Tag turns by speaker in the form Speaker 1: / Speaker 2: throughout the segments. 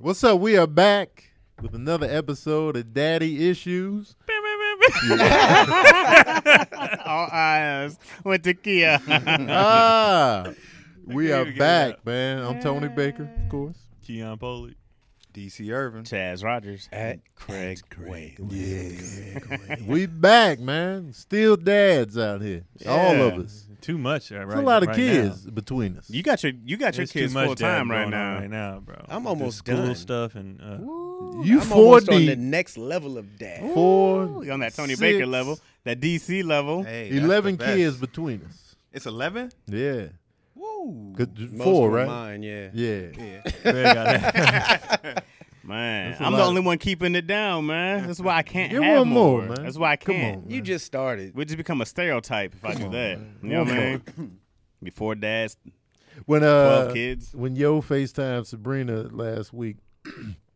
Speaker 1: What's up? We are back with another episode of Daddy Issues.
Speaker 2: All eyes went to Kia.
Speaker 1: ah, we
Speaker 2: I
Speaker 1: are
Speaker 2: couldn't even get it
Speaker 1: back,
Speaker 2: out.
Speaker 1: man. I'm Tony Baker, of course.
Speaker 3: Keon Polly.
Speaker 4: DC Irvin.
Speaker 2: Chaz Rogers at Craig Way.
Speaker 1: We back, man. Still dads out here. All of us.
Speaker 3: Too much. uh, Right,
Speaker 1: It's a lot of
Speaker 3: right
Speaker 1: kids between us.
Speaker 2: You got your you got
Speaker 3: Now.
Speaker 2: your
Speaker 3: It's
Speaker 2: kids
Speaker 3: too much
Speaker 2: full time
Speaker 3: dad
Speaker 2: right
Speaker 3: going on
Speaker 2: now.
Speaker 3: Right now, bro.
Speaker 4: I'm
Speaker 3: With
Speaker 4: almost
Speaker 3: the school
Speaker 4: done.
Speaker 3: stuff and uh,
Speaker 1: you
Speaker 4: I'm
Speaker 1: four
Speaker 4: almost on the
Speaker 1: deep.
Speaker 4: next level of dad.
Speaker 1: Four.
Speaker 2: You on that Tony
Speaker 1: six,
Speaker 2: Baker level, that DC level.
Speaker 4: Hey, that's
Speaker 1: Eleven
Speaker 4: the best.
Speaker 1: kids between us.
Speaker 4: It's eleven.
Speaker 1: Yeah.
Speaker 4: Woo.
Speaker 1: 'Cause
Speaker 4: Most
Speaker 1: Four,
Speaker 4: were
Speaker 1: right?
Speaker 4: Mine, yeah.
Speaker 1: Yeah.
Speaker 3: Craig got that.
Speaker 2: Man,
Speaker 1: That's a
Speaker 2: I'm the
Speaker 1: lot.
Speaker 2: only one keeping it down, man. That's why I can't
Speaker 1: Get
Speaker 2: have
Speaker 1: one more,
Speaker 2: more.
Speaker 1: man.
Speaker 2: That's why I
Speaker 1: Come
Speaker 2: can't.
Speaker 1: on.
Speaker 2: Come
Speaker 4: You just started.
Speaker 2: We just become a stereotype if I do that. You know what I mean? Before dads,
Speaker 1: When uh,
Speaker 2: 12 kids.
Speaker 1: when Yo FaceTime Sabrina last week,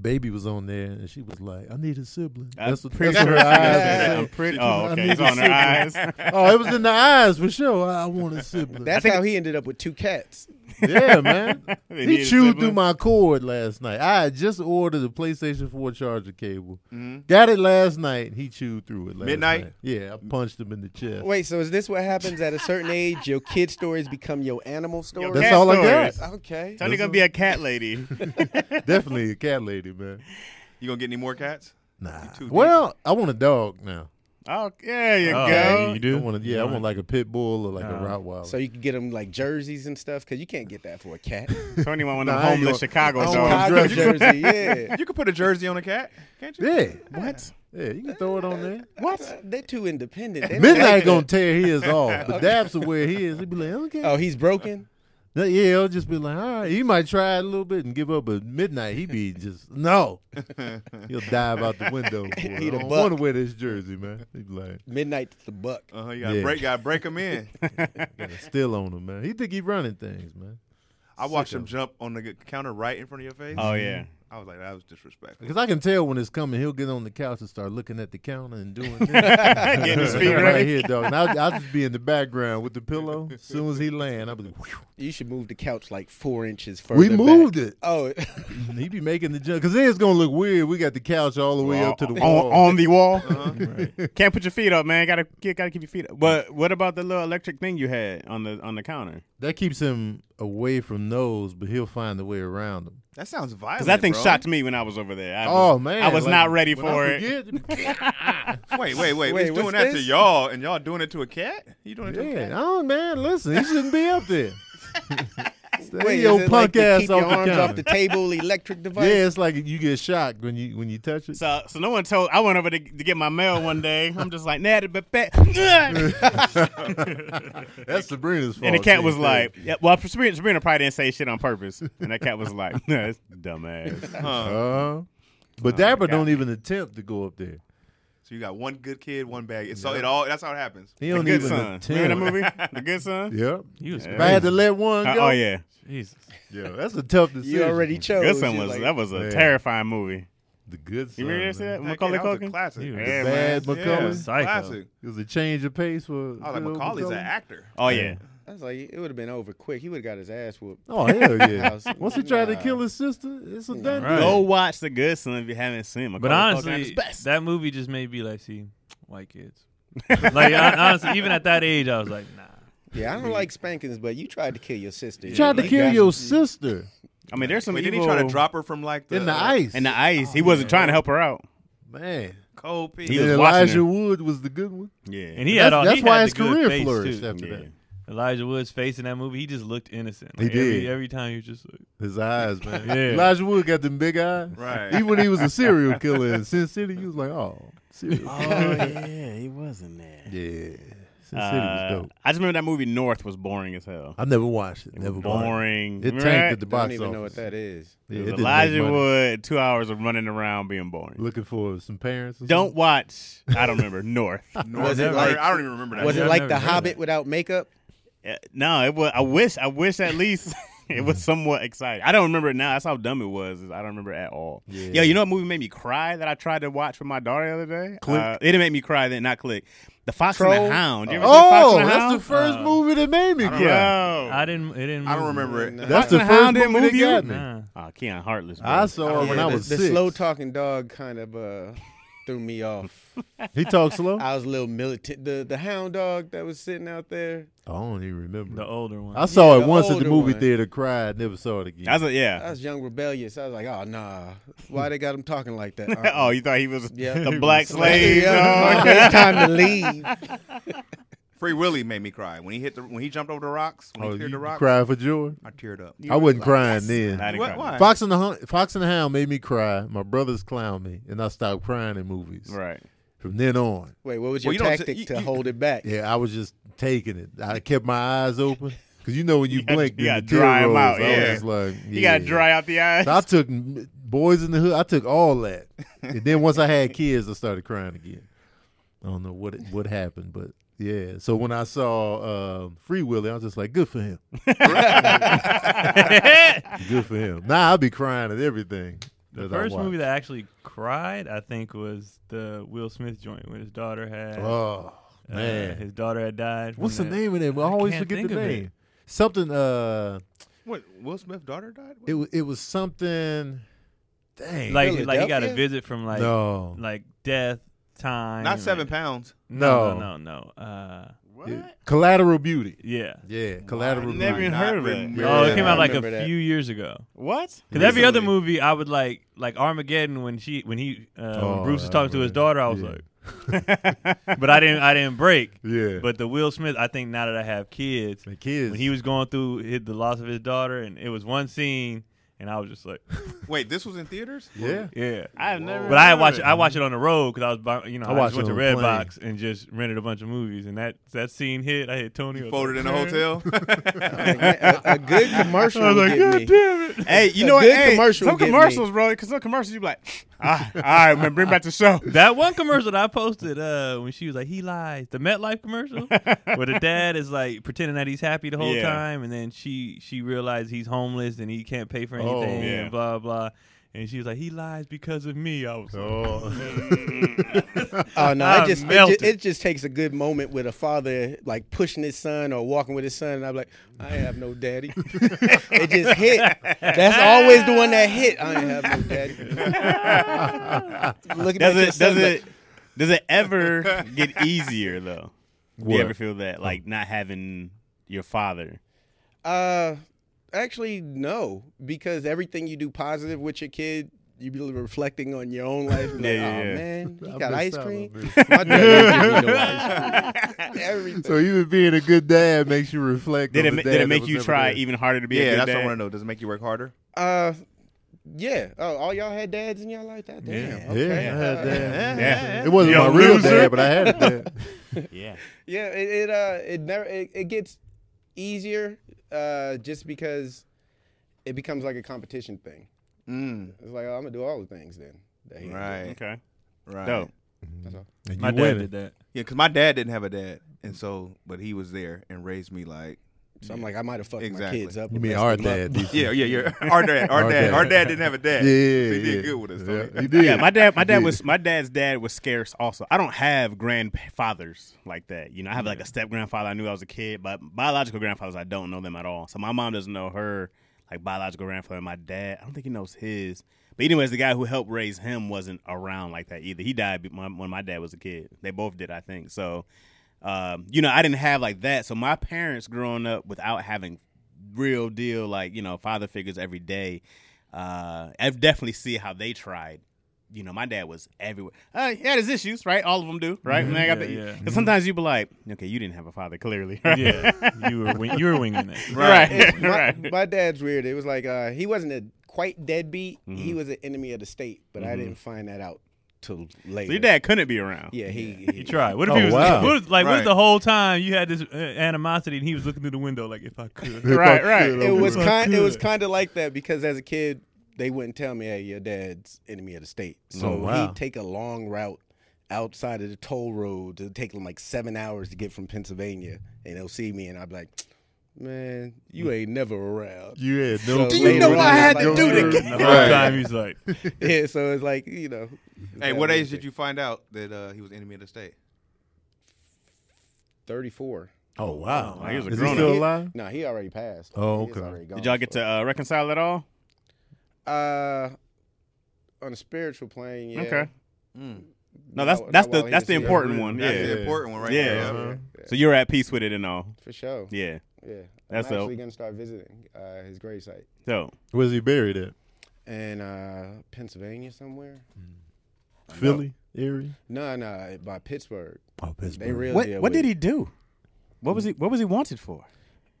Speaker 1: baby was on there and she was like, "I need a sibling."
Speaker 2: I'm
Speaker 1: That's what,
Speaker 2: pretty
Speaker 1: that's what her
Speaker 2: sure she
Speaker 1: eyes.
Speaker 2: said.
Speaker 1: were
Speaker 2: I'm
Speaker 1: like.
Speaker 2: pretty. Oh,
Speaker 1: I
Speaker 2: okay.
Speaker 1: need
Speaker 2: It's on
Speaker 1: to
Speaker 2: her eyes.
Speaker 1: Oh, it was in the eyes for sure. I, I want a sibling.
Speaker 4: That's how he ended up with two cats.
Speaker 1: yeah, man.
Speaker 2: They need
Speaker 1: he
Speaker 2: a
Speaker 1: chewed
Speaker 2: sibling.
Speaker 1: through my cord last night. I had just ordered a PlayStation 4 charger cable.
Speaker 2: Mm-hmm.
Speaker 1: Got it last night. He chewed through it last
Speaker 4: Midnight?
Speaker 1: night. Yeah, I punched him in the chest.
Speaker 4: Wait, so is this what happens at a certain age? Your kid stories become your animal stories?
Speaker 1: That's
Speaker 2: cat
Speaker 1: all I
Speaker 2: stories.
Speaker 1: got.
Speaker 4: okay.
Speaker 2: Tony gonna be a cat lady.
Speaker 1: Definitely a cat lady, man.
Speaker 5: You gonna get any more cats?
Speaker 1: Nah.
Speaker 5: deep.
Speaker 1: Well, I want a dog now.
Speaker 2: oh, there you
Speaker 3: Oh,
Speaker 2: go.
Speaker 3: you
Speaker 1: I
Speaker 3: do?
Speaker 1: want a, yeah, I want like a pit bull or like a
Speaker 3: Nah.
Speaker 1: Rottweiler.
Speaker 4: So you can get them like jerseys and stuff because you can't get that for a cat.
Speaker 2: Tony want one of
Speaker 1: Nah,
Speaker 2: them
Speaker 1: I ain't
Speaker 2: homeless
Speaker 1: gonna-
Speaker 2: Chicago
Speaker 1: I don't
Speaker 2: dogs.
Speaker 1: wanna
Speaker 4: Chicago
Speaker 1: dress you.
Speaker 4: jersey, yeah.
Speaker 5: You can put a jersey on a cat, can't you?
Speaker 1: yeah.
Speaker 2: What?
Speaker 1: Yeah, you can throw it on there.
Speaker 4: What? Uh, They're too independent. They don't like
Speaker 1: Midnight
Speaker 4: that.
Speaker 1: gonna tear his off, but Dabs will wear his. He'd be like, okay.
Speaker 4: Oh, he's broken.
Speaker 1: Yeah, he'll just be like, all right. He might try it a little bit and give up, but midnight he be just no. He'll dive out the window. For it. I
Speaker 4: Eat a
Speaker 1: don't
Speaker 4: buck.
Speaker 1: want to wear this jersey, man. He be like,
Speaker 4: Midnight the buck.
Speaker 5: Uh huh. You gotta
Speaker 1: Yeah.
Speaker 5: break, gotta break them in.
Speaker 1: "Got a still on him, man. He think he running things, man.
Speaker 5: I watched him jump on the counter right in front of your face. Mm-hmm.
Speaker 2: Oh yeah.
Speaker 5: I was like, that was disrespectful.
Speaker 1: Because I can tell when it's coming. He'll get on the couch and start looking at the counter and doing this.
Speaker 2: Getting his feet
Speaker 1: right
Speaker 2: ready.
Speaker 1: here, dog. And I'll, I'll just be in the background with the pillow. As soon as he land, I'll be like, "Whew."
Speaker 4: You should move the couch like four inches further.
Speaker 1: we
Speaker 4: back.
Speaker 1: moved it.
Speaker 4: Oh,
Speaker 1: He be making the jump because then it's gonna look weird. We got the couch all the way up to the
Speaker 2: on,
Speaker 1: wall.
Speaker 2: on the wall.
Speaker 3: Right.
Speaker 2: Can't put your feet up, man. Gotta get, gotta keep your feet up. But what about the little electric thing you had on the on the counter?
Speaker 1: That keeps him away from those, but he'll find a way around them.
Speaker 5: That sounds violent.
Speaker 2: Because that thing
Speaker 5: bro.
Speaker 2: shocked me when I was over there. I was,
Speaker 1: Oh man,
Speaker 2: I was
Speaker 1: like,
Speaker 2: not ready
Speaker 1: when I
Speaker 2: for it.
Speaker 1: forget-
Speaker 5: Wait, wait, wait.
Speaker 4: Wait,
Speaker 5: He's doing
Speaker 4: what's
Speaker 5: that to
Speaker 4: this?
Speaker 5: y'all, and y'all doing it to a cat? You doing it to a
Speaker 1: yeah,
Speaker 5: cat?
Speaker 1: oh man, listen, he shouldn't be up there. Stay
Speaker 4: wait,
Speaker 1: your
Speaker 4: is it
Speaker 1: punk
Speaker 4: like to
Speaker 1: ass
Speaker 4: keep
Speaker 1: off
Speaker 4: your
Speaker 1: the
Speaker 4: arms
Speaker 1: counter.
Speaker 4: off the table, electric device.
Speaker 1: yeah, it's like you get shocked when you when you touch it.
Speaker 2: So, so no one told. I went over to, to get my mail one day. I'm just like, nah, but bet.
Speaker 1: That's Sabrina's fault.
Speaker 2: And the cat
Speaker 1: she
Speaker 2: was
Speaker 1: ain't
Speaker 2: like, yeah, well, Sabrina, Sabrina probably didn't say shit on purpose. And that cat was like, nah, that's dumbass.
Speaker 1: there.
Speaker 5: Huh.
Speaker 1: Uh-huh. But
Speaker 2: Oh,
Speaker 1: Dapper
Speaker 2: got
Speaker 1: don't
Speaker 2: me.
Speaker 1: even attempt to go up there.
Speaker 5: So you got one good kid, one bad. It's so it all. That's how it happens.
Speaker 1: He
Speaker 2: The
Speaker 1: don't
Speaker 2: Good
Speaker 1: even
Speaker 2: Son.
Speaker 1: attempt.
Speaker 2: Remember that movie? The Good Son?
Speaker 1: Yep.
Speaker 3: He was
Speaker 1: If I had to
Speaker 3: crazy.
Speaker 1: let one
Speaker 2: Uh,
Speaker 1: go,
Speaker 2: oh, yeah.
Speaker 3: Jesus.
Speaker 1: yeah, that's a tough decision.
Speaker 4: You already chose.
Speaker 2: Good Son
Speaker 4: You're
Speaker 2: was,
Speaker 4: Oh, like,
Speaker 2: that was a
Speaker 1: Man.
Speaker 2: terrifying movie.
Speaker 1: the good. Son,
Speaker 2: You remember that?
Speaker 1: man.
Speaker 2: shit?
Speaker 5: That kid,
Speaker 2: Macaulay
Speaker 5: that was a
Speaker 2: Culkin?
Speaker 5: classic.
Speaker 3: He was
Speaker 2: Yeah, man.
Speaker 1: Bad
Speaker 5: Yeah,
Speaker 1: Macaulay.
Speaker 3: Psycho.
Speaker 5: classic.
Speaker 1: It was a change of pace for.
Speaker 5: I was like,
Speaker 1: good old
Speaker 5: Macaulay's an
Speaker 1: Macaulay.
Speaker 5: actor.
Speaker 2: Oh, yeah.
Speaker 4: I was like, it would have been over quick. He would have got his ass whooped.
Speaker 1: Oh hell yeah!
Speaker 4: House.
Speaker 1: Once he tried to
Speaker 4: Nah.
Speaker 1: kill his sister, it's a done
Speaker 3: Right.
Speaker 2: Go watch The Good Son if you haven't seen it.
Speaker 3: But
Speaker 2: Macaulay Culkin at
Speaker 3: honestly,
Speaker 2: his best.
Speaker 3: that movie just made me like see white kids. like hon- honestly, even at that age, I was like, nah.
Speaker 4: Yeah, I don't like spankings, but you tried to kill your sister.
Speaker 1: You tried to
Speaker 4: You
Speaker 1: kill
Speaker 4: got-
Speaker 1: your sister
Speaker 2: I mean, there's some
Speaker 5: Wait, did
Speaker 2: evil.
Speaker 5: he try to drop her from like the
Speaker 1: in the
Speaker 5: uh,
Speaker 1: ice.
Speaker 2: In the ice. he wasn't trying to help her out.
Speaker 1: man.
Speaker 5: cold pit?
Speaker 2: He
Speaker 1: And
Speaker 2: was
Speaker 1: Elijah
Speaker 2: watching her.
Speaker 1: Wood was the good one.
Speaker 2: Yeah.
Speaker 3: And he
Speaker 1: That's,
Speaker 3: had all.
Speaker 1: that's
Speaker 3: he
Speaker 1: why
Speaker 3: had
Speaker 1: his
Speaker 3: the good
Speaker 1: career
Speaker 3: face,
Speaker 1: flourished
Speaker 3: too.
Speaker 1: after
Speaker 2: Yeah.
Speaker 1: that.
Speaker 3: Elijah Wood's face in that movie, he just looked innocent.
Speaker 1: He
Speaker 3: Like, every-
Speaker 1: did.
Speaker 3: every time he was just like,
Speaker 1: His eyes, man.
Speaker 3: Yeah.
Speaker 1: Elijah Wood got them big eyes.
Speaker 5: Right.
Speaker 1: Even when he was a serial killer in Sin City, he was like, oh, serial killer.
Speaker 2: Oh, yeah. He wasn't there.
Speaker 1: yeah. Sin City was
Speaker 2: Uh,
Speaker 1: dope.
Speaker 2: I just remember that movie North was boring as hell.
Speaker 1: I never watched it. Never watched
Speaker 2: boring.
Speaker 1: it. It
Speaker 2: Remember
Speaker 1: tanked at
Speaker 2: that?
Speaker 1: the
Speaker 4: Don't
Speaker 1: box
Speaker 4: even know what
Speaker 1: office.
Speaker 4: that is.
Speaker 1: Yeah,
Speaker 2: It
Speaker 1: it
Speaker 2: was
Speaker 1: didn't make
Speaker 2: Elijah
Speaker 1: money.
Speaker 2: Wood, two hours of running around being boring.
Speaker 1: Looking for some parents. Or
Speaker 2: Don't watch. I don't remember North.
Speaker 5: Nor-
Speaker 4: Was it
Speaker 5: I-
Speaker 4: like-
Speaker 5: I don't even remember that.
Speaker 4: Was
Speaker 3: Yeah,
Speaker 4: it
Speaker 3: I've
Speaker 4: like
Speaker 3: never
Speaker 4: The
Speaker 3: heard of
Speaker 2: Eh,
Speaker 4: Hobbit
Speaker 3: that.
Speaker 4: without makeup?
Speaker 2: Uh, No, it was. I wish. I wish at least it was somewhat exciting. I don't remember it now. That's how dumb it was. is I don't remember it at all.
Speaker 1: Yeah.
Speaker 2: Yo, you know what movie made me cry that I tried to watch with my daughter the other day?
Speaker 1: Click.
Speaker 2: Uh, it didn't make me cry then, not click. The Fox and
Speaker 4: Troll?
Speaker 2: the Hound. You ever seen Fox
Speaker 1: Oh,
Speaker 2: and the
Speaker 1: that's
Speaker 2: Hound?
Speaker 1: the first
Speaker 3: Uh,
Speaker 1: movie that made me
Speaker 5: don't
Speaker 1: cry.
Speaker 5: know.
Speaker 2: Yo.
Speaker 3: I didn't. It didn't.
Speaker 5: I don't
Speaker 3: move me.
Speaker 5: remember it.
Speaker 4: Nah.
Speaker 1: That's
Speaker 2: Fox
Speaker 1: the
Speaker 2: and the Hound
Speaker 1: first
Speaker 2: didn't
Speaker 1: movie that
Speaker 2: move you?
Speaker 1: got me.
Speaker 3: Nah.
Speaker 2: Oh, Keon Heartless. Bro.
Speaker 1: I saw it Oh, when
Speaker 4: Oh, Yeah,
Speaker 1: I
Speaker 4: the-
Speaker 1: was
Speaker 4: the,
Speaker 1: six.
Speaker 4: slow talking dog kind of uh, threw me off.
Speaker 1: he talks slow. I
Speaker 4: I was a little militant. The the hound dog that was sitting out there.
Speaker 1: don't even remember.
Speaker 3: The older one.
Speaker 1: I saw
Speaker 4: Yeah,
Speaker 1: it
Speaker 4: Oh, the
Speaker 1: once at the
Speaker 4: older
Speaker 1: movie
Speaker 4: one.
Speaker 1: theater. Cried. Never saw it again.
Speaker 2: I was like,
Speaker 4: I
Speaker 2: yeah.
Speaker 4: was young, rebellious. I was like, oh nah, why they got him talking like that? Uh-uh.
Speaker 2: Oh, you thought he was
Speaker 4: Yeah.
Speaker 2: the black slave?
Speaker 4: yeah,
Speaker 2: dog?
Speaker 4: it's time to leave.
Speaker 5: Free Willy made me cry when he hit the when he jumped over the rocks when
Speaker 1: oh,
Speaker 5: he cleared the
Speaker 1: you
Speaker 5: rocks.
Speaker 1: cried for joy.
Speaker 5: I teared up.
Speaker 1: I wasn't crying
Speaker 2: I
Speaker 1: then.
Speaker 2: didn't
Speaker 5: What-
Speaker 2: cry.
Speaker 5: why?
Speaker 1: Fox and the Hun- Fox and the Hound made me cry. My brothers clown me, and I stopped crying in movies.
Speaker 2: Right.
Speaker 1: From then on,
Speaker 4: Wait, what was your
Speaker 5: Well, you don't-
Speaker 4: tactic
Speaker 5: you-
Speaker 4: to
Speaker 5: you-
Speaker 4: hold it back?
Speaker 1: yeah, I was just taking it. I kept my eyes open because you know when you,
Speaker 2: You got-
Speaker 1: blink,
Speaker 2: you
Speaker 1: then
Speaker 2: gotta
Speaker 1: the tear
Speaker 2: dry 'em
Speaker 1: rolls.
Speaker 2: out,
Speaker 1: I was
Speaker 2: yeah.
Speaker 1: just like,
Speaker 2: You got to
Speaker 1: yeah.
Speaker 2: dry out the eyes.
Speaker 1: So I took m- Boys in the Hood. I took all that, and then once I had kids, I started crying again. I don't know what it, what happened, but yeah. So when I saw um Free Willy, I was just like, "Good for him, good for him." Now I'll be crying at everything.
Speaker 3: The
Speaker 1: that I
Speaker 3: first
Speaker 1: watch.
Speaker 3: movie that I actually cried, I think, was the Will Smith joint when his daughter had
Speaker 1: Oh
Speaker 3: uh,
Speaker 1: man,
Speaker 3: his daughter had died. from
Speaker 1: what's the
Speaker 3: that.
Speaker 1: name of that? I always
Speaker 3: can't
Speaker 1: forget the
Speaker 3: think of it.
Speaker 1: name. Something. Uh,
Speaker 5: What Will Smith's daughter died?
Speaker 1: it wa- it was something. Dang.
Speaker 3: Like, like he got
Speaker 4: Philadelphia?
Speaker 3: a visit from like
Speaker 1: no.
Speaker 3: like death time.
Speaker 5: Not
Speaker 3: and-
Speaker 5: seven pounds.
Speaker 3: No,
Speaker 1: No.
Speaker 3: no, no. no. Uh,
Speaker 2: What?
Speaker 1: Yeah. Collateral Beauty.
Speaker 3: yeah.
Speaker 1: Yeah, Collateral
Speaker 2: Never
Speaker 1: Beauty.
Speaker 2: even
Speaker 5: Not
Speaker 2: heard of it.
Speaker 5: remember
Speaker 3: Oh, it came
Speaker 5: that.
Speaker 3: out like a
Speaker 4: remember that.
Speaker 3: few years ago.
Speaker 2: What?
Speaker 3: Because every other
Speaker 5: Recently.
Speaker 3: movie, I would like like Armageddon when she when he uh,
Speaker 1: Oh,
Speaker 3: when Bruce was
Speaker 1: I
Speaker 3: talking to his
Speaker 1: remember.
Speaker 3: daughter, I was
Speaker 1: Yeah.
Speaker 3: like, but I didn't I didn't break.
Speaker 1: Yeah,
Speaker 3: But the Will Smith, I think now that I have kids,
Speaker 1: the kids.
Speaker 3: when he was going through his, the loss of his daughter, and it was one scene, and I was just like,
Speaker 5: Wait, this was in theaters?
Speaker 1: yeah.
Speaker 3: yeah.
Speaker 2: I've never.
Speaker 3: But I
Speaker 2: heard of
Speaker 3: watch
Speaker 2: it.
Speaker 3: I watch it on the road because I was bu- you know
Speaker 1: I
Speaker 3: I,
Speaker 1: watch
Speaker 3: just went
Speaker 1: it
Speaker 3: to
Speaker 1: on the plane.
Speaker 3: Redbox and just rented a bunch of movies, and that that scene hit. I hit Tony. I was
Speaker 5: Folded
Speaker 3: like,
Speaker 5: in a
Speaker 3: "Man."
Speaker 5: hotel.
Speaker 4: a, a good commercial
Speaker 3: I was
Speaker 4: would
Speaker 3: like,
Speaker 4: get
Speaker 3: God
Speaker 4: me.
Speaker 3: damn it!
Speaker 2: Hey, you
Speaker 4: A
Speaker 2: know what?
Speaker 4: good
Speaker 2: Hey,
Speaker 4: commercial
Speaker 2: some
Speaker 4: get me.
Speaker 2: commercials, bro, because some commercials you be like, ah, all right, man, bring back the show.
Speaker 3: That one commercial that I posted uh, when she was like, "He lies," the MetLife commercial, where the dad is like pretending that he's happy the whole
Speaker 2: Yeah.
Speaker 3: time, and then she she realized he's homeless and he can't pay for anything,
Speaker 1: Oh,
Speaker 2: yeah.
Speaker 3: and blah blah. And she was like, "He lies because of me." I was like,
Speaker 1: Oh.
Speaker 4: Oh no,
Speaker 3: I
Speaker 4: it just, it ju- it
Speaker 3: melted.
Speaker 4: just takes a good moment with a father like pushing his son or walking with his son, and I'm like, I have no daddy. it just hit. That's always the one that hit. I ain't have no daddy. Looking
Speaker 2: Does
Speaker 4: at your
Speaker 2: it?
Speaker 4: son
Speaker 2: Does it?
Speaker 4: like,
Speaker 2: Does it ever get easier though? Do
Speaker 1: What?
Speaker 2: you ever feel that, like not having your father?
Speaker 4: Uh, actually, no, because everything you do positive with your kid, you be reflecting on your own life. Like,
Speaker 2: Yeah, yeah,
Speaker 4: oh
Speaker 2: yeah.
Speaker 4: man, he
Speaker 1: I
Speaker 4: got
Speaker 1: missed
Speaker 4: ice
Speaker 1: out
Speaker 4: cream.
Speaker 1: on this.
Speaker 4: My dad didn't give me no ice cream. Everything.
Speaker 1: So even being a good dad makes you reflect.
Speaker 2: Did
Speaker 1: on
Speaker 2: it?
Speaker 1: the
Speaker 2: ma-
Speaker 1: dad
Speaker 2: Did
Speaker 1: that
Speaker 2: it make
Speaker 1: was
Speaker 2: you
Speaker 1: never
Speaker 2: try
Speaker 1: there.
Speaker 2: even harder to be
Speaker 5: yeah,
Speaker 2: a good
Speaker 5: that's
Speaker 2: dad?
Speaker 5: what I want to know. Does it make you work harder?
Speaker 4: Uh, yeah. Oh, all y'all had dads in y'all life. That damn.
Speaker 1: Yeah,
Speaker 4: Okay.
Speaker 1: I had
Speaker 4: Uh,
Speaker 1: that.
Speaker 2: Yeah.
Speaker 1: It wasn't
Speaker 2: You
Speaker 1: my
Speaker 2: a
Speaker 1: real
Speaker 2: loser.
Speaker 1: dad, but I had it. There.
Speaker 2: Yeah.
Speaker 4: Yeah. It, it uh it never it, it gets easier uh just because it becomes like a competition thing.
Speaker 5: Mm,
Speaker 4: It's like oh, I'm gonna do all the things then. that he didn't do.
Speaker 5: right.
Speaker 2: Okay.
Speaker 5: Right.
Speaker 2: Dope.
Speaker 1: And you
Speaker 3: "My dad
Speaker 1: win
Speaker 3: did that."
Speaker 5: Yeah, because my dad didn't have a dad, and so but he was there and raised me like.
Speaker 4: So I'm like I might have fucked
Speaker 5: Exactly.
Speaker 4: my kids up.
Speaker 1: You
Speaker 4: and
Speaker 1: mean
Speaker 4: messed
Speaker 1: our
Speaker 4: them up.
Speaker 1: dad? did you?
Speaker 5: Yeah, yeah, yeah. Our dad, our,
Speaker 1: Our
Speaker 5: dad,
Speaker 1: dad.
Speaker 5: our dad didn't have a
Speaker 1: yeah,
Speaker 5: dad. so he did
Speaker 1: yeah.
Speaker 5: good with us. Tony.
Speaker 1: Yeah, he did.
Speaker 2: Yeah, my dad. My dad
Speaker 1: Yeah.
Speaker 2: was. My dad's dad was scarce. Also, I don't have grandfathers like that. You know, I have like a step grandfather. I knew I was a kid, but biological grandfathers, I don't know them at all. So my mom doesn't know her like biological grandfather. My dad, I don't think he knows his. But anyways, the guy who helped raise him wasn't around like that either. He died be- when when my dad was a kid. They both did, I think. So, um, you know, I didn't have like that. So my parents growing up without having real deal like you know father figures every day. Uh, I definitely see how they tried you know, my dad was everywhere. Uh, he had his issues, right? All of them do, right? And I got
Speaker 3: Yeah,
Speaker 2: the-
Speaker 3: yeah.
Speaker 2: 'cause sometimes you be like, okay, you didn't have a father, clearly, right?
Speaker 3: Yeah, you were wing- you were winging it.
Speaker 2: right,
Speaker 4: It's- my,
Speaker 2: right.
Speaker 4: my dad's weird. It was like uh, he wasn't a quite deadbeat. He
Speaker 2: Mhm.
Speaker 4: was an enemy of the state, but I didn't find that out till later.
Speaker 2: So your dad couldn't be around.
Speaker 4: Yeah, he
Speaker 3: He tried. What if
Speaker 1: Oh,
Speaker 3: he was
Speaker 1: wow.
Speaker 3: what if- like? What if
Speaker 5: Right.
Speaker 3: the whole time you had this uh, animosity and he was looking through the window like, "If I could."
Speaker 2: Right,
Speaker 1: Fuck
Speaker 2: right.
Speaker 1: you,
Speaker 4: It
Speaker 1: I'm
Speaker 4: was
Speaker 1: good.
Speaker 4: kind. It was
Speaker 3: good.
Speaker 4: kind of like that because as a kid, they wouldn't tell me, "Hey, your dad's enemy of the state." So
Speaker 1: wow.
Speaker 4: he'd take a long route outside of the toll road. It'd take him like seven hours to get from Pennsylvania, and he'll see me, and I'd be like, man, you ain't never around.
Speaker 1: You had
Speaker 4: So
Speaker 1: no.
Speaker 4: Do
Speaker 1: clue
Speaker 4: you know
Speaker 1: what
Speaker 4: why I
Speaker 1: it
Speaker 4: had
Speaker 1: was
Speaker 4: to
Speaker 1: like.
Speaker 4: do that?
Speaker 3: And the whole
Speaker 5: Right.
Speaker 3: time he's like,
Speaker 4: yeah, so it's like you know.
Speaker 5: Hey, what age did you find out that uh, he was enemy of the state?
Speaker 4: Thirty-four.
Speaker 1: Oh wow!
Speaker 2: Like, he was a
Speaker 1: Is he
Speaker 2: grown-up.
Speaker 1: still alive?
Speaker 4: No, he already passed.
Speaker 1: Oh,
Speaker 4: He is
Speaker 1: okay.
Speaker 4: already gone,
Speaker 2: Did y'all get
Speaker 4: so-
Speaker 2: to uh, reconcile at all?
Speaker 4: Uh, on a spiritual plane, yeah.
Speaker 2: Okay.
Speaker 5: Mm.
Speaker 2: No,
Speaker 4: Not
Speaker 2: that's
Speaker 4: wh-
Speaker 2: that's
Speaker 4: not
Speaker 2: the
Speaker 4: while he
Speaker 2: that's
Speaker 4: was
Speaker 2: the
Speaker 4: here.
Speaker 2: important one.
Speaker 5: That's
Speaker 2: Yeah.
Speaker 5: the important one right
Speaker 2: Yeah.
Speaker 5: there.
Speaker 4: Yeah, yeah,
Speaker 2: So you're at peace with it and all.
Speaker 4: for sure. Yeah,
Speaker 2: Yeah.
Speaker 4: I'm
Speaker 2: That's dope.
Speaker 4: actually gonna start visiting uh, his gravesite
Speaker 2: So
Speaker 1: Where's he buried at?
Speaker 4: in uh, Pennsylvania somewhere.
Speaker 1: Philly, Erie.
Speaker 4: No, no, by Pittsburgh.
Speaker 1: Oh,
Speaker 4: They really
Speaker 2: what
Speaker 4: deal
Speaker 2: what
Speaker 4: with
Speaker 2: did
Speaker 4: it.
Speaker 2: he do? What was he what was he wanted for?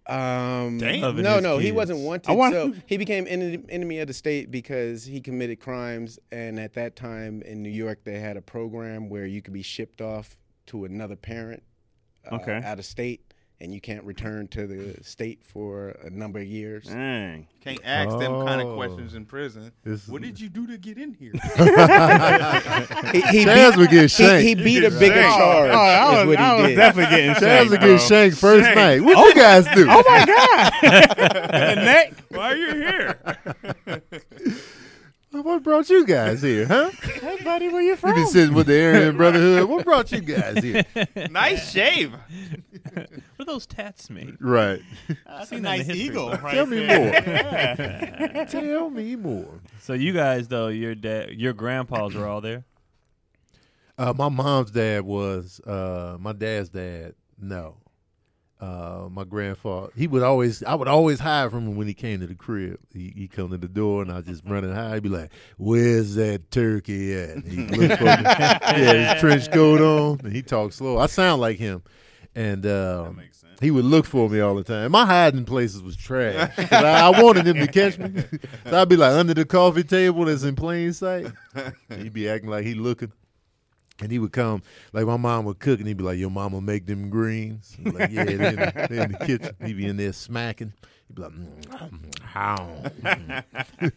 Speaker 4: Um,
Speaker 3: Damn. Loving
Speaker 4: No,
Speaker 3: his
Speaker 4: no, he
Speaker 3: kids.
Speaker 4: wasn't
Speaker 2: I
Speaker 4: wanted.
Speaker 2: want-
Speaker 4: so he became en- enemy of the state because he committed crimes. And at that time in New York, they had a program where you could be shipped off to another parent uh,
Speaker 2: Okay.
Speaker 4: out of state, and you can't return to the state for a number of years.
Speaker 2: Dang.
Speaker 5: Can't ask them kind
Speaker 1: Oh.
Speaker 5: of questions in prison.
Speaker 1: This
Speaker 5: What
Speaker 1: is-
Speaker 5: did you do to get in here?
Speaker 4: He, he
Speaker 1: Chaz
Speaker 4: beat,
Speaker 1: would get
Speaker 4: he,
Speaker 1: shanked.
Speaker 4: he beat a bigger
Speaker 2: Dang.
Speaker 4: charge.
Speaker 2: Oh, I was,
Speaker 4: is what he
Speaker 2: I was
Speaker 4: did.
Speaker 2: definitely getting
Speaker 1: Chaz
Speaker 2: shanked.
Speaker 1: would get
Speaker 2: bro.
Speaker 1: shanked first
Speaker 2: Shanked.
Speaker 1: night. What you guys do?
Speaker 2: Oh my god! the Oh. neck. Why are you here?
Speaker 1: What brought you guys here, huh?
Speaker 2: Hey, buddy, where you
Speaker 1: You
Speaker 2: from?
Speaker 1: been sitting with the Aryan Brotherhood. What brought you guys here?
Speaker 5: nice shave.
Speaker 3: what are those tats made?
Speaker 1: Right.
Speaker 2: That's
Speaker 3: seen that in the history book.
Speaker 2: right
Speaker 1: Tell me
Speaker 2: there.
Speaker 1: more. Tell me more.
Speaker 3: So you guys though, your dad, your grandpas were all there.
Speaker 1: Uh, my mom's dad was uh, my dad's dad. No, uh, my grandfather. He would always. I would always hide from him when he came to the crib. He he come to the door and I just run and hide. He'd be like, "Where's that turkey at?" And he'd look for me. yeah, his trench coat on. And he talks slow. I sound like him. And um,
Speaker 2: makes sense.
Speaker 1: he would look for me all the time. My hiding places was trash. 'Cause I, I wanted him to catch me. so I'd be like under the coffee table that's in plain sight. He'd be acting like he looking. And he would come, like my mom would cook, and he'd be like, "Your mama make them greens." I'd be like, yeah, they in, the, they in the kitchen. He'd be in there smacking. He'd be like, mm, "How?" he'd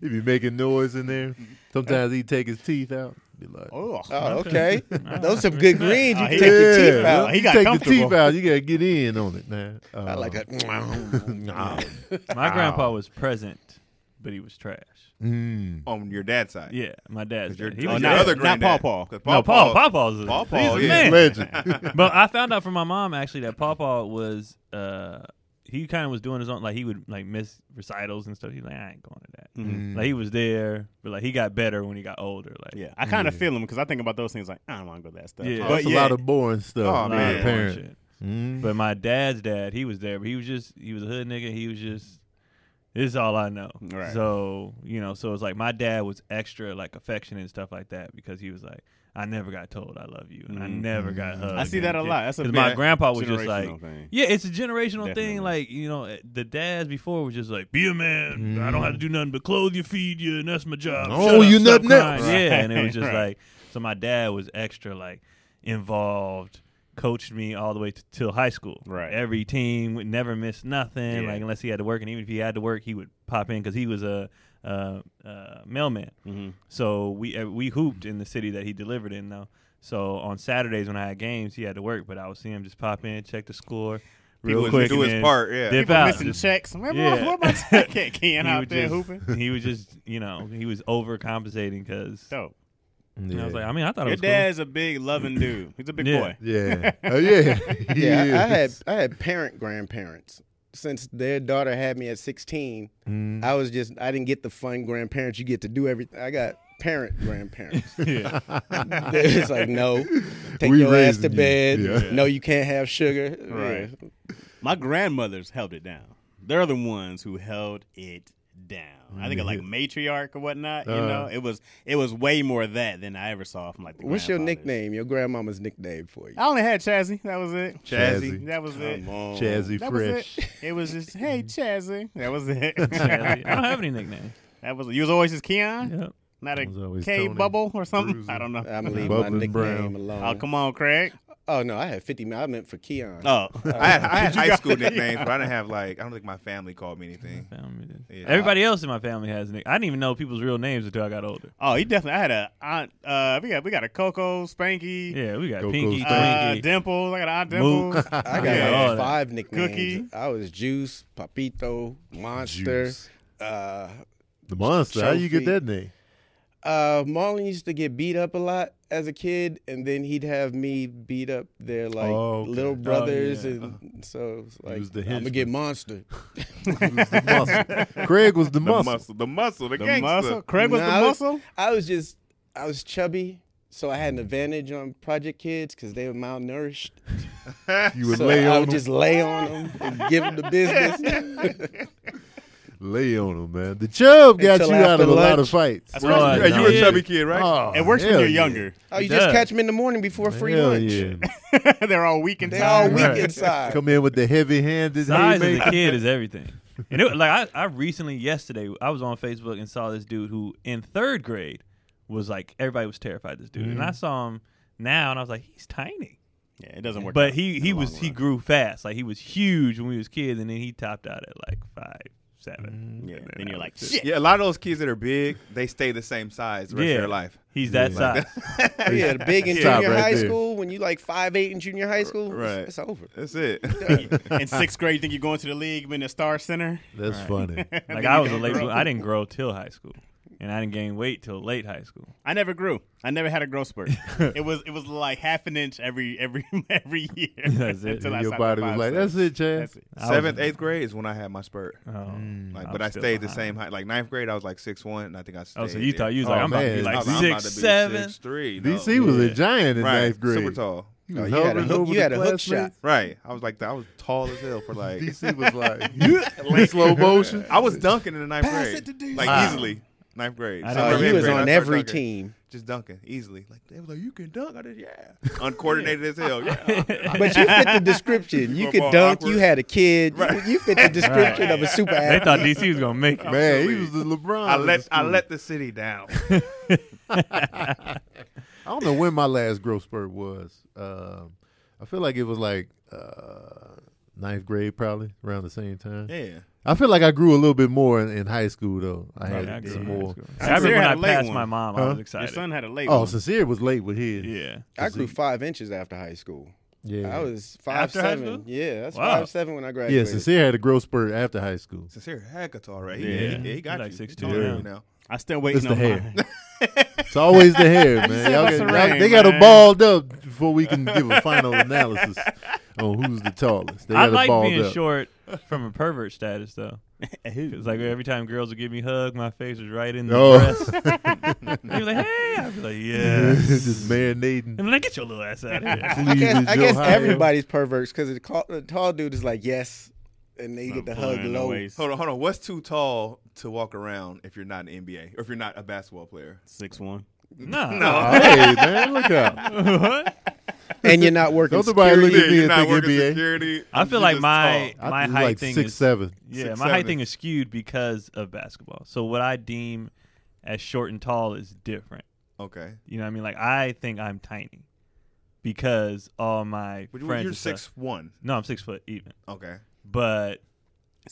Speaker 1: be making noise in there. Sometimes he'd take his teeth out. Be like,
Speaker 2: Oh,
Speaker 4: Oh, okay. Those some good greens. You
Speaker 2: Oh,
Speaker 4: can
Speaker 2: he-
Speaker 4: take your teeth
Speaker 1: "Yeah,
Speaker 4: out.
Speaker 2: out.
Speaker 1: you
Speaker 2: He got
Speaker 1: take the
Speaker 2: comfortable.
Speaker 1: teeth out. You gotta get in on it, man. Uh,
Speaker 4: I like a.
Speaker 1: nah.
Speaker 3: My grandpa was present, but he was trash.
Speaker 1: Mm.
Speaker 5: On your dad's side.
Speaker 3: Yeah, my dad's.
Speaker 5: Your,
Speaker 3: dad. He
Speaker 5: oh,
Speaker 3: was
Speaker 5: not
Speaker 2: dead.
Speaker 5: other
Speaker 2: Not
Speaker 5: granddad.
Speaker 2: Paw Paw.
Speaker 5: 'Cause
Speaker 3: No, Paul. Paw Paw's a,
Speaker 5: Paw Paw,
Speaker 3: he's a
Speaker 5: yeah.
Speaker 3: Oh, man.
Speaker 1: Legend.
Speaker 3: but I found out from my mom actually that Paw Paw was uh he kind of was doing his own like he would like miss recitals and stuff. He's like I ain't going to that.
Speaker 1: Mm.
Speaker 3: Like he was there, but like he got better when he got older. Like
Speaker 2: Yeah, I kind of feel him because I think about those things like I don't want to go to that stuff.
Speaker 3: Yeah.
Speaker 1: Oh,
Speaker 2: but
Speaker 1: that's
Speaker 2: yeah,
Speaker 1: a lot of boring stuff.
Speaker 5: Oh,
Speaker 1: Oh,
Speaker 3: Like,
Speaker 1: man.
Speaker 5: man.
Speaker 3: boring
Speaker 1: Parent.
Speaker 3: shit.
Speaker 1: Mm.
Speaker 3: But my dad's dad, he was there, but he was just he was a hood nigga. He was just this is all I know.
Speaker 2: Right.
Speaker 3: So you know, so it's like my dad was extra like affectionate and stuff like that because he was like. I never got told I love you, and I never got hugged.
Speaker 2: Mm-hmm. I see that a lot. That's a
Speaker 3: because my
Speaker 2: big
Speaker 3: grandpa was just like,
Speaker 2: generational thing.
Speaker 3: yeah, it's a generational
Speaker 2: Definitely.
Speaker 3: thing. Like you know, eh, the dads before was just like, be a man. I don't
Speaker 2: Mm.
Speaker 3: have to do nothing but clothe you, feed you, and that's my job.
Speaker 1: Oh,
Speaker 3: Shut up,
Speaker 1: you
Speaker 3: stop
Speaker 1: nothing else.
Speaker 3: crying. Yeah, and it was
Speaker 2: Right,
Speaker 3: just
Speaker 2: right.
Speaker 3: like, so my dad was extra like involved, coached me all the way t- till high school.
Speaker 2: Right.
Speaker 3: every team would never miss nothing.
Speaker 2: Yeah.
Speaker 3: Like unless he had to work, and even if he had to work, he would pop in because he was a. Uh, uh, mailman.
Speaker 2: Mhm.
Speaker 3: So we uh, we hooped in the city that he delivered in though. So on Saturdays when I had games, he had to work, but I would see him just pop in, check the score, real
Speaker 5: People was-
Speaker 3: quick,
Speaker 5: do
Speaker 3: and
Speaker 5: his
Speaker 3: then
Speaker 5: part, yeah.
Speaker 3: Dip
Speaker 2: people
Speaker 3: out.
Speaker 2: missing
Speaker 3: Just-
Speaker 2: checks. Where
Speaker 3: Yeah.
Speaker 2: yeah. my ticket, Ken,
Speaker 3: he
Speaker 2: out
Speaker 3: would
Speaker 2: there
Speaker 3: just,
Speaker 2: hooping?
Speaker 3: He was just, you know, he was overcompensating because.
Speaker 2: Dope.
Speaker 3: And I was like, I mean, I thought
Speaker 2: Your
Speaker 3: it was cool.
Speaker 2: dad's a big loving dude. He's a big
Speaker 3: Yeah.
Speaker 2: boy.
Speaker 1: yeah, Oh, yeah, He
Speaker 4: Yeah, I, I
Speaker 1: is.
Speaker 4: had I had parent grandparents. Since their daughter had me at sixteen,
Speaker 1: Mm.
Speaker 4: I was just I didn't get the fun grandparents. You get to do everything. I got parent grandparents.
Speaker 3: Yeah.
Speaker 4: it's like no, take
Speaker 1: We
Speaker 4: your ass
Speaker 1: raising
Speaker 4: to
Speaker 1: you.
Speaker 4: bed.
Speaker 1: Yeah.
Speaker 4: No, you can't have sugar.
Speaker 2: Right.
Speaker 4: Yeah.
Speaker 2: My grandmothers held it down. They're the ones who held it down. I think of like matriarch or whatnot. you
Speaker 1: Uh.
Speaker 2: know, it was it was way more that than I ever saw from like. The
Speaker 4: What's your
Speaker 2: grandfathers.
Speaker 4: nickname? Your grandmama's nickname for you?
Speaker 2: I only had Chazzy. That was it.
Speaker 1: Chazzy.
Speaker 2: That was it.
Speaker 4: on.
Speaker 1: Chazzy
Speaker 2: That
Speaker 1: Fresh.
Speaker 2: was it. It was just, hey, Chazzy. That was it.
Speaker 3: I don't have any nickname.
Speaker 2: that was you was always just Keon,
Speaker 3: Yep.
Speaker 2: not
Speaker 1: I was
Speaker 2: a
Speaker 1: always
Speaker 2: K
Speaker 1: Tony
Speaker 2: bubble or something. I don't know.
Speaker 5: Uh-huh.
Speaker 4: I'm gonna leave my
Speaker 1: Bubbling
Speaker 4: nickname
Speaker 1: Brown.
Speaker 4: alone.
Speaker 2: Oh, come on, Craig.
Speaker 4: Oh no, I had fifty. I meant for Keon.
Speaker 2: Oh,
Speaker 5: I had, I had
Speaker 2: You
Speaker 5: high
Speaker 2: got-
Speaker 5: school nicknames, but I didn't have like I don't think my family called me anything.
Speaker 3: Family did.
Speaker 5: Yeah.
Speaker 3: Everybody else in my family has. Nick. I didn't even know people's real names until I got older.
Speaker 2: oh, he definitely. I had a aunt. Uh, we got we got a Coco, Spanky,
Speaker 3: Yeah, we got
Speaker 1: Go, go,
Speaker 3: Pinky,
Speaker 1: Spanky.
Speaker 2: uh,
Speaker 3: Twinkie,
Speaker 2: Dimples. I got an aunt
Speaker 3: Mook.
Speaker 2: Dimples.
Speaker 4: I got
Speaker 2: Yeah.
Speaker 4: like
Speaker 3: Oh, that-
Speaker 4: five nicknames.
Speaker 2: Cookie.
Speaker 4: I was Juice, Papito, Monster.
Speaker 1: Juice.
Speaker 4: Uh,
Speaker 1: The monster. How you get
Speaker 4: Trophy.
Speaker 1: that name?
Speaker 4: uh, Marlon used to get beat up a lot as a kid, and then he'd have me beat up their like
Speaker 1: Oh, okay.
Speaker 4: little
Speaker 1: Oh,
Speaker 4: brothers,
Speaker 3: yeah.
Speaker 4: and so it's like
Speaker 1: was the
Speaker 4: I'm gonna
Speaker 1: henchman.
Speaker 4: get Monster.
Speaker 1: He was the muscle. Craig was the,
Speaker 5: The
Speaker 1: muscle.
Speaker 5: muscle, the muscle, the,
Speaker 2: The
Speaker 5: gangster.
Speaker 2: muscle. Craig was
Speaker 4: Nah, I
Speaker 2: the
Speaker 4: was-
Speaker 2: muscle.
Speaker 4: I was just I was chubby, so I had an advantage on Project Kids because they were malnourished.
Speaker 1: You would
Speaker 4: So
Speaker 1: lay
Speaker 4: I
Speaker 1: on
Speaker 4: would
Speaker 1: him.
Speaker 4: just lay on them and give them the business.
Speaker 1: lay on him, man. The chub got
Speaker 4: Until
Speaker 1: you out
Speaker 4: after
Speaker 1: of a lot of
Speaker 4: lunch.
Speaker 1: fights.
Speaker 2: That's
Speaker 3: Bro,
Speaker 2: right.
Speaker 5: Hey, you were a
Speaker 3: Yeah.
Speaker 5: chubby kid, right?
Speaker 1: Oh,
Speaker 2: It works when
Speaker 1: hell
Speaker 2: you're
Speaker 1: yeah.
Speaker 2: younger.
Speaker 4: oh, you
Speaker 3: It
Speaker 4: just
Speaker 3: does.
Speaker 4: catch them in the morning before free
Speaker 1: Hell
Speaker 4: lunch.
Speaker 1: yeah.
Speaker 2: They're all weak and
Speaker 4: They all
Speaker 2: tired.
Speaker 4: weak
Speaker 1: Right.
Speaker 4: inside.
Speaker 1: Come in with the heavy handed
Speaker 3: size of
Speaker 1: haymaker.
Speaker 3: the kid is everything. And it, like I, I recently yesterday, I was on Facebook and saw this dude who in third grade was like everybody was terrified of this dude, and
Speaker 2: Mm-hmm.
Speaker 3: I saw him now, and I was like, he's tiny,
Speaker 2: Yeah, it doesn't work.
Speaker 3: but
Speaker 2: out
Speaker 3: he
Speaker 2: in the
Speaker 3: he
Speaker 2: long
Speaker 3: was he
Speaker 2: run.
Speaker 3: grew fast, like he was huge when we was kids, and then he topped out at like five seven.
Speaker 2: Yeah,
Speaker 3: And
Speaker 2: then
Speaker 3: I
Speaker 2: you're like,
Speaker 3: was just-
Speaker 2: shit.
Speaker 5: Yeah, a lot of those kids that are big, they stay the same size the rest
Speaker 3: Yeah.
Speaker 5: of their life.
Speaker 3: He's that size.
Speaker 4: Oh, yeah, the big in
Speaker 1: Stop
Speaker 4: junior
Speaker 1: right
Speaker 4: high
Speaker 1: there.
Speaker 4: school when you like five eight in junior high school,
Speaker 5: Right.
Speaker 4: it's, it's over.
Speaker 5: That's it.
Speaker 2: in sixth grade, you think you're going to the league, been the star center.
Speaker 1: That's funny.
Speaker 3: Like I was a late. I didn't grow till high school, and I didn't gain weight till late high school.
Speaker 2: I never grew. I never had a growth spurt. it was it was like half an inch every every every year.
Speaker 3: That's it.
Speaker 1: And
Speaker 2: I
Speaker 1: your
Speaker 2: stopped at
Speaker 1: body was
Speaker 2: five
Speaker 1: like,
Speaker 2: cents.
Speaker 1: that's it, Chad.
Speaker 2: That's it.
Speaker 3: I was-
Speaker 5: Seventh, eighth grade is when I had my spurt.
Speaker 3: Oh,
Speaker 5: Like,
Speaker 2: Mm.
Speaker 3: I'm
Speaker 5: but I
Speaker 3: still
Speaker 5: stayed the
Speaker 3: behind.
Speaker 5: same height. Like ninth grade, I was like six one, and I think I stayed.
Speaker 3: Oh, so you
Speaker 5: there.
Speaker 3: thought you was
Speaker 1: Oh,
Speaker 3: like I'm
Speaker 1: man.
Speaker 5: I
Speaker 3: about
Speaker 5: was
Speaker 3: to be
Speaker 5: like,
Speaker 3: like
Speaker 5: I'm about
Speaker 3: six
Speaker 5: to be
Speaker 3: seven.
Speaker 5: six three. no.
Speaker 1: DC was a
Speaker 3: Yeah.
Speaker 1: giant in
Speaker 5: right,
Speaker 1: ninth grade.
Speaker 5: super tall.
Speaker 1: He was
Speaker 4: Oh, you had a
Speaker 1: hovering
Speaker 4: hook-
Speaker 1: over
Speaker 4: you
Speaker 1: the
Speaker 4: had a hook
Speaker 1: classmates.
Speaker 5: Right, I was like that. I was tall as hell for like.
Speaker 1: DC was like in slow motion.
Speaker 5: I was dunking in the ninth
Speaker 4: Pass
Speaker 5: grade,
Speaker 4: it to DC.
Speaker 5: like
Speaker 3: Wow.
Speaker 5: easily. Ninth grade.
Speaker 3: I
Speaker 5: So
Speaker 3: didn't
Speaker 4: Oh,
Speaker 5: from
Speaker 3: know.
Speaker 4: you
Speaker 5: eighth
Speaker 4: was
Speaker 5: grade, I
Speaker 4: on
Speaker 5: started
Speaker 4: every
Speaker 5: dunking.
Speaker 4: team,
Speaker 5: Just dunking easily. Like they was like, you can dunk. I did, yeah. Uncoordinated as hell. Yeah.
Speaker 4: but you fit the description. You
Speaker 5: Football
Speaker 4: could dunk. You
Speaker 5: awkward.
Speaker 4: had a kid. You- You, fit the description
Speaker 3: Right.
Speaker 4: of a super
Speaker 3: They
Speaker 4: athlete.
Speaker 3: thought DC was gonna make it.
Speaker 1: Man, he was the LeBron.
Speaker 5: I
Speaker 1: of
Speaker 5: let
Speaker 1: the
Speaker 5: I
Speaker 1: school.
Speaker 5: let the city down.
Speaker 1: I don't know when my last growth spurt was. Um, I feel like it was like uh, ninth grade, probably around the same time.
Speaker 5: Yeah.
Speaker 1: I feel like I grew a little bit more in, in high school though. I
Speaker 3: I
Speaker 1: had
Speaker 3: mean, I grew
Speaker 1: some
Speaker 3: up in high
Speaker 1: more.
Speaker 3: school.
Speaker 2: I
Speaker 3: I remember
Speaker 2: had
Speaker 3: when
Speaker 2: a
Speaker 3: I
Speaker 2: late
Speaker 3: passed
Speaker 2: one.
Speaker 3: my mom,
Speaker 1: Huh?
Speaker 3: I was
Speaker 1: Your
Speaker 2: Your
Speaker 3: excited.
Speaker 2: son had a late.
Speaker 1: Oh,
Speaker 2: one.
Speaker 1: sincere was late with his.
Speaker 3: yeah.
Speaker 4: I grew five inches after high school.
Speaker 1: yeah,
Speaker 4: I was five
Speaker 3: After high
Speaker 4: seven.
Speaker 3: school?
Speaker 4: Yeah, that's
Speaker 3: Wow.
Speaker 4: five seven when I graduated.
Speaker 1: yeah. Sincere had a growth spurt after high school.
Speaker 5: Sincere heck it's all right. He,
Speaker 3: Yeah.
Speaker 5: yeah. he, he got
Speaker 3: Like
Speaker 5: you.
Speaker 3: six
Speaker 5: He's taller
Speaker 1: two
Speaker 5: than you
Speaker 3: now.
Speaker 5: now.
Speaker 2: I still
Speaker 1: It's
Speaker 2: waiting
Speaker 1: the
Speaker 2: on
Speaker 1: hair.
Speaker 2: mine.
Speaker 1: It's always the hair, man. Y'all
Speaker 2: that's
Speaker 1: get,
Speaker 2: a
Speaker 1: y'all-
Speaker 2: ring,
Speaker 1: they got them
Speaker 2: man.
Speaker 1: balled up before we can give a final analysis on who's the tallest. They
Speaker 3: I
Speaker 1: got it
Speaker 3: like
Speaker 1: balled
Speaker 3: being
Speaker 1: up.
Speaker 3: short from a pervert status though. It's like every time girls would give me a hug, my face was right in the
Speaker 1: Oh.
Speaker 3: breast. They'd be like, "Hey," I'd be like, "Yeah."
Speaker 1: Just marinating.
Speaker 3: And like, get your little ass out of here.
Speaker 4: I guess,
Speaker 1: Cleveland,
Speaker 4: I guess
Speaker 1: Ohio.
Speaker 4: everybody's perverts because the, ca- the tall dude is like yes, and they get the hug low.
Speaker 5: Hold on, hold on. What's too tall to walk around if you're not in the NBA or if you're not a basketball player?
Speaker 2: Six one.
Speaker 3: No.
Speaker 1: Oh, hey man, look out!
Speaker 4: and you're not working.
Speaker 1: Don't nobody
Speaker 4: security.
Speaker 1: look at me
Speaker 5: you're
Speaker 1: and
Speaker 5: not
Speaker 1: think
Speaker 5: working
Speaker 1: NBA.
Speaker 5: security.
Speaker 3: I feel
Speaker 5: You're
Speaker 3: like
Speaker 5: just
Speaker 3: my
Speaker 1: I
Speaker 3: my
Speaker 1: was
Speaker 3: height
Speaker 1: like
Speaker 3: thing
Speaker 1: six
Speaker 3: is
Speaker 1: seven.
Speaker 3: yeah,
Speaker 5: Six,
Speaker 3: my
Speaker 5: seven.
Speaker 3: height thing is skewed because of basketball. So what I deem as short and tall is different.
Speaker 5: tall. Okay.
Speaker 3: You know what I mean? Like I think I'm tiny because all my
Speaker 5: But
Speaker 3: friends
Speaker 5: you're
Speaker 3: and stuff-
Speaker 5: six one.
Speaker 3: No, I'm six foot even,
Speaker 5: Okay.
Speaker 3: but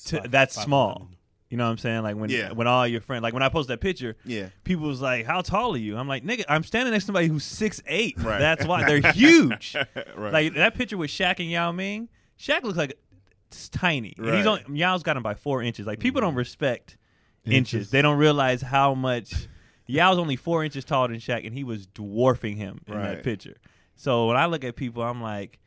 Speaker 3: to,
Speaker 2: five-
Speaker 3: that's
Speaker 2: five
Speaker 3: small.
Speaker 2: eleven.
Speaker 3: You know what I'm saying? Like when
Speaker 5: Yeah.
Speaker 3: when all your friends, like when I post that picture,
Speaker 5: Yeah.
Speaker 3: people was like, "How tall are you?" I'm like, "Nigga, I'm standing next to somebody who's six eight.
Speaker 5: Right.
Speaker 3: That's why they're huge.
Speaker 5: right.
Speaker 3: Like that picture with Shaq and Yao Ming. Shaq looks like it's tiny. And he's
Speaker 5: Right. Mm-hmm.
Speaker 3: on Yao's got him by four inches. Like people don't respect inches.
Speaker 1: Inches.
Speaker 3: They don't realize how much Yao's only four inches taller than Shaq, and he was dwarfing him in
Speaker 5: Right.
Speaker 3: that picture. So when I look at people, I'm like,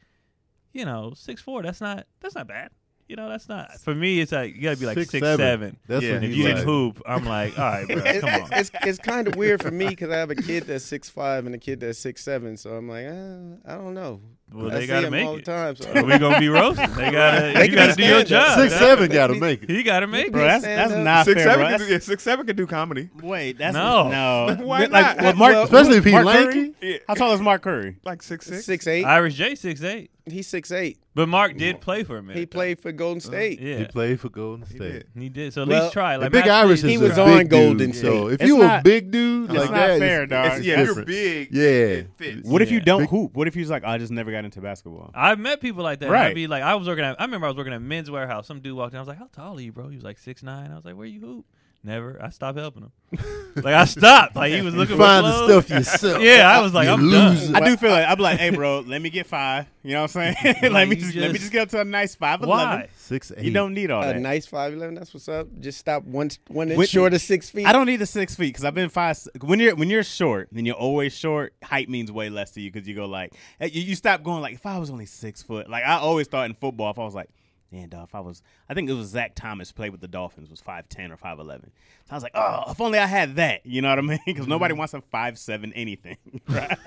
Speaker 3: you know, six four. That's not that's not bad. You know, that's not for me. It's like you gotta be like six seven.
Speaker 1: That's
Speaker 5: Yeah.
Speaker 1: when
Speaker 3: If
Speaker 1: you
Speaker 3: you
Speaker 1: like,
Speaker 3: didn't hoop, I'm like, all right, bro,
Speaker 4: It-
Speaker 3: come on.
Speaker 4: it's it's kind of weird for me because I have a kid that's six five and a kid that's six seven, so I'm like, uh, I don't know.
Speaker 3: Well,
Speaker 4: I
Speaker 3: they
Speaker 4: see
Speaker 3: gotta
Speaker 4: him
Speaker 3: make
Speaker 4: all
Speaker 3: it.
Speaker 4: the time.
Speaker 3: Are
Speaker 4: So
Speaker 3: we gonna be roasted? They gotta,
Speaker 4: They
Speaker 3: you
Speaker 4: can
Speaker 3: gotta
Speaker 4: be
Speaker 3: do your
Speaker 4: stand-ups.
Speaker 3: job.
Speaker 1: six
Speaker 3: That-
Speaker 1: seven got to make it.
Speaker 3: He gotta make
Speaker 2: Bro,
Speaker 3: it.
Speaker 2: that's
Speaker 4: Stand
Speaker 2: that's
Speaker 4: up.
Speaker 3: Ah,
Speaker 2: not
Speaker 5: six
Speaker 2: fair.
Speaker 5: seven.
Speaker 2: bro.
Speaker 5: Could,
Speaker 2: That's-
Speaker 5: do- yeah, six seven could do comedy.
Speaker 2: Wait, that's
Speaker 3: No.
Speaker 2: no.
Speaker 5: Why
Speaker 2: Like,
Speaker 5: not?
Speaker 2: well, Mark,
Speaker 4: Well,
Speaker 1: Especially if he
Speaker 2: Mark Curry?
Speaker 1: lanky.
Speaker 5: Yeah.
Speaker 2: How tall is Mark Curry?
Speaker 5: Like six six.
Speaker 4: six eight.
Speaker 3: Irish J six eight.
Speaker 4: He's six eight.
Speaker 3: But Mark did play for a minute.
Speaker 4: He
Speaker 3: though.
Speaker 4: played for Golden
Speaker 3: Uh,
Speaker 4: State.
Speaker 3: Yeah,
Speaker 1: He played for Golden
Speaker 5: He
Speaker 1: State.
Speaker 5: did.
Speaker 3: He did. So at
Speaker 4: Well,
Speaker 3: least try.
Speaker 1: The
Speaker 3: Like
Speaker 1: big
Speaker 3: Max
Speaker 1: Irish
Speaker 3: Lee-
Speaker 1: is
Speaker 4: He was
Speaker 1: a
Speaker 4: on
Speaker 1: big
Speaker 4: Golden
Speaker 1: dude, So
Speaker 4: State.
Speaker 1: if
Speaker 2: It's
Speaker 1: you a
Speaker 2: not-
Speaker 1: big dude, like
Speaker 2: not
Speaker 1: that.
Speaker 2: fair,
Speaker 1: it's-
Speaker 2: dog.
Speaker 1: it's
Speaker 2: It's- yeah,
Speaker 5: if you're
Speaker 1: different.
Speaker 5: big,
Speaker 1: Yeah.
Speaker 5: it fits.
Speaker 2: What if you
Speaker 3: Yeah.
Speaker 2: don't hoop? What if you was like, I just never got into basketball?
Speaker 3: I've met people like that.
Speaker 2: Right.
Speaker 3: I'd be like, I was working at, I remember I was working at Men's Warehouse. Some dude walked in. I was like, how tall are you, bro? He was like six nine. I was like, where you hoop? Never. I stopped helping him. like, I stopped. Like, he was
Speaker 1: You
Speaker 3: looking for
Speaker 1: find the
Speaker 3: clothes.
Speaker 1: stuff yourself.
Speaker 3: Yeah, I was like,
Speaker 1: You
Speaker 3: I'm
Speaker 1: lose
Speaker 3: done.
Speaker 1: it.
Speaker 2: I do feel like I'm like, hey, bro, let me get five. You know what I'm saying? let me
Speaker 3: you
Speaker 2: just, let me
Speaker 3: just-
Speaker 2: just get up to a nice five eleven.
Speaker 3: Why?
Speaker 1: Six eight.
Speaker 2: You don't need all
Speaker 4: A
Speaker 2: Oh, that.
Speaker 4: nice five eleven. That's what's up. Just stop one one inch
Speaker 2: With-
Speaker 4: short of six feet.
Speaker 2: I don't need the six feet because I've been five. When you're when you're short, then you're always short. Height means way less to you because you go like eh, you, you stop going like if I was only six foot. Like I always thought in football, if I was like, man, dog, if I was, I think it was Zach Thomas played with the Dolphins was five ten or five eleven. So I was like, oh, if only I had that. You know what I mean? Because nobody wants a five seven anything. Right?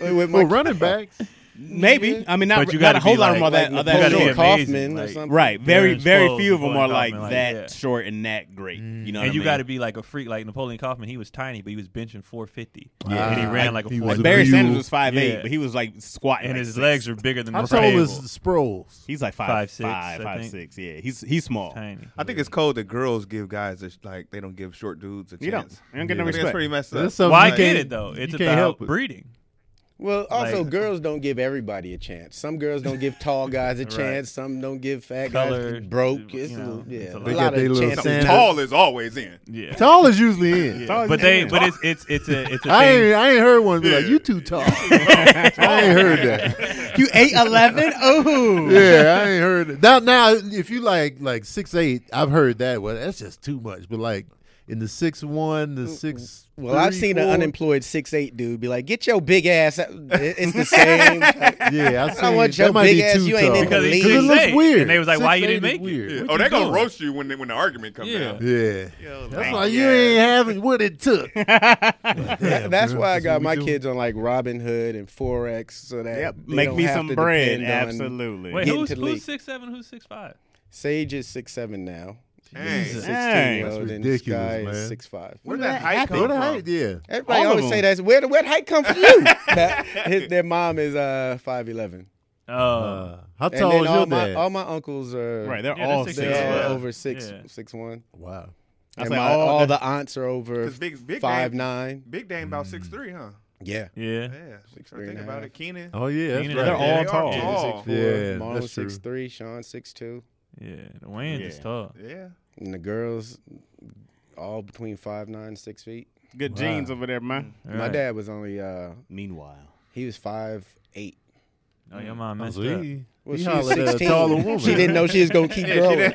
Speaker 4: with my-
Speaker 1: Well, running backs.
Speaker 2: Maybe I mean not,
Speaker 3: But you
Speaker 2: not
Speaker 3: gotta
Speaker 2: a whole
Speaker 3: be
Speaker 2: lot of them are that.
Speaker 3: like-
Speaker 4: like
Speaker 2: are that
Speaker 4: Napoleon
Speaker 3: be
Speaker 2: short.
Speaker 3: amazing,
Speaker 4: Kaufman or
Speaker 3: like-
Speaker 4: something.
Speaker 2: Right, very
Speaker 3: Darren
Speaker 2: very
Speaker 3: Sproles,
Speaker 2: few of them are
Speaker 3: Napoleon
Speaker 2: like
Speaker 3: Kaufman, like,
Speaker 2: that
Speaker 3: yeah. Mm.
Speaker 2: short and that great. You know, what
Speaker 3: and
Speaker 2: I
Speaker 3: you
Speaker 2: mean?
Speaker 3: got to be like a freak, like Napoleon Kaufman. He was tiny, but he was benching 450,
Speaker 1: Yeah.
Speaker 3: and he
Speaker 1: Ah,
Speaker 3: ran like a
Speaker 1: he
Speaker 3: four.
Speaker 1: was
Speaker 2: Like
Speaker 1: a
Speaker 2: Barry
Speaker 1: real-
Speaker 2: Sanders was five eight,
Speaker 3: Yeah.
Speaker 2: but he was like squatting,
Speaker 3: and
Speaker 2: like
Speaker 3: his
Speaker 2: six.
Speaker 3: legs are bigger than
Speaker 1: How
Speaker 3: the
Speaker 1: tall
Speaker 3: table.
Speaker 1: is Sproles?
Speaker 2: He's like five,
Speaker 3: Five, six,
Speaker 2: five,
Speaker 3: I
Speaker 2: five,
Speaker 3: think.
Speaker 2: six. Yeah, he's he's small.
Speaker 3: Tiny.
Speaker 5: I think it's cold that girls give guys a, sh- like they don't give short dudes a chance.
Speaker 2: You don't, you don't get no
Speaker 5: I think that's
Speaker 2: respect.
Speaker 5: pretty messed up.
Speaker 1: That's something
Speaker 3: Well, I
Speaker 1: like-
Speaker 3: get it though. It's
Speaker 1: you can't
Speaker 3: about
Speaker 1: help it.
Speaker 3: breeding.
Speaker 4: Well, also
Speaker 3: Like-
Speaker 4: girls don't give everybody a chance. Some girls don't give tall guys a chance. Some don't give fat
Speaker 3: Color,
Speaker 4: guys broke. It's
Speaker 3: you
Speaker 4: a
Speaker 3: know,
Speaker 4: little- yeah,
Speaker 3: it's a
Speaker 4: a
Speaker 3: lot. They
Speaker 1: got
Speaker 4: lot
Speaker 1: they
Speaker 4: of
Speaker 1: little
Speaker 4: chances.
Speaker 1: sand-
Speaker 5: Tall is always in. Oh,
Speaker 3: Yeah.
Speaker 1: Tall is usually in.
Speaker 2: Tall as
Speaker 3: But
Speaker 2: you
Speaker 3: they,
Speaker 2: can.
Speaker 3: but it's it's it's a it's a
Speaker 1: I
Speaker 3: thing.
Speaker 1: ain't, I ain't heard one be like, you too tall. I ain't heard that.
Speaker 2: you eight eleven. Oh,
Speaker 1: Yeah, I ain't heard it. Now, now, if you like like six eight, I've heard that. Well, that's just too much. But like in the six one, the six.
Speaker 4: Well, I've
Speaker 1: three,
Speaker 4: seen
Speaker 1: four-
Speaker 4: an unemployed six eight dude be like, "Get your big ass." out." It- It's the same. type.
Speaker 1: Yeah, I've
Speaker 4: I
Speaker 1: seen.
Speaker 4: want
Speaker 1: that
Speaker 4: your
Speaker 1: might be
Speaker 4: big ass,
Speaker 1: too
Speaker 4: you ain't
Speaker 1: tall.
Speaker 4: in the
Speaker 3: because he
Speaker 4: league.
Speaker 1: Because it
Speaker 3: couldn't
Speaker 1: looks
Speaker 3: say
Speaker 1: weird.
Speaker 3: And they was like,
Speaker 1: 6'8"
Speaker 3: "Why you didn't
Speaker 1: is
Speaker 3: make
Speaker 1: weird.
Speaker 3: it?" What
Speaker 5: Oh,
Speaker 3: you
Speaker 5: they're gonna
Speaker 3: doing?
Speaker 5: roast you when they, when the argument comes
Speaker 3: Yeah.
Speaker 5: out.
Speaker 1: Yeah.
Speaker 5: Yo,
Speaker 1: That's
Speaker 5: like,
Speaker 1: why you ain't having what it took.
Speaker 4: That- that's
Speaker 1: girl,
Speaker 4: why I
Speaker 1: that's what
Speaker 4: got
Speaker 1: we
Speaker 4: my
Speaker 1: do.
Speaker 4: kids on like Robin Hood and Forex, so that they
Speaker 2: make
Speaker 4: don't
Speaker 2: me
Speaker 4: have
Speaker 2: some
Speaker 4: to
Speaker 2: bread.
Speaker 4: depend on-
Speaker 2: Absolutely.
Speaker 3: Wait,
Speaker 4: Get
Speaker 3: who's
Speaker 4: into the league.
Speaker 3: who's six seven? Who's six five?
Speaker 4: Sage is six seven now.
Speaker 5: Dang.
Speaker 4: He's a
Speaker 5: Dang.
Speaker 4: sixteen year
Speaker 1: That's
Speaker 4: old, and
Speaker 1: ridiculous,
Speaker 4: Sky
Speaker 1: man.
Speaker 4: is six five.
Speaker 5: Where that height come
Speaker 1: What
Speaker 5: from?
Speaker 1: height? Yeah.
Speaker 4: Everybody
Speaker 2: All of
Speaker 4: always
Speaker 2: them.
Speaker 4: say that's where the where the height come from you. That- his- their mom is uh five eleven.
Speaker 3: Oh,
Speaker 1: Uh, how
Speaker 4: And
Speaker 1: tall
Speaker 4: then
Speaker 1: is your
Speaker 4: all my
Speaker 1: dad?
Speaker 4: all my uncles are
Speaker 2: right, they're
Speaker 3: Yeah,
Speaker 2: all
Speaker 3: that's
Speaker 2: six.
Speaker 4: they're
Speaker 3: six
Speaker 4: all
Speaker 3: foot.
Speaker 4: over six
Speaker 3: Yeah.
Speaker 4: six one.
Speaker 1: wow.
Speaker 2: I
Speaker 4: And
Speaker 2: say
Speaker 4: my,
Speaker 2: all
Speaker 4: all,
Speaker 2: the-
Speaker 4: the aunts are over
Speaker 5: 'Cause big, big
Speaker 4: five
Speaker 5: Dame,
Speaker 4: nine.
Speaker 5: Big Dame about six three, huh?
Speaker 4: Yeah.
Speaker 3: yeah.
Speaker 5: Yeah. Six
Speaker 4: three and
Speaker 5: Think
Speaker 4: a
Speaker 5: about
Speaker 4: half.
Speaker 5: it, Keenan.
Speaker 1: Oh yeah, that's
Speaker 3: Keenan,
Speaker 1: right.
Speaker 2: they're all
Speaker 5: Yeah, they are
Speaker 2: tall.
Speaker 5: tall.
Speaker 4: Four,
Speaker 1: Yeah,
Speaker 4: Marlon
Speaker 1: that's true.
Speaker 4: six three, Sean six two,
Speaker 3: Yeah, the wind
Speaker 2: Yeah.
Speaker 3: is tough.
Speaker 5: Yeah.
Speaker 4: and the girls all between five nine six feet.
Speaker 2: Good
Speaker 1: Wow.
Speaker 2: genes over there, man.
Speaker 4: My
Speaker 3: Right.
Speaker 4: dad was only uh
Speaker 2: Meanwhile,
Speaker 4: he was five eight.
Speaker 3: Oh, your mom
Speaker 1: Oh,
Speaker 3: messed
Speaker 1: so
Speaker 3: up.
Speaker 1: he,
Speaker 4: Well,
Speaker 1: he
Speaker 4: she was
Speaker 1: hollered at a taller woman.
Speaker 4: sixteen. She didn't know she was gonna keep growing.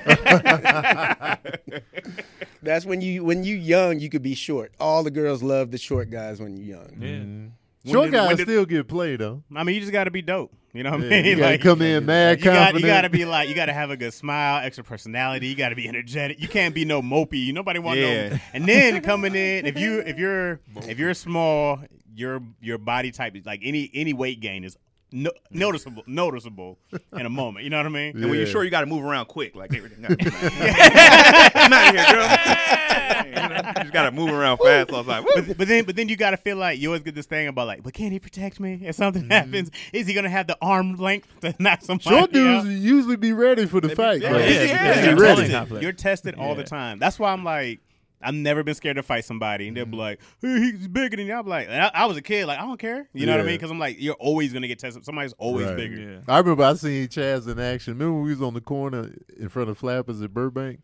Speaker 4: That's when you when you young you could be short. All the girls love the short guys when you young.
Speaker 3: Yeah.
Speaker 2: When
Speaker 1: Short
Speaker 2: did-
Speaker 1: guys
Speaker 2: when did-
Speaker 1: still get played though.
Speaker 2: I mean, you just got to be dope. You know what I
Speaker 1: Yeah,
Speaker 2: mean?
Speaker 1: you gotta
Speaker 2: Like,
Speaker 1: come in mad
Speaker 2: you got
Speaker 1: confident.
Speaker 2: you got to be like you got to have a good smile, extra personality. You got to be energetic. You can't be no mopey. You Nobody want
Speaker 5: Yeah.
Speaker 2: no. And then coming in, if you if you're if you're small, your your body type is like any any weight gain is no, noticeable noticeable in a moment. You know what I mean?
Speaker 5: And when you're
Speaker 1: Yeah.
Speaker 5: short, you got to move around quick. Like everything. I'm out of here, girl. you, know, you just got to move around fast. So I was like, woo.
Speaker 2: But, but then, but then you gotta feel like you always get this thing about like, but can he protect me if something
Speaker 1: Mm-hmm.
Speaker 2: happens? Is he gonna have the arm length to knock somebody
Speaker 1: Short
Speaker 2: out?
Speaker 1: dudes usually be ready for the fight.
Speaker 5: yeah,
Speaker 1: though.
Speaker 5: yeah,
Speaker 1: They
Speaker 5: yeah.
Speaker 1: be
Speaker 5: You're
Speaker 3: totally
Speaker 1: ready.
Speaker 3: not- complex.
Speaker 2: You're tested all the
Speaker 3: Yeah.
Speaker 2: time. That's why I'm like, I've never been scared to fight somebody. And they'll
Speaker 1: Mm-hmm.
Speaker 2: be like, hey, he's bigger than you. I'm like, and I, I was a kid, like, I don't care. You know what I
Speaker 1: Yeah.
Speaker 2: mean? Because I'm like, you're always going to get tested. Somebody's always
Speaker 1: Right.
Speaker 2: bigger.
Speaker 3: Yeah.
Speaker 1: I remember I seen Chaz in action. Remember when we was on the corner in front of Flappers at Burbank,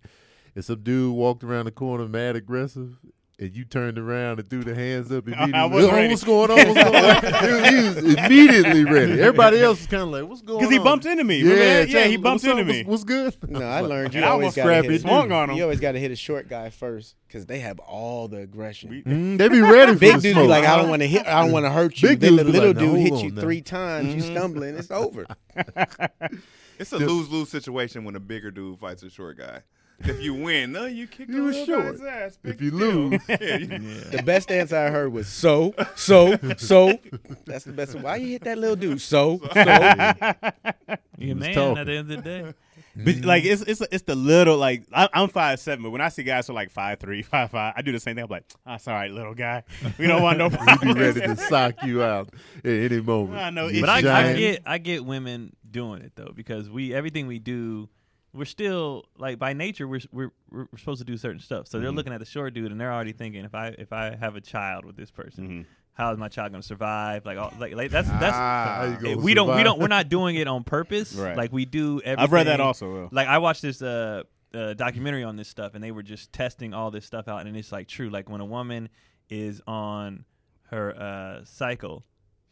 Speaker 1: and some dude walked around the corner mad aggressive, and you turned around and threw the hands up immediately.
Speaker 2: was
Speaker 1: oh,
Speaker 2: ready.
Speaker 1: what's going on? What's going on? he, was, he was immediately ready. Everybody else was kind of like, "What's going on?"
Speaker 2: Because he bumped into me.
Speaker 1: Yeah,
Speaker 2: Remember that? yeah,
Speaker 1: Chaz,
Speaker 2: he
Speaker 1: what's
Speaker 2: bumped
Speaker 1: up?
Speaker 2: into
Speaker 1: What's-
Speaker 2: me.
Speaker 1: What's, good?
Speaker 4: No, I learned you
Speaker 2: And I
Speaker 4: always
Speaker 2: almost
Speaker 4: got to
Speaker 2: grabbed
Speaker 4: hit.
Speaker 2: it, swung on him.
Speaker 4: You always got to hit a short guy first because they have all the aggression.
Speaker 2: Mm-hmm.
Speaker 1: Mm, they be ready for
Speaker 4: Big
Speaker 1: the
Speaker 4: dude
Speaker 1: smoke.
Speaker 4: be like, I don't want to hit. I don't want to hurt you.
Speaker 1: Big
Speaker 4: then the
Speaker 1: dudes be
Speaker 4: little
Speaker 1: like, "No,
Speaker 4: dude
Speaker 1: hold
Speaker 4: hits you
Speaker 1: on now." Mm-hmm.
Speaker 4: three times. You stumbling. It's over.
Speaker 5: It's a lose lose situation when a bigger dude fights a short guy. If you win, no, you kick
Speaker 1: You
Speaker 5: the
Speaker 1: was
Speaker 5: little
Speaker 1: short.
Speaker 5: guy's ass.
Speaker 1: If
Speaker 5: Big
Speaker 1: you
Speaker 5: deal.
Speaker 1: lose.
Speaker 5: yeah, you-
Speaker 4: The best answer I heard was so, so, so. That's the best. Why you hit that little dude? So, so.
Speaker 3: You're
Speaker 1: was
Speaker 3: man
Speaker 1: tough.
Speaker 3: at the end of the day.
Speaker 2: But like it's it's it's the little like I, I'm five seven, but when I see guys who are like five three, five five, I do the same thing. I'm like, ah, it's all right, little guy. We don't want no
Speaker 1: be
Speaker 2: problems.
Speaker 1: ready to sock you out at any moment.
Speaker 2: I know,
Speaker 1: You
Speaker 2: it's
Speaker 3: But I, I
Speaker 1: giant.
Speaker 3: get I get women doing it though because we everything we do we're still like by nature we're we're, we're we're supposed to do certain stuff. So they're looking at the short dude and they're already thinking if I if I have a child with this person, how is my child going to survive? Like all, like, like that's that's
Speaker 5: Ah.
Speaker 1: How you gonna
Speaker 3: we don't we
Speaker 1: survive?
Speaker 3: don't we're not doing it on purpose.
Speaker 2: Right.
Speaker 3: Like we do everything.
Speaker 2: I've read that also.
Speaker 3: Like I watched this uh, uh documentary on this stuff and they were just testing all this stuff out and it's like true like when a woman is on her uh cycle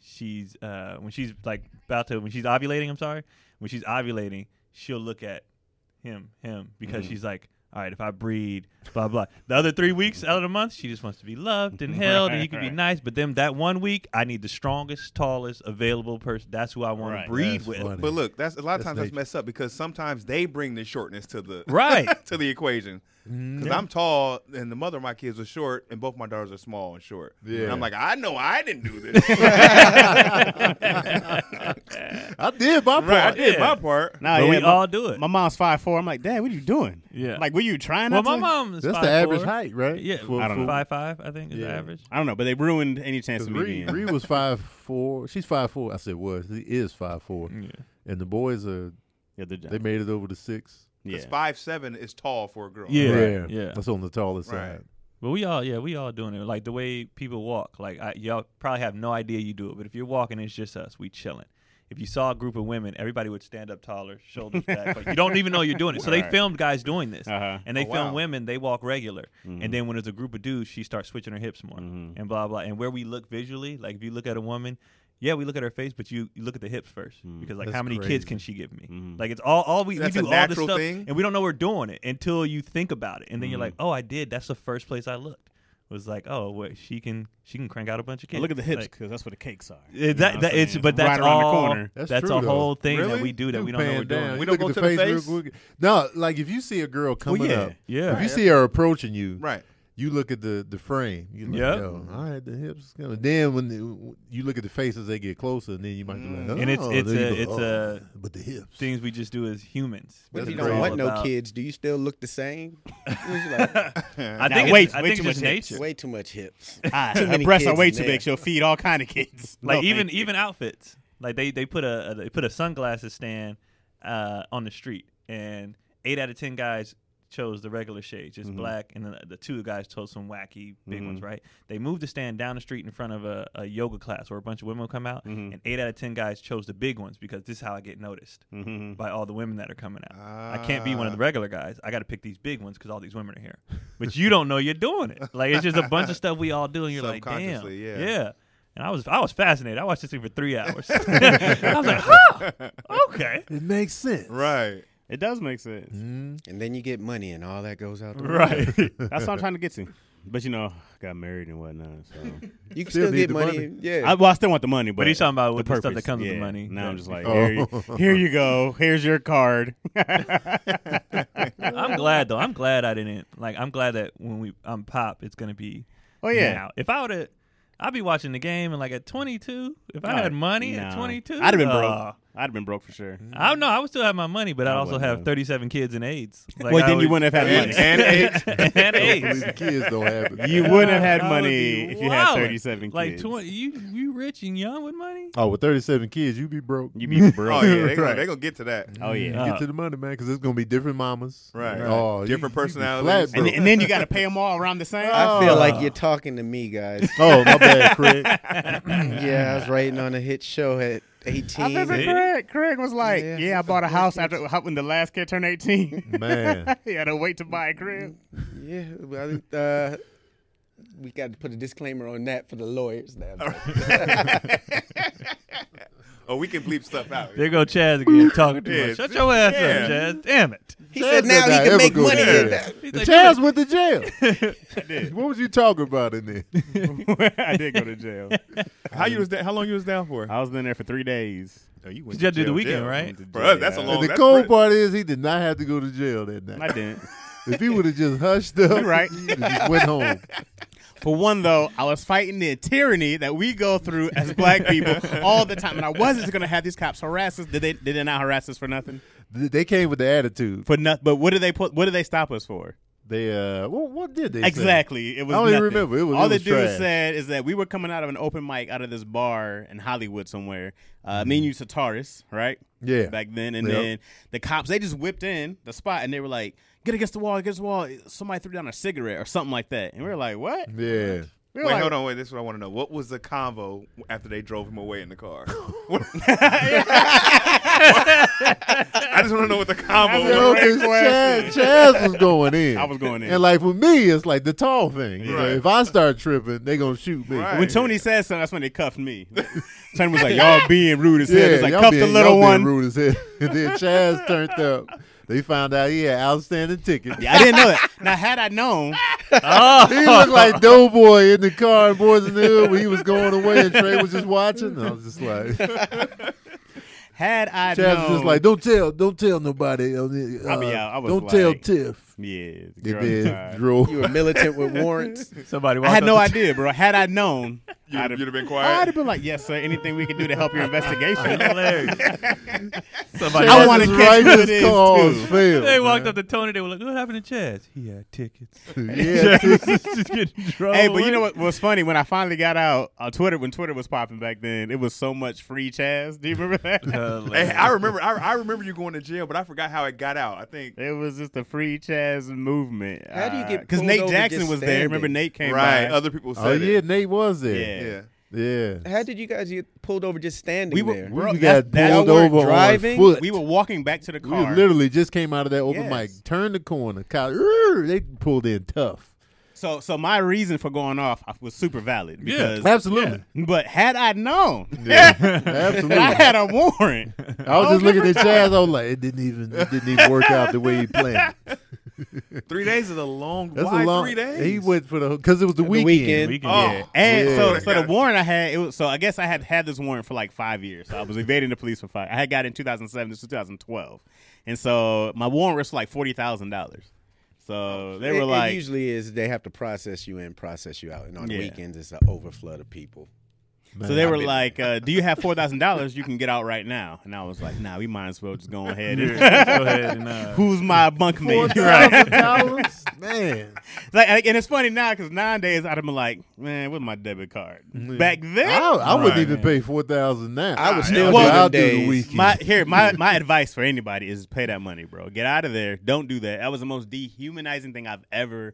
Speaker 3: she's uh when she's like about to when she's ovulating I'm sorry when she's ovulating she'll look at him him because
Speaker 2: Mm-hmm.
Speaker 3: she's like all right if I breed blah blah the other 3 weeks out of the month she just wants to be loved and held and you can be
Speaker 2: Right.
Speaker 3: nice but then that one week I need the strongest tallest available person that's who I want
Speaker 2: Right.
Speaker 3: to breed
Speaker 1: That's
Speaker 3: with
Speaker 1: funny.
Speaker 5: But look, that's a lot of
Speaker 1: That's
Speaker 5: times that's
Speaker 1: nature.
Speaker 5: messed up because sometimes they bring the shortness to the
Speaker 3: Right.
Speaker 5: to the equation.
Speaker 1: Mm-hmm.
Speaker 5: Because I'm tall and the mother of my kids are short, and both my daughters are small and short.
Speaker 1: Yeah.
Speaker 5: And I'm like, I know I didn't do this. right,
Speaker 1: I did my part.
Speaker 5: I did
Speaker 3: Yeah.
Speaker 5: my part.
Speaker 2: Now
Speaker 3: But we all do it.
Speaker 2: My mom's five four. I'm like, Dad, what are you doing?
Speaker 3: Yeah.
Speaker 2: Like, were you trying?
Speaker 3: Well,
Speaker 2: not
Speaker 3: my
Speaker 2: to?
Speaker 3: mom is
Speaker 1: That's
Speaker 3: 5'4".
Speaker 1: the average height, right?
Speaker 3: Yeah,
Speaker 1: For-
Speaker 2: I don't know.
Speaker 3: five five. I think is
Speaker 1: Yeah.
Speaker 3: the average.
Speaker 2: I don't know, but they ruined any chance of me
Speaker 1: Ree,
Speaker 2: being.
Speaker 1: Ree was five four. She's five four. I said was. He is five four.
Speaker 3: Yeah.
Speaker 1: And the boys are.
Speaker 2: Yeah, they're done.
Speaker 1: They made it over to six.
Speaker 2: yeah.
Speaker 5: Because five seven is tall for a girl.
Speaker 3: Yeah.
Speaker 1: Right.
Speaker 3: yeah.
Speaker 1: That's on the tallest
Speaker 5: Right.
Speaker 1: side.
Speaker 3: But we all, yeah, we all doing it. Like the way people walk. Like I, y'all probably have no idea you do it, but if you're walking, it's just us. We chilling. If you saw a group of women, everybody would stand up taller, shoulders back. Like, you don't even know you're doing it. So they
Speaker 2: Right.
Speaker 3: filmed guys doing this,
Speaker 2: Uh-huh.
Speaker 3: and they
Speaker 5: Oh,
Speaker 3: film
Speaker 5: wow.
Speaker 3: women. They walk regular,
Speaker 2: Mm-hmm.
Speaker 3: and then when there's a group of dudes, she starts switching her hips more, and blah blah. And where we look visually, like if you look at a woman. Yeah, we look at her face, but you, you look at the hips first because like
Speaker 1: That's
Speaker 3: how many
Speaker 1: crazy.
Speaker 3: kids can she give me? Like it's all all we, we
Speaker 5: That's a
Speaker 3: do all this
Speaker 5: natural
Speaker 3: stuff
Speaker 5: thing?
Speaker 3: and we don't know we're doing it until you think about it and then you're like, oh, I did. That's the first place I looked was like, oh, wait, she can she can crank out a bunch of kids.
Speaker 2: Now look at the hips
Speaker 3: Like,
Speaker 2: because that's where the cakes are.
Speaker 3: it- that, that, it's but that's
Speaker 2: right around
Speaker 3: all,
Speaker 2: the corner.
Speaker 1: That's
Speaker 3: That's,
Speaker 1: true,
Speaker 3: a
Speaker 1: though.
Speaker 3: whole thing
Speaker 5: Really?
Speaker 3: that we do that
Speaker 1: You
Speaker 3: we don't know
Speaker 1: pan
Speaker 3: we're doing.
Speaker 1: down.
Speaker 5: We
Speaker 1: You
Speaker 5: don't
Speaker 1: look
Speaker 5: go
Speaker 1: at
Speaker 5: to the
Speaker 1: real
Speaker 5: face?
Speaker 1: quick. No, like if you see a girl coming
Speaker 2: yeah.
Speaker 1: up,
Speaker 3: Yeah.
Speaker 1: If you see her approaching you,
Speaker 5: Right.
Speaker 1: You look at the the frame. You look,
Speaker 3: Yep.
Speaker 1: yo, all right, the hips. Gonna. Then when the, you look at the face as they get closer, and then you might be like, oh,
Speaker 3: Mm. And it's- it's
Speaker 1: there you
Speaker 3: a-
Speaker 1: go.
Speaker 3: it's a-
Speaker 1: Oh, but the hips.
Speaker 3: Things we just do as humans.
Speaker 4: What if
Speaker 3: because
Speaker 4: you
Speaker 3: it's
Speaker 4: don't
Speaker 3: all
Speaker 4: want no
Speaker 3: about-
Speaker 4: kids? Do you still look the same? It's like,
Speaker 3: I
Speaker 2: Nah,
Speaker 3: think
Speaker 2: way-
Speaker 3: it's, I
Speaker 2: way
Speaker 3: think
Speaker 2: too
Speaker 3: it's just
Speaker 2: much hips.
Speaker 3: nature.
Speaker 4: way too much hips.
Speaker 2: Ah,
Speaker 4: Too
Speaker 2: her
Speaker 4: many
Speaker 2: breasts are
Speaker 4: kids
Speaker 2: way
Speaker 4: in
Speaker 2: too
Speaker 4: there.
Speaker 2: big. She'll feed all kind of kids. No,
Speaker 3: Like
Speaker 2: thank
Speaker 3: even
Speaker 2: you.
Speaker 3: even outfits. Like they they put a, a they put a sunglasses stand uh, on the street, and eight out of ten guys chose the regular shade, just
Speaker 2: Mm-hmm.
Speaker 3: black, and then the two guys chose some wacky big ones. Right? They moved the stand down the street in front of a, a yoga class where a bunch of women will come out,
Speaker 2: Mm-hmm.
Speaker 3: and eight out of ten guys chose the big ones because this is how I get noticed
Speaker 2: Mm-hmm.
Speaker 3: by all the women that are coming out. I can't be one of
Speaker 2: Ah.
Speaker 3: the regular guys. I got to pick these big ones because all these women are here. But you don't know you're doing it. Like it's just a bunch of stuff we all do, and you're like, damn,
Speaker 5: Subconsciously, yeah.
Speaker 3: yeah. And I was I was fascinated. I watched this thing for three hours. I was like, huh, okay,
Speaker 1: it makes sense.
Speaker 5: Right.
Speaker 2: it does make sense.
Speaker 4: And then you get money, and all that goes out the window.
Speaker 2: Right. That's what I'm trying to get to. But you know, got married and whatnot. So
Speaker 4: You can
Speaker 1: Still
Speaker 4: still,
Speaker 1: need
Speaker 4: get
Speaker 1: the
Speaker 4: money.
Speaker 1: money.
Speaker 4: Yeah.
Speaker 2: I, well, I still want the money, but,
Speaker 3: he's talking about with the
Speaker 2: purpose.
Speaker 3: stuff that comes with the
Speaker 2: Yeah.
Speaker 3: money.
Speaker 2: Now I'm
Speaker 3: That's
Speaker 2: just like,
Speaker 1: Oh.
Speaker 2: here, you, here you go. Here's your card.
Speaker 3: I'm glad though. I'm glad I didn't like. I'm glad that when we I'm pop, it's gonna be.
Speaker 2: Oh yeah.
Speaker 3: now. If I would have, I'd be watching the game and like at 22. If I
Speaker 2: No,
Speaker 3: had money at
Speaker 2: no.
Speaker 3: 22,
Speaker 2: Oh, I'd have been broke.
Speaker 3: uh,
Speaker 2: I'd have been broke for sure.
Speaker 3: I don't know. I would still have my money, but I'd
Speaker 2: I
Speaker 3: also
Speaker 2: wouldn't
Speaker 3: have
Speaker 2: have.
Speaker 3: 37 kids and AIDS. Like,
Speaker 2: well,
Speaker 3: I
Speaker 2: then you
Speaker 3: would-
Speaker 2: wouldn't have had
Speaker 5: And,
Speaker 2: money.
Speaker 5: and eight.
Speaker 3: and
Speaker 1: Hopefully
Speaker 3: AIDS.
Speaker 1: the kids don't have it.
Speaker 2: You wouldn't have had
Speaker 3: I would
Speaker 2: money
Speaker 3: be
Speaker 2: if you had
Speaker 3: wildin'.
Speaker 2: 37
Speaker 3: Like
Speaker 2: kids.
Speaker 3: 20, you you rich and young with money.
Speaker 1: oh, with thirty-seven kids, you be broke.
Speaker 2: You'd be
Speaker 5: Oh
Speaker 2: broke.
Speaker 5: yeah, they're
Speaker 1: Right.
Speaker 5: gonna, they gonna get to that.
Speaker 2: oh yeah.
Speaker 1: Get
Speaker 3: Uh,
Speaker 1: to the money, man, because it's gonna be different mamas.
Speaker 5: Right.
Speaker 1: Oh, you-
Speaker 5: Different
Speaker 1: you be
Speaker 5: personalities.
Speaker 1: flat
Speaker 2: and,
Speaker 1: broke.
Speaker 2: and then you got to pay them all around the same.
Speaker 4: I feel like you're talking to me, guys.
Speaker 1: oh, my bad, Craig.
Speaker 4: yeah, I was writing on a hit show at 18.
Speaker 2: I remember
Speaker 3: Yeah.
Speaker 2: Craig. Craig was like,
Speaker 4: Yeah.
Speaker 2: "Yeah, I bought a house after when the last kid turned 18.
Speaker 1: Man,
Speaker 2: he had to wait to buy a crib."
Speaker 4: Yeah, well, uh, we got to put a disclaimer on that for the lawyers now.
Speaker 5: Oh, we can bleep stuff out.
Speaker 3: There go Chaz again talking too
Speaker 5: Yeah.
Speaker 3: much. Shut your ass
Speaker 5: Yeah.
Speaker 3: up, Chaz. Damn it.
Speaker 4: He
Speaker 1: Chaz
Speaker 4: said
Speaker 1: did
Speaker 4: now
Speaker 1: not
Speaker 4: he
Speaker 1: ever
Speaker 4: can make
Speaker 1: go
Speaker 4: money
Speaker 1: there.
Speaker 4: in that.
Speaker 3: He's
Speaker 1: the
Speaker 3: like,
Speaker 1: Chaz went to jail. what was you talking about in there?
Speaker 2: I did go to jail.
Speaker 5: How you was da- How long you was down for?
Speaker 2: I was in there for three days.
Speaker 5: Oh, you
Speaker 3: you had to do the weekend, right?
Speaker 5: For us, that's a
Speaker 2: Yeah.
Speaker 5: long.
Speaker 1: and the
Speaker 5: Oh, that's
Speaker 1: cold
Speaker 5: pretty-
Speaker 1: part is he did not have to go to jail that
Speaker 2: I
Speaker 1: night.
Speaker 2: didn't.
Speaker 1: if he would have just hushed up,
Speaker 2: You right.
Speaker 1: he would've just went home.
Speaker 2: For one, though, I was fighting the tyranny that we go through as black people all the time, and I wasn't going to have these cops harass us. Did they? Did they not harass us for nothing?
Speaker 1: Th- They came with the attitude.
Speaker 2: For nothing. But what did they put? What did they stop us for?
Speaker 1: They uh, what, what did they say?
Speaker 2: Exactly. It was.
Speaker 1: I don't even
Speaker 2: nothing.
Speaker 1: remember. It was-
Speaker 2: all
Speaker 1: it
Speaker 2: the
Speaker 1: was
Speaker 2: dude
Speaker 1: trash.
Speaker 2: said is that we were coming out of an open mic out of this bar in Hollywood somewhere. Uh, Me and you, Sataris, right?
Speaker 1: Mm-hmm. Yeah.
Speaker 2: Back then, and
Speaker 1: Yep.
Speaker 2: then the cops they just whipped in the spot and they were like, "Get against the wall, against the wall." Somebody threw down a cigarette or something like that, and we were like, "What?"
Speaker 1: Yeah.
Speaker 2: We were
Speaker 5: Wait,
Speaker 2: like,
Speaker 5: hold on. Wait, this is what I want to know. What was the convo after they drove him away in the car? I just want to know what the convo was.
Speaker 1: Yo, 'cause Chaz, Chaz was going in.
Speaker 2: I was going in.
Speaker 1: And like with me, it's like the tall thing. You know,
Speaker 5: Right.
Speaker 1: if I start tripping, they gonna shoot me.
Speaker 5: Right.
Speaker 2: When Tony said something, that's when they cuffed me. Tony was like, "Y'all being rude as hell." It's like,
Speaker 1: y'all
Speaker 2: "Cuff the
Speaker 1: being-
Speaker 2: little
Speaker 1: y'all being
Speaker 2: one."
Speaker 1: Rude as hell. and then Chaz turned up. They found out he had outstanding tickets.
Speaker 2: Yeah, I didn't know that. Now, had I known,
Speaker 1: He looked like Doughboy in the car, in Boys in the Hood, when he was going away, and Trey was just watching. And I was just like, Chaz
Speaker 2: had I known,
Speaker 1: was just like, don't tell, don't tell nobody. Uh,
Speaker 2: I mean, yeah, I was
Speaker 1: don't tell
Speaker 2: like-
Speaker 1: Tiff.
Speaker 2: "Yeah." the
Speaker 1: They
Speaker 2: girl
Speaker 1: did
Speaker 2: inside.
Speaker 1: drove.
Speaker 4: You were militant with warrants.
Speaker 3: Somebody
Speaker 2: I
Speaker 3: walked
Speaker 2: had
Speaker 3: up
Speaker 2: no
Speaker 3: to-
Speaker 2: idea, bro. Had I known,
Speaker 5: You'd,
Speaker 2: I'd have-
Speaker 5: you'd have been
Speaker 2: I'd
Speaker 5: quiet.
Speaker 2: have been like, "Yes, sir. Anything we can do to help your investigation."
Speaker 3: Hilarious. Somebody
Speaker 2: I
Speaker 1: Chaz's
Speaker 3: walked-
Speaker 2: wanna catch who it
Speaker 1: righteous
Speaker 2: is,
Speaker 1: cause
Speaker 2: too.
Speaker 1: failed.
Speaker 3: They walked up to Tony. They were like, "What happened to Chaz? He had tickets."
Speaker 1: Yeah,
Speaker 3: just getting drunk.
Speaker 2: Hey, but you know what was funny? When I finally got out on Twitter, when Twitter was popping back then, it was so much free Chaz. Do you remember that?
Speaker 5: Hey, I remember. I, I remember you going to jail, but I forgot how it got out. I think.
Speaker 2: It was just the free Chaz movement.
Speaker 4: How do you get
Speaker 2: Because
Speaker 4: pulled
Speaker 2: Nate
Speaker 4: over
Speaker 2: Jackson
Speaker 4: just
Speaker 2: was there. Remember
Speaker 4: standing?
Speaker 2: Nate came
Speaker 5: right.
Speaker 2: by.
Speaker 5: Other people said
Speaker 1: Oh
Speaker 5: it.
Speaker 1: yeah, Nate was
Speaker 2: Yeah.
Speaker 1: there.
Speaker 5: Yeah.
Speaker 1: Yeah,
Speaker 4: How did you guys get pulled over just standing
Speaker 2: We were-
Speaker 4: there?
Speaker 2: we're- Bro,
Speaker 1: we
Speaker 2: that's-
Speaker 1: got
Speaker 2: that's-
Speaker 1: pulled
Speaker 4: y'all weren't
Speaker 1: over
Speaker 4: driving?
Speaker 1: on foot.
Speaker 2: we were walking back to the
Speaker 1: We
Speaker 2: car.
Speaker 1: literally just came out of that open
Speaker 2: Yes.
Speaker 1: mic, turned the corner, cop, "Rrr," they pulled in tough.
Speaker 2: so, so my reason for going off was super valid. Because,
Speaker 1: Absolutely,
Speaker 2: But had I known,
Speaker 1: absolutely.
Speaker 2: I had a warrant.
Speaker 1: I was just looking at Chaz. I was like, it didn't even it didn't even work out the way he planned.
Speaker 5: Three days is a long.
Speaker 1: That's
Speaker 5: why
Speaker 1: a long.
Speaker 5: three days?
Speaker 1: He went for the because it was the, weekend.
Speaker 4: weekend.
Speaker 3: We can,
Speaker 5: Oh,
Speaker 3: yeah.
Speaker 2: And
Speaker 1: Yeah.
Speaker 2: so, so the warrant I had, it was, so I guess I had had this warrant for like five years. So I was evading the police for five. I had got it in 2007. This was 2012, and so my warrant was like forty thousand dollars. So they
Speaker 4: It-
Speaker 2: were
Speaker 4: it
Speaker 2: like,
Speaker 4: usually is they have to process you in, process you out, and on
Speaker 2: Yeah.
Speaker 4: weekends it's an overflood of people.
Speaker 1: Man,
Speaker 2: Oh, so they were like, uh, "Do you have four thousand dollars? You can get out right now." And I was like, "Nah, we might as well just go ahead." And
Speaker 3: Go ahead and uh,
Speaker 2: Who's my
Speaker 1: four
Speaker 2: bunkmate?
Speaker 1: thousand dollars, man.
Speaker 2: Like, and- and it's funny now because nowadays I'd have been like, "Man, with my debit card." Back then,
Speaker 1: I, I wouldn't
Speaker 2: Right.
Speaker 1: even pay four thousand now.
Speaker 4: I would still
Speaker 2: do
Speaker 1: I'll do
Speaker 4: them
Speaker 1: the
Speaker 4: days.
Speaker 1: weekend.
Speaker 2: My here, my my advice for anybody is pay that money, bro. Get out of there. Don't do that. That was the most dehumanizing thing I've ever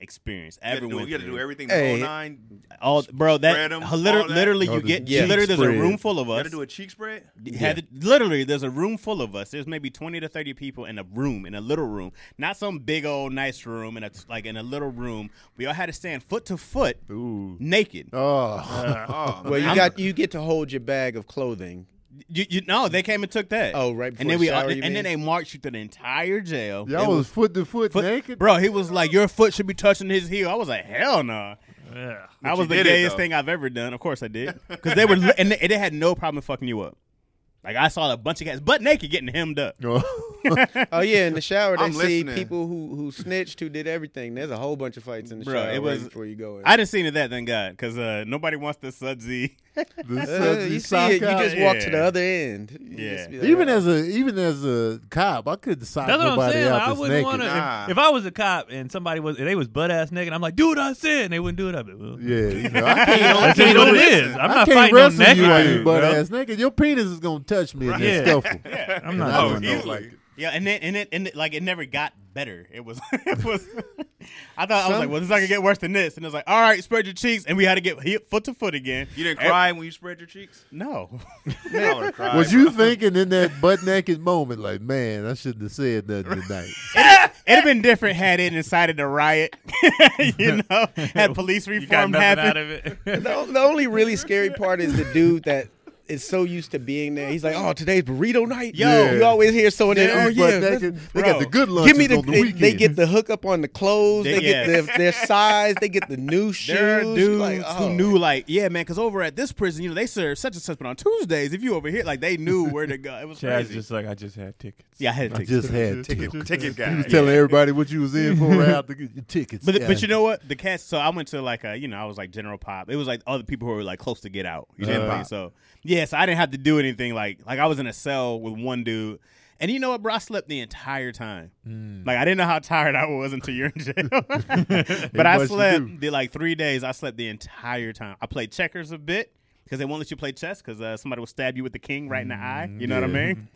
Speaker 2: experienced.
Speaker 5: You gotta do-
Speaker 2: Everyone,
Speaker 5: you got to do everything.
Speaker 4: Hey.
Speaker 5: The whole nine.
Speaker 2: all, bro. That,
Speaker 5: Spread 'em,
Speaker 2: liter-
Speaker 5: all that.
Speaker 2: literally,
Speaker 1: Oh,
Speaker 2: you
Speaker 1: the
Speaker 2: get
Speaker 1: cheek
Speaker 2: literally. There's a
Speaker 1: spread.
Speaker 2: room full of
Speaker 5: You got
Speaker 2: us.
Speaker 5: to do a cheek spread.
Speaker 2: Had- literally, there's a room full of us. There's maybe twenty to thirty people in a room, in a little room, not some big old nice room, in a like in a little room. We all had to stand foot to foot,
Speaker 1: Ooh.
Speaker 2: naked.
Speaker 1: Oh,
Speaker 5: Oh,
Speaker 4: Well, you
Speaker 5: man.
Speaker 4: got you get to hold your bag of clothing.
Speaker 2: You, you no, they came and took that.
Speaker 4: Oh, right before
Speaker 2: and then
Speaker 4: the
Speaker 2: we
Speaker 4: shower,
Speaker 2: all,
Speaker 4: you
Speaker 2: and then
Speaker 4: mean?
Speaker 2: they marched you through the entire jail. It
Speaker 1: y'all was foot to foot,
Speaker 2: Foot-
Speaker 1: naked.
Speaker 2: Bro, he was like, Your foot should be touching his heel. I was like, Hell no.
Speaker 3: yeah.
Speaker 2: That was
Speaker 5: you
Speaker 2: the
Speaker 5: did it,
Speaker 2: gayest
Speaker 5: though.
Speaker 2: thing I've ever done. Of course I did. Because they were, li- and they, and they had no problem fucking you up. Like, I saw a bunch of guys butt naked getting hemmed up.
Speaker 4: Oh yeah, in the shower they
Speaker 5: I'm
Speaker 4: see
Speaker 5: listening.
Speaker 4: people who who snitched, who did everything. There's a whole bunch of fights in the
Speaker 2: Bruh,
Speaker 4: shower
Speaker 2: it
Speaker 4: right
Speaker 2: was-
Speaker 4: before you go in.
Speaker 2: I didn't see any of that, thank God. Because uh, nobody wants the sudsy.
Speaker 1: The
Speaker 4: Uh,
Speaker 1: sudsy
Speaker 4: you see
Speaker 1: sock
Speaker 4: it, you
Speaker 1: out.
Speaker 4: just walk to the
Speaker 2: Yeah.
Speaker 4: other end. You
Speaker 2: Yeah.
Speaker 4: just be like,
Speaker 1: Even
Speaker 4: "Oh."
Speaker 1: as a even as a cop, I couldn't sock
Speaker 3: That's what I'm
Speaker 1: nobody
Speaker 3: saying.
Speaker 1: out
Speaker 3: Like, I
Speaker 1: that's
Speaker 3: wouldn't
Speaker 1: naked.
Speaker 3: want to.
Speaker 5: Nah.
Speaker 3: If, I was a cop and somebody was, if they was butt ass naked, I'm like, do what I said, and they wouldn't do it. I'd be, well,
Speaker 1: Yeah, you know, I can't. I can't
Speaker 3: that's just what it
Speaker 1: listen.
Speaker 3: is. I'm
Speaker 1: I
Speaker 3: not
Speaker 1: can't
Speaker 3: fighting no
Speaker 1: wrestle
Speaker 3: naked
Speaker 1: you out
Speaker 3: dude,
Speaker 1: you butt
Speaker 3: bro.
Speaker 1: ass naked. Your penis is gonna touch me in
Speaker 3: Yeah.
Speaker 1: that scuffle.
Speaker 2: Yeah.
Speaker 3: I'm
Speaker 1: And
Speaker 3: not
Speaker 1: I
Speaker 3: doing
Speaker 1: don't
Speaker 3: that.
Speaker 1: know, like,
Speaker 2: Yeah, and then and it and it, like it never got better. It was it was. I thought I was like, well, this is not gonna get worse than this. And it was like, all right, spread your cheeks, and we had to get hip- foot to foot again.
Speaker 5: You didn't cry when you spread your cheeks.
Speaker 2: No,
Speaker 5: I would have cried.
Speaker 1: was you thinking in that butt naked moment, like, man, I shouldn't have said nothing tonight?
Speaker 2: It'd have been different had it incited a riot, you know, had police
Speaker 3: You got
Speaker 2: reform
Speaker 3: nothing
Speaker 2: happen.
Speaker 3: out of it.
Speaker 4: the, the only really scary part is the dude that is so used to being there. He's like, "Oh, today's burrito night."
Speaker 2: Yo.
Speaker 4: you always hear someone in, "Oh
Speaker 1: Butt
Speaker 4: yeah, let's-
Speaker 1: naked. they got the good lunches
Speaker 4: give me the,
Speaker 1: on the
Speaker 4: they,
Speaker 1: weekend.
Speaker 4: they get the hookup on the clothes,
Speaker 2: They-
Speaker 4: they, get
Speaker 2: yeah.
Speaker 4: the, their size, they get the new shoes."
Speaker 2: There are
Speaker 4: You're
Speaker 2: dudes
Speaker 4: like, oh.
Speaker 2: who knew, like, yeah, man, because over at this prison, you know, they serve such and such, but on Tuesdays, if you over here, like, they knew where to go. It was
Speaker 3: Chad's
Speaker 2: crazy.
Speaker 3: just like, I just had tickets.
Speaker 2: yeah, I had
Speaker 1: I
Speaker 2: tickets.
Speaker 1: just had tickets.
Speaker 5: ticket
Speaker 1: You
Speaker 5: guy?
Speaker 1: was telling everybody what you was in for out to get your tickets.
Speaker 2: But,
Speaker 1: Yeah.
Speaker 2: but you know what? The cats. So I went to like a, you know, I was like general pop. It was like other people who were like close to get out. You know
Speaker 1: Gen
Speaker 2: what I mean?
Speaker 5: pop.
Speaker 2: So yeah, so I didn't have to do anything like like I was in a cell with one dude. And you know what, bro? I slept the entire time.
Speaker 1: Mm.
Speaker 2: Like I didn't know how tired I was until you're in jail. but
Speaker 1: much
Speaker 2: I
Speaker 1: to
Speaker 2: slept
Speaker 1: do.
Speaker 2: the like three days. I slept the entire time. I played checkers a bit because they won't let you play chess because uh, somebody will stab you with the king right in the eye. You know what
Speaker 1: yeah.
Speaker 2: I mean?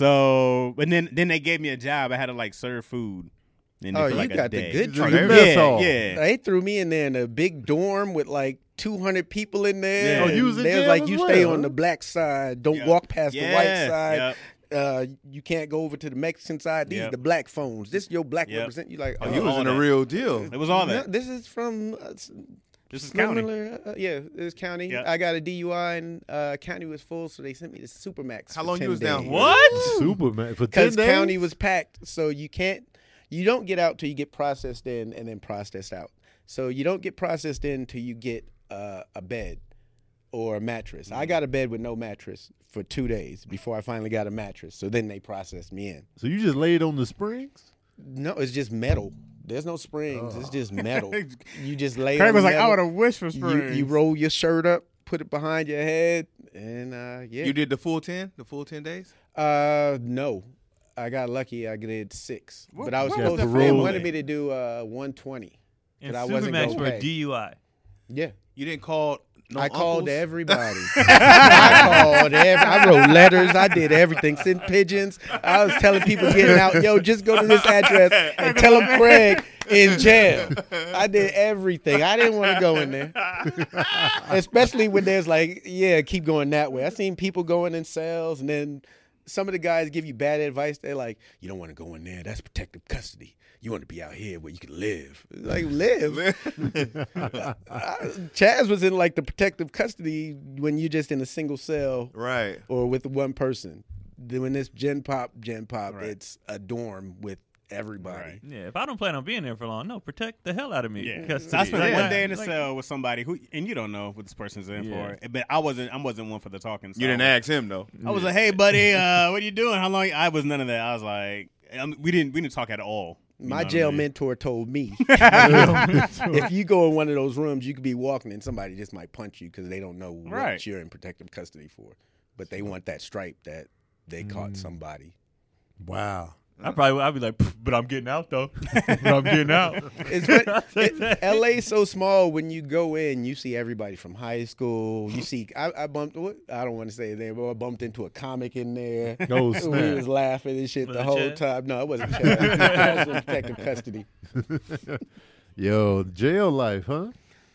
Speaker 2: So, and then then they gave me a job. I had to like serve food. And
Speaker 4: Oh,
Speaker 2: for,
Speaker 4: you
Speaker 2: like, a
Speaker 4: got the
Speaker 2: day.
Speaker 4: good
Speaker 1: Oh,
Speaker 4: treat.
Speaker 1: they-
Speaker 2: Yeah,
Speaker 1: Mess hall.
Speaker 2: yeah.
Speaker 4: They threw me in there in a big dorm with like 200 people in there.
Speaker 2: Yeah. Oh,
Speaker 1: you was
Speaker 4: and
Speaker 1: in
Speaker 4: they was
Speaker 1: jail
Speaker 4: like,
Speaker 1: as
Speaker 4: you stay
Speaker 1: well,
Speaker 4: on
Speaker 1: huh?
Speaker 4: the black side. Don't
Speaker 2: Yeah.
Speaker 4: walk past the white
Speaker 2: Yeah,
Speaker 4: side.
Speaker 2: yep.
Speaker 4: Uh, you can't go over to the Mexican side. These
Speaker 2: Yep.
Speaker 4: the black phones. This your black
Speaker 2: Yep.
Speaker 4: represent. You like?
Speaker 5: Oh, you was
Speaker 2: all
Speaker 5: in the
Speaker 2: that.
Speaker 5: real deal.
Speaker 2: It was all
Speaker 4: no,
Speaker 2: that.
Speaker 4: this is from. Uh, s-
Speaker 2: This is
Speaker 4: Slim
Speaker 2: county.
Speaker 4: Miller, uh, yeah, this county.
Speaker 2: Yep.
Speaker 4: I got a DUI and uh, county was full, so they sent me to Supermax.
Speaker 5: How
Speaker 4: for
Speaker 5: long you
Speaker 4: 10
Speaker 5: was down?
Speaker 4: days.
Speaker 3: What?
Speaker 1: Superman for ten
Speaker 4: because
Speaker 1: days.
Speaker 4: county was packed. So you can't, you don't get out till you get processed in and then processed out. So you don't get processed in till you get uh, a bed or a mattress. I got a bed with no mattress for two days before I finally got a mattress. So then they processed me in.
Speaker 1: so you just laid on the springs.
Speaker 4: No, it's just metal. There's no springs. It's just metal. you just lay.
Speaker 2: Craig
Speaker 4: on
Speaker 2: was like, I
Speaker 4: metal.
Speaker 2: would have wished for
Speaker 4: You,
Speaker 2: spring.
Speaker 4: you roll your shirt up, put it behind your head, and uh, yeah.
Speaker 5: You did the full ten, the full ten days.
Speaker 4: Uh, no. I got lucky. I did six, but I was
Speaker 1: what was
Speaker 4: supposed
Speaker 1: the
Speaker 4: to. They
Speaker 1: rule?
Speaker 4: wanted me to do uh 120.
Speaker 3: And
Speaker 4: But I wasn't
Speaker 3: Supermax
Speaker 4: gonna
Speaker 3: for
Speaker 4: pay.
Speaker 3: a DUI.
Speaker 4: Yeah,
Speaker 5: You didn't call. No
Speaker 4: I called
Speaker 5: uncles?
Speaker 4: everybody. I called every. I wrote letters. I did everything. Sent pigeons. I was telling people getting out. Yo, just go to this address and tell them Craig in jail. I did everything. I didn't want to go in there, especially when there's like, yeah, keep going that way. I seen people going in cells, and then some of the guys give you bad advice. They're like, you don't want to go in there. That's protective custody. You want to be out here where you can live. Like live. I- Chaz was in like the protective custody when you're just in a single cell
Speaker 5: Right.
Speaker 4: or with one person. Then When it's Gen Pop, Gen Pop,
Speaker 2: Right.
Speaker 4: it's a dorm with everybody.
Speaker 2: Right.
Speaker 3: Yeah, if I don't plan on being there for long, no, protect the hell out of me.
Speaker 2: Yeah.
Speaker 3: Because
Speaker 2: So I spent
Speaker 5: Yeah.
Speaker 2: one day in a
Speaker 3: like-
Speaker 2: cell with somebody who, and you don't know what this person's in
Speaker 3: Yeah.
Speaker 2: for. But I wasn't, I wasn't one for the talking. So
Speaker 5: You didn't
Speaker 2: I was-
Speaker 5: ask him though.
Speaker 2: I was like, "Hey, buddy, uh, what are you doing? How long?" I was none of that. I was like, I mean, "We didn't, we didn't talk at all." You know
Speaker 4: My
Speaker 2: what I
Speaker 4: jail
Speaker 2: mean?
Speaker 4: mentor told me if you go in one of those rooms, you could be walking and somebody just might punch you because they don't know what
Speaker 2: Right.
Speaker 4: you're in protective custody for. But they want that stripe that they
Speaker 2: Mm.
Speaker 4: caught somebody.
Speaker 1: Wow.
Speaker 3: I probably would- I'd be like, "Pff, but I'm getting out though. but I'm getting out.
Speaker 4: It's when,
Speaker 3: I'll take
Speaker 4: it,
Speaker 3: that.
Speaker 4: LA's so small. When you go in, you see everybody from high school. You see, I, I bumped. What, I don't want to say there, but I bumped into a comic in there.
Speaker 1: Oh
Speaker 4: We
Speaker 1: snap.
Speaker 4: was laughing and shit
Speaker 3: Was
Speaker 4: the
Speaker 3: it
Speaker 4: whole
Speaker 3: Chad?
Speaker 4: time. No, it wasn't. Chad. Chad was in protective custody.
Speaker 1: Yo, jail life, huh?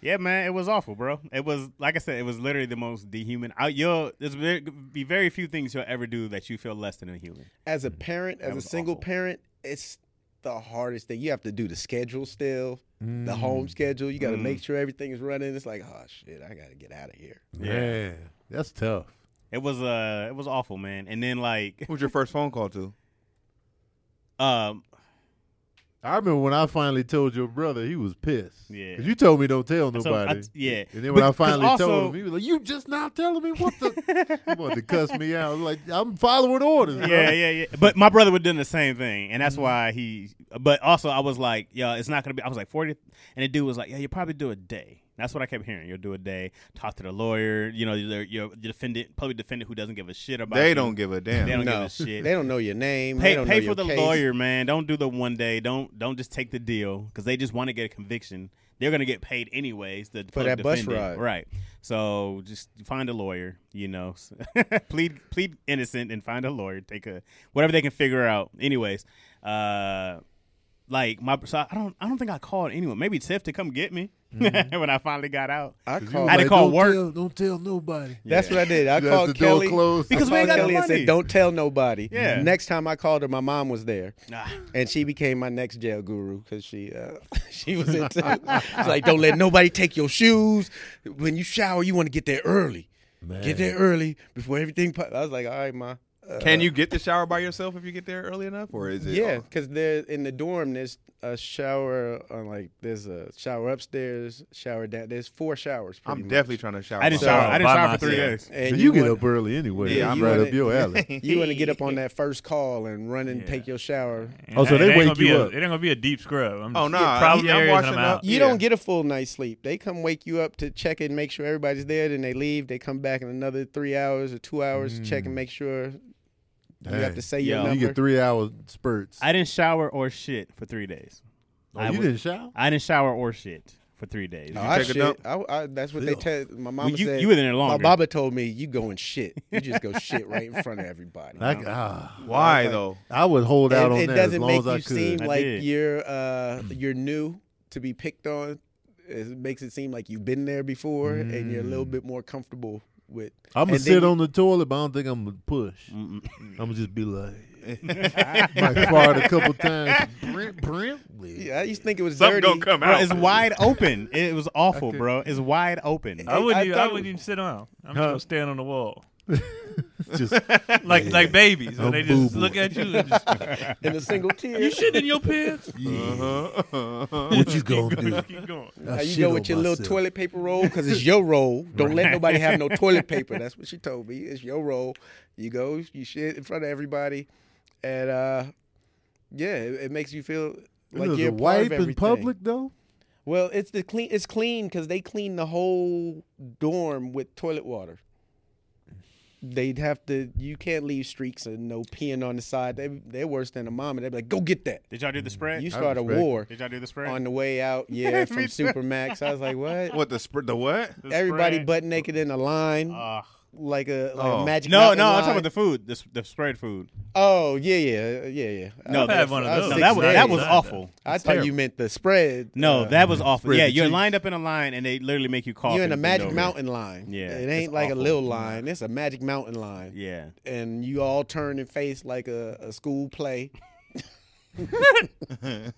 Speaker 2: Yeah, man, it was awful, bro. It was like I said, it was literally the most dehuman. I, you'll there's very, be very few things you'll ever do that you feel less than a human.
Speaker 4: As a parent, as a
Speaker 2: was
Speaker 4: single
Speaker 2: awful.
Speaker 4: parent, it's the hardest thing. You have to do the schedule still, the
Speaker 1: Mm.
Speaker 4: home schedule. You got to
Speaker 2: Mm.
Speaker 4: make sure everything is running. It's like, oh shit, I got to get out of here.
Speaker 1: Yeah. That's tough.
Speaker 2: It was uh, it was awful, man. And then like,
Speaker 5: Who was your first phone call to?
Speaker 2: um,
Speaker 1: I remember when I finally told your brother, he was pissed.
Speaker 2: Yeah.
Speaker 1: 'Cause you told me don't tell
Speaker 2: so I-
Speaker 1: nobody.
Speaker 2: yeah.
Speaker 1: And then when I
Speaker 2: Because
Speaker 1: finally
Speaker 2: also-
Speaker 1: told him, he was like, "You just now telling me what the?" he wanted to cuss me out. I'm Like I'm following orders. bro."
Speaker 2: yeah, yeah, yeah. But my brother would doing the same thing, and
Speaker 5: Mm-hmm.
Speaker 2: that's why he. But also, I was like, "Yo, it's not gonna be." I was like forty, and the dude was like, "Yeah, you probably do a day." That's what I kept hearing. You'll do a day, talk to the lawyer. You know, your your defendant, public defendant who doesn't give a shit about.
Speaker 5: They
Speaker 2: you.
Speaker 5: don't give a damn.
Speaker 2: They don't
Speaker 4: no,
Speaker 2: give a shit.
Speaker 4: they don't know your name. they
Speaker 2: Pay,
Speaker 4: don't
Speaker 2: pay
Speaker 4: know
Speaker 2: for
Speaker 4: your
Speaker 2: the
Speaker 4: case.
Speaker 2: lawyer, man. Don't do the one day. Don't don't just take the deal because they just want to get a conviction. They're gonna get paid anyways. The
Speaker 4: For
Speaker 2: public
Speaker 4: that bus
Speaker 2: defendant.
Speaker 4: ride.
Speaker 2: right? So just find a lawyer. You know, plead plead innocent and find a lawyer. Take a whatever they can figure out. Anyways, uh, like my so I don't I don't think I called anyone. Maybe Tiff to come get me
Speaker 4: Mm-hmm.
Speaker 2: when I finally got out.
Speaker 4: I
Speaker 1: 'Cause you
Speaker 4: called.
Speaker 1: was
Speaker 2: I had to
Speaker 1: like,
Speaker 2: call
Speaker 1: "Don't
Speaker 2: work."
Speaker 1: Tell, don't tell nobody.
Speaker 4: That's what I did. I
Speaker 1: Left
Speaker 4: called
Speaker 1: the
Speaker 4: Kelly.
Speaker 1: door closed.
Speaker 2: Because
Speaker 4: I
Speaker 2: we ain't
Speaker 4: called
Speaker 2: got no
Speaker 4: Kelly and
Speaker 2: money.
Speaker 4: said, "Don't tell nobody."
Speaker 2: Yeah.
Speaker 4: Next time I called her, my mom was there,
Speaker 2: Nah.
Speaker 4: and she became my next jail guru because she uh, she was into. She's like, "Don't let nobody take your shoes. When you shower, you want to get there early. Get there early before everything." Pop-. I was like, "All right, ma." Uh,
Speaker 5: Can you get the shower by yourself if you get there early enough, or is it?
Speaker 4: Yeah, because there in the dorm there's a shower on like there's a shower upstairs, shower down. There's four showers.
Speaker 5: I'm
Speaker 4: pretty much.
Speaker 5: definitely trying to shower.
Speaker 2: I didn't
Speaker 5: myself.
Speaker 2: shower. I didn't
Speaker 3: by
Speaker 2: shower for three
Speaker 3: myself.
Speaker 2: days.
Speaker 1: So
Speaker 4: And
Speaker 1: you, get
Speaker 4: wanna-
Speaker 1: up early anyway.
Speaker 5: Yeah,
Speaker 1: I'm
Speaker 4: you
Speaker 1: right
Speaker 4: wanna-
Speaker 1: up your alley.
Speaker 4: You want to get up on that first call and run and take your shower.
Speaker 1: Oh, so
Speaker 3: It
Speaker 1: they
Speaker 3: ain't
Speaker 1: wake
Speaker 3: gonna be
Speaker 1: you
Speaker 3: a-
Speaker 1: up.
Speaker 3: It ain't gonna be a deep scrub. I'm
Speaker 5: Oh,
Speaker 3: just-
Speaker 5: nah,
Speaker 3: problem
Speaker 5: yeah, I'm
Speaker 3: areas and
Speaker 5: washing
Speaker 3: I'm
Speaker 5: up.
Speaker 3: out.
Speaker 4: You
Speaker 5: Yeah.
Speaker 4: don't get a full night's sleep. They come wake you up to check and make sure
Speaker 2: Mm.
Speaker 4: everybody's there. Then they leave. They come back in another three hours or two hours to check and make sure
Speaker 1: Dang.
Speaker 4: You have to say
Speaker 2: Yo.
Speaker 4: your
Speaker 1: You
Speaker 4: number.
Speaker 1: get three hour spurts.
Speaker 2: I didn't shower or shit for three days.
Speaker 1: oh,
Speaker 2: I
Speaker 1: you
Speaker 2: would-
Speaker 1: didn't shower?
Speaker 2: I didn't shower or shit for three days.
Speaker 4: No, I
Speaker 5: take a
Speaker 4: Ah, shit.
Speaker 5: dump?
Speaker 4: I, I, that's what
Speaker 1: Filth.
Speaker 4: they tell my
Speaker 2: Well,
Speaker 4: mama
Speaker 2: you,
Speaker 4: said.
Speaker 2: you were in there
Speaker 4: my
Speaker 2: longer.
Speaker 4: mama told me you go and shit. You just go shit right in front of everybody.
Speaker 1: I, ah,
Speaker 5: Why though?
Speaker 1: I would hold out
Speaker 4: And
Speaker 1: on
Speaker 4: it
Speaker 1: that as
Speaker 4: doesn't
Speaker 1: long
Speaker 4: make
Speaker 1: as
Speaker 4: you
Speaker 1: I could.
Speaker 4: seem
Speaker 2: I
Speaker 4: like
Speaker 2: did.
Speaker 4: you're uh, you're new to be picked on. It makes it seem like you've been there before, and you're a little bit more comfortable with.
Speaker 1: I'm gonna
Speaker 4: and then
Speaker 1: sit
Speaker 4: you-
Speaker 1: on the toilet, but I don't think I'm gonna push.
Speaker 2: Mm-mm.
Speaker 1: I'm gonna just be like, might fart a couple times. Brim, brim.
Speaker 4: Yeah, I used to think it was
Speaker 5: Something
Speaker 4: dirty.
Speaker 5: gonna come
Speaker 2: Bro,
Speaker 5: out.
Speaker 2: it's wide open. It was awful, bro. It's wide open.
Speaker 3: I wouldn't.
Speaker 4: I
Speaker 3: even,
Speaker 4: thought
Speaker 3: I
Speaker 4: it
Speaker 3: wouldn't
Speaker 4: was-
Speaker 3: even sit down. I'm just
Speaker 1: Huh?
Speaker 3: gonna stand on the wall,
Speaker 1: Just
Speaker 3: like
Speaker 1: Yeah.
Speaker 3: like babies, when
Speaker 1: A
Speaker 3: they just
Speaker 1: boo-boo.
Speaker 3: look at you. And just,
Speaker 4: in a single tear.
Speaker 3: you shit in your pants.
Speaker 5: Uh-huh.
Speaker 1: what you gonna do?
Speaker 3: Keep going.
Speaker 1: I
Speaker 4: Now you
Speaker 1: shit
Speaker 4: go
Speaker 1: on
Speaker 4: with your little
Speaker 1: myself.
Speaker 4: toilet paper roll because it's your roll. Don't let nobody have no toilet paper. That's what she told me. It's your roll. You go, you shit in front of everybody, and uh, yeah, it, it makes you feel like
Speaker 1: Does
Speaker 4: you're
Speaker 1: a
Speaker 4: a part of
Speaker 1: wipe in
Speaker 4: everything.
Speaker 1: public though.
Speaker 4: Well, it's the clean. It's clean because they clean the whole dorm with toilet water. They'd have to. You can't leave streaks and no peeing on the side. They they're worse than a mom, and they'd be like, "Go get that."
Speaker 2: Did y'all do the spread?
Speaker 4: You start a
Speaker 1: respect it.
Speaker 4: war
Speaker 2: Did y'all do the spread?
Speaker 4: on the way out. Yeah, from
Speaker 2: Me too.
Speaker 4: Supermax. I was like, "What?"
Speaker 5: What the spread? The what?
Speaker 2: The
Speaker 4: Everybody
Speaker 2: spread?
Speaker 4: butt naked in a line,
Speaker 2: Ugh.
Speaker 4: like a like
Speaker 5: Oh.
Speaker 4: a magic.
Speaker 2: no,
Speaker 4: Mountain
Speaker 2: no, I'm
Speaker 4: line.
Speaker 2: talking about the food, the, s- the spread food.
Speaker 4: Oh yeah, yeah, yeah, yeah.
Speaker 2: No,
Speaker 4: I-
Speaker 2: I've
Speaker 3: had one of
Speaker 4: I
Speaker 3: those.
Speaker 4: was
Speaker 2: No,
Speaker 4: six
Speaker 2: that was that
Speaker 4: days.
Speaker 2: was
Speaker 3: days.
Speaker 2: awful.
Speaker 4: I thought
Speaker 1: terrible.
Speaker 4: you meant the spread.
Speaker 2: No,
Speaker 4: uh,
Speaker 2: that was awful.
Speaker 1: Spread
Speaker 2: yeah,
Speaker 1: the
Speaker 2: you're
Speaker 1: cheese.
Speaker 2: lined up in a line, and they literally make you cough.
Speaker 4: you're in a
Speaker 2: and bend
Speaker 4: magic
Speaker 2: over.
Speaker 4: mountain line.
Speaker 2: Yeah,
Speaker 4: it
Speaker 2: it's
Speaker 4: ain't like
Speaker 2: awful.
Speaker 4: a little line. It's a magic mountain line,
Speaker 2: Yeah,
Speaker 4: and you all turn and face like a, a school play. and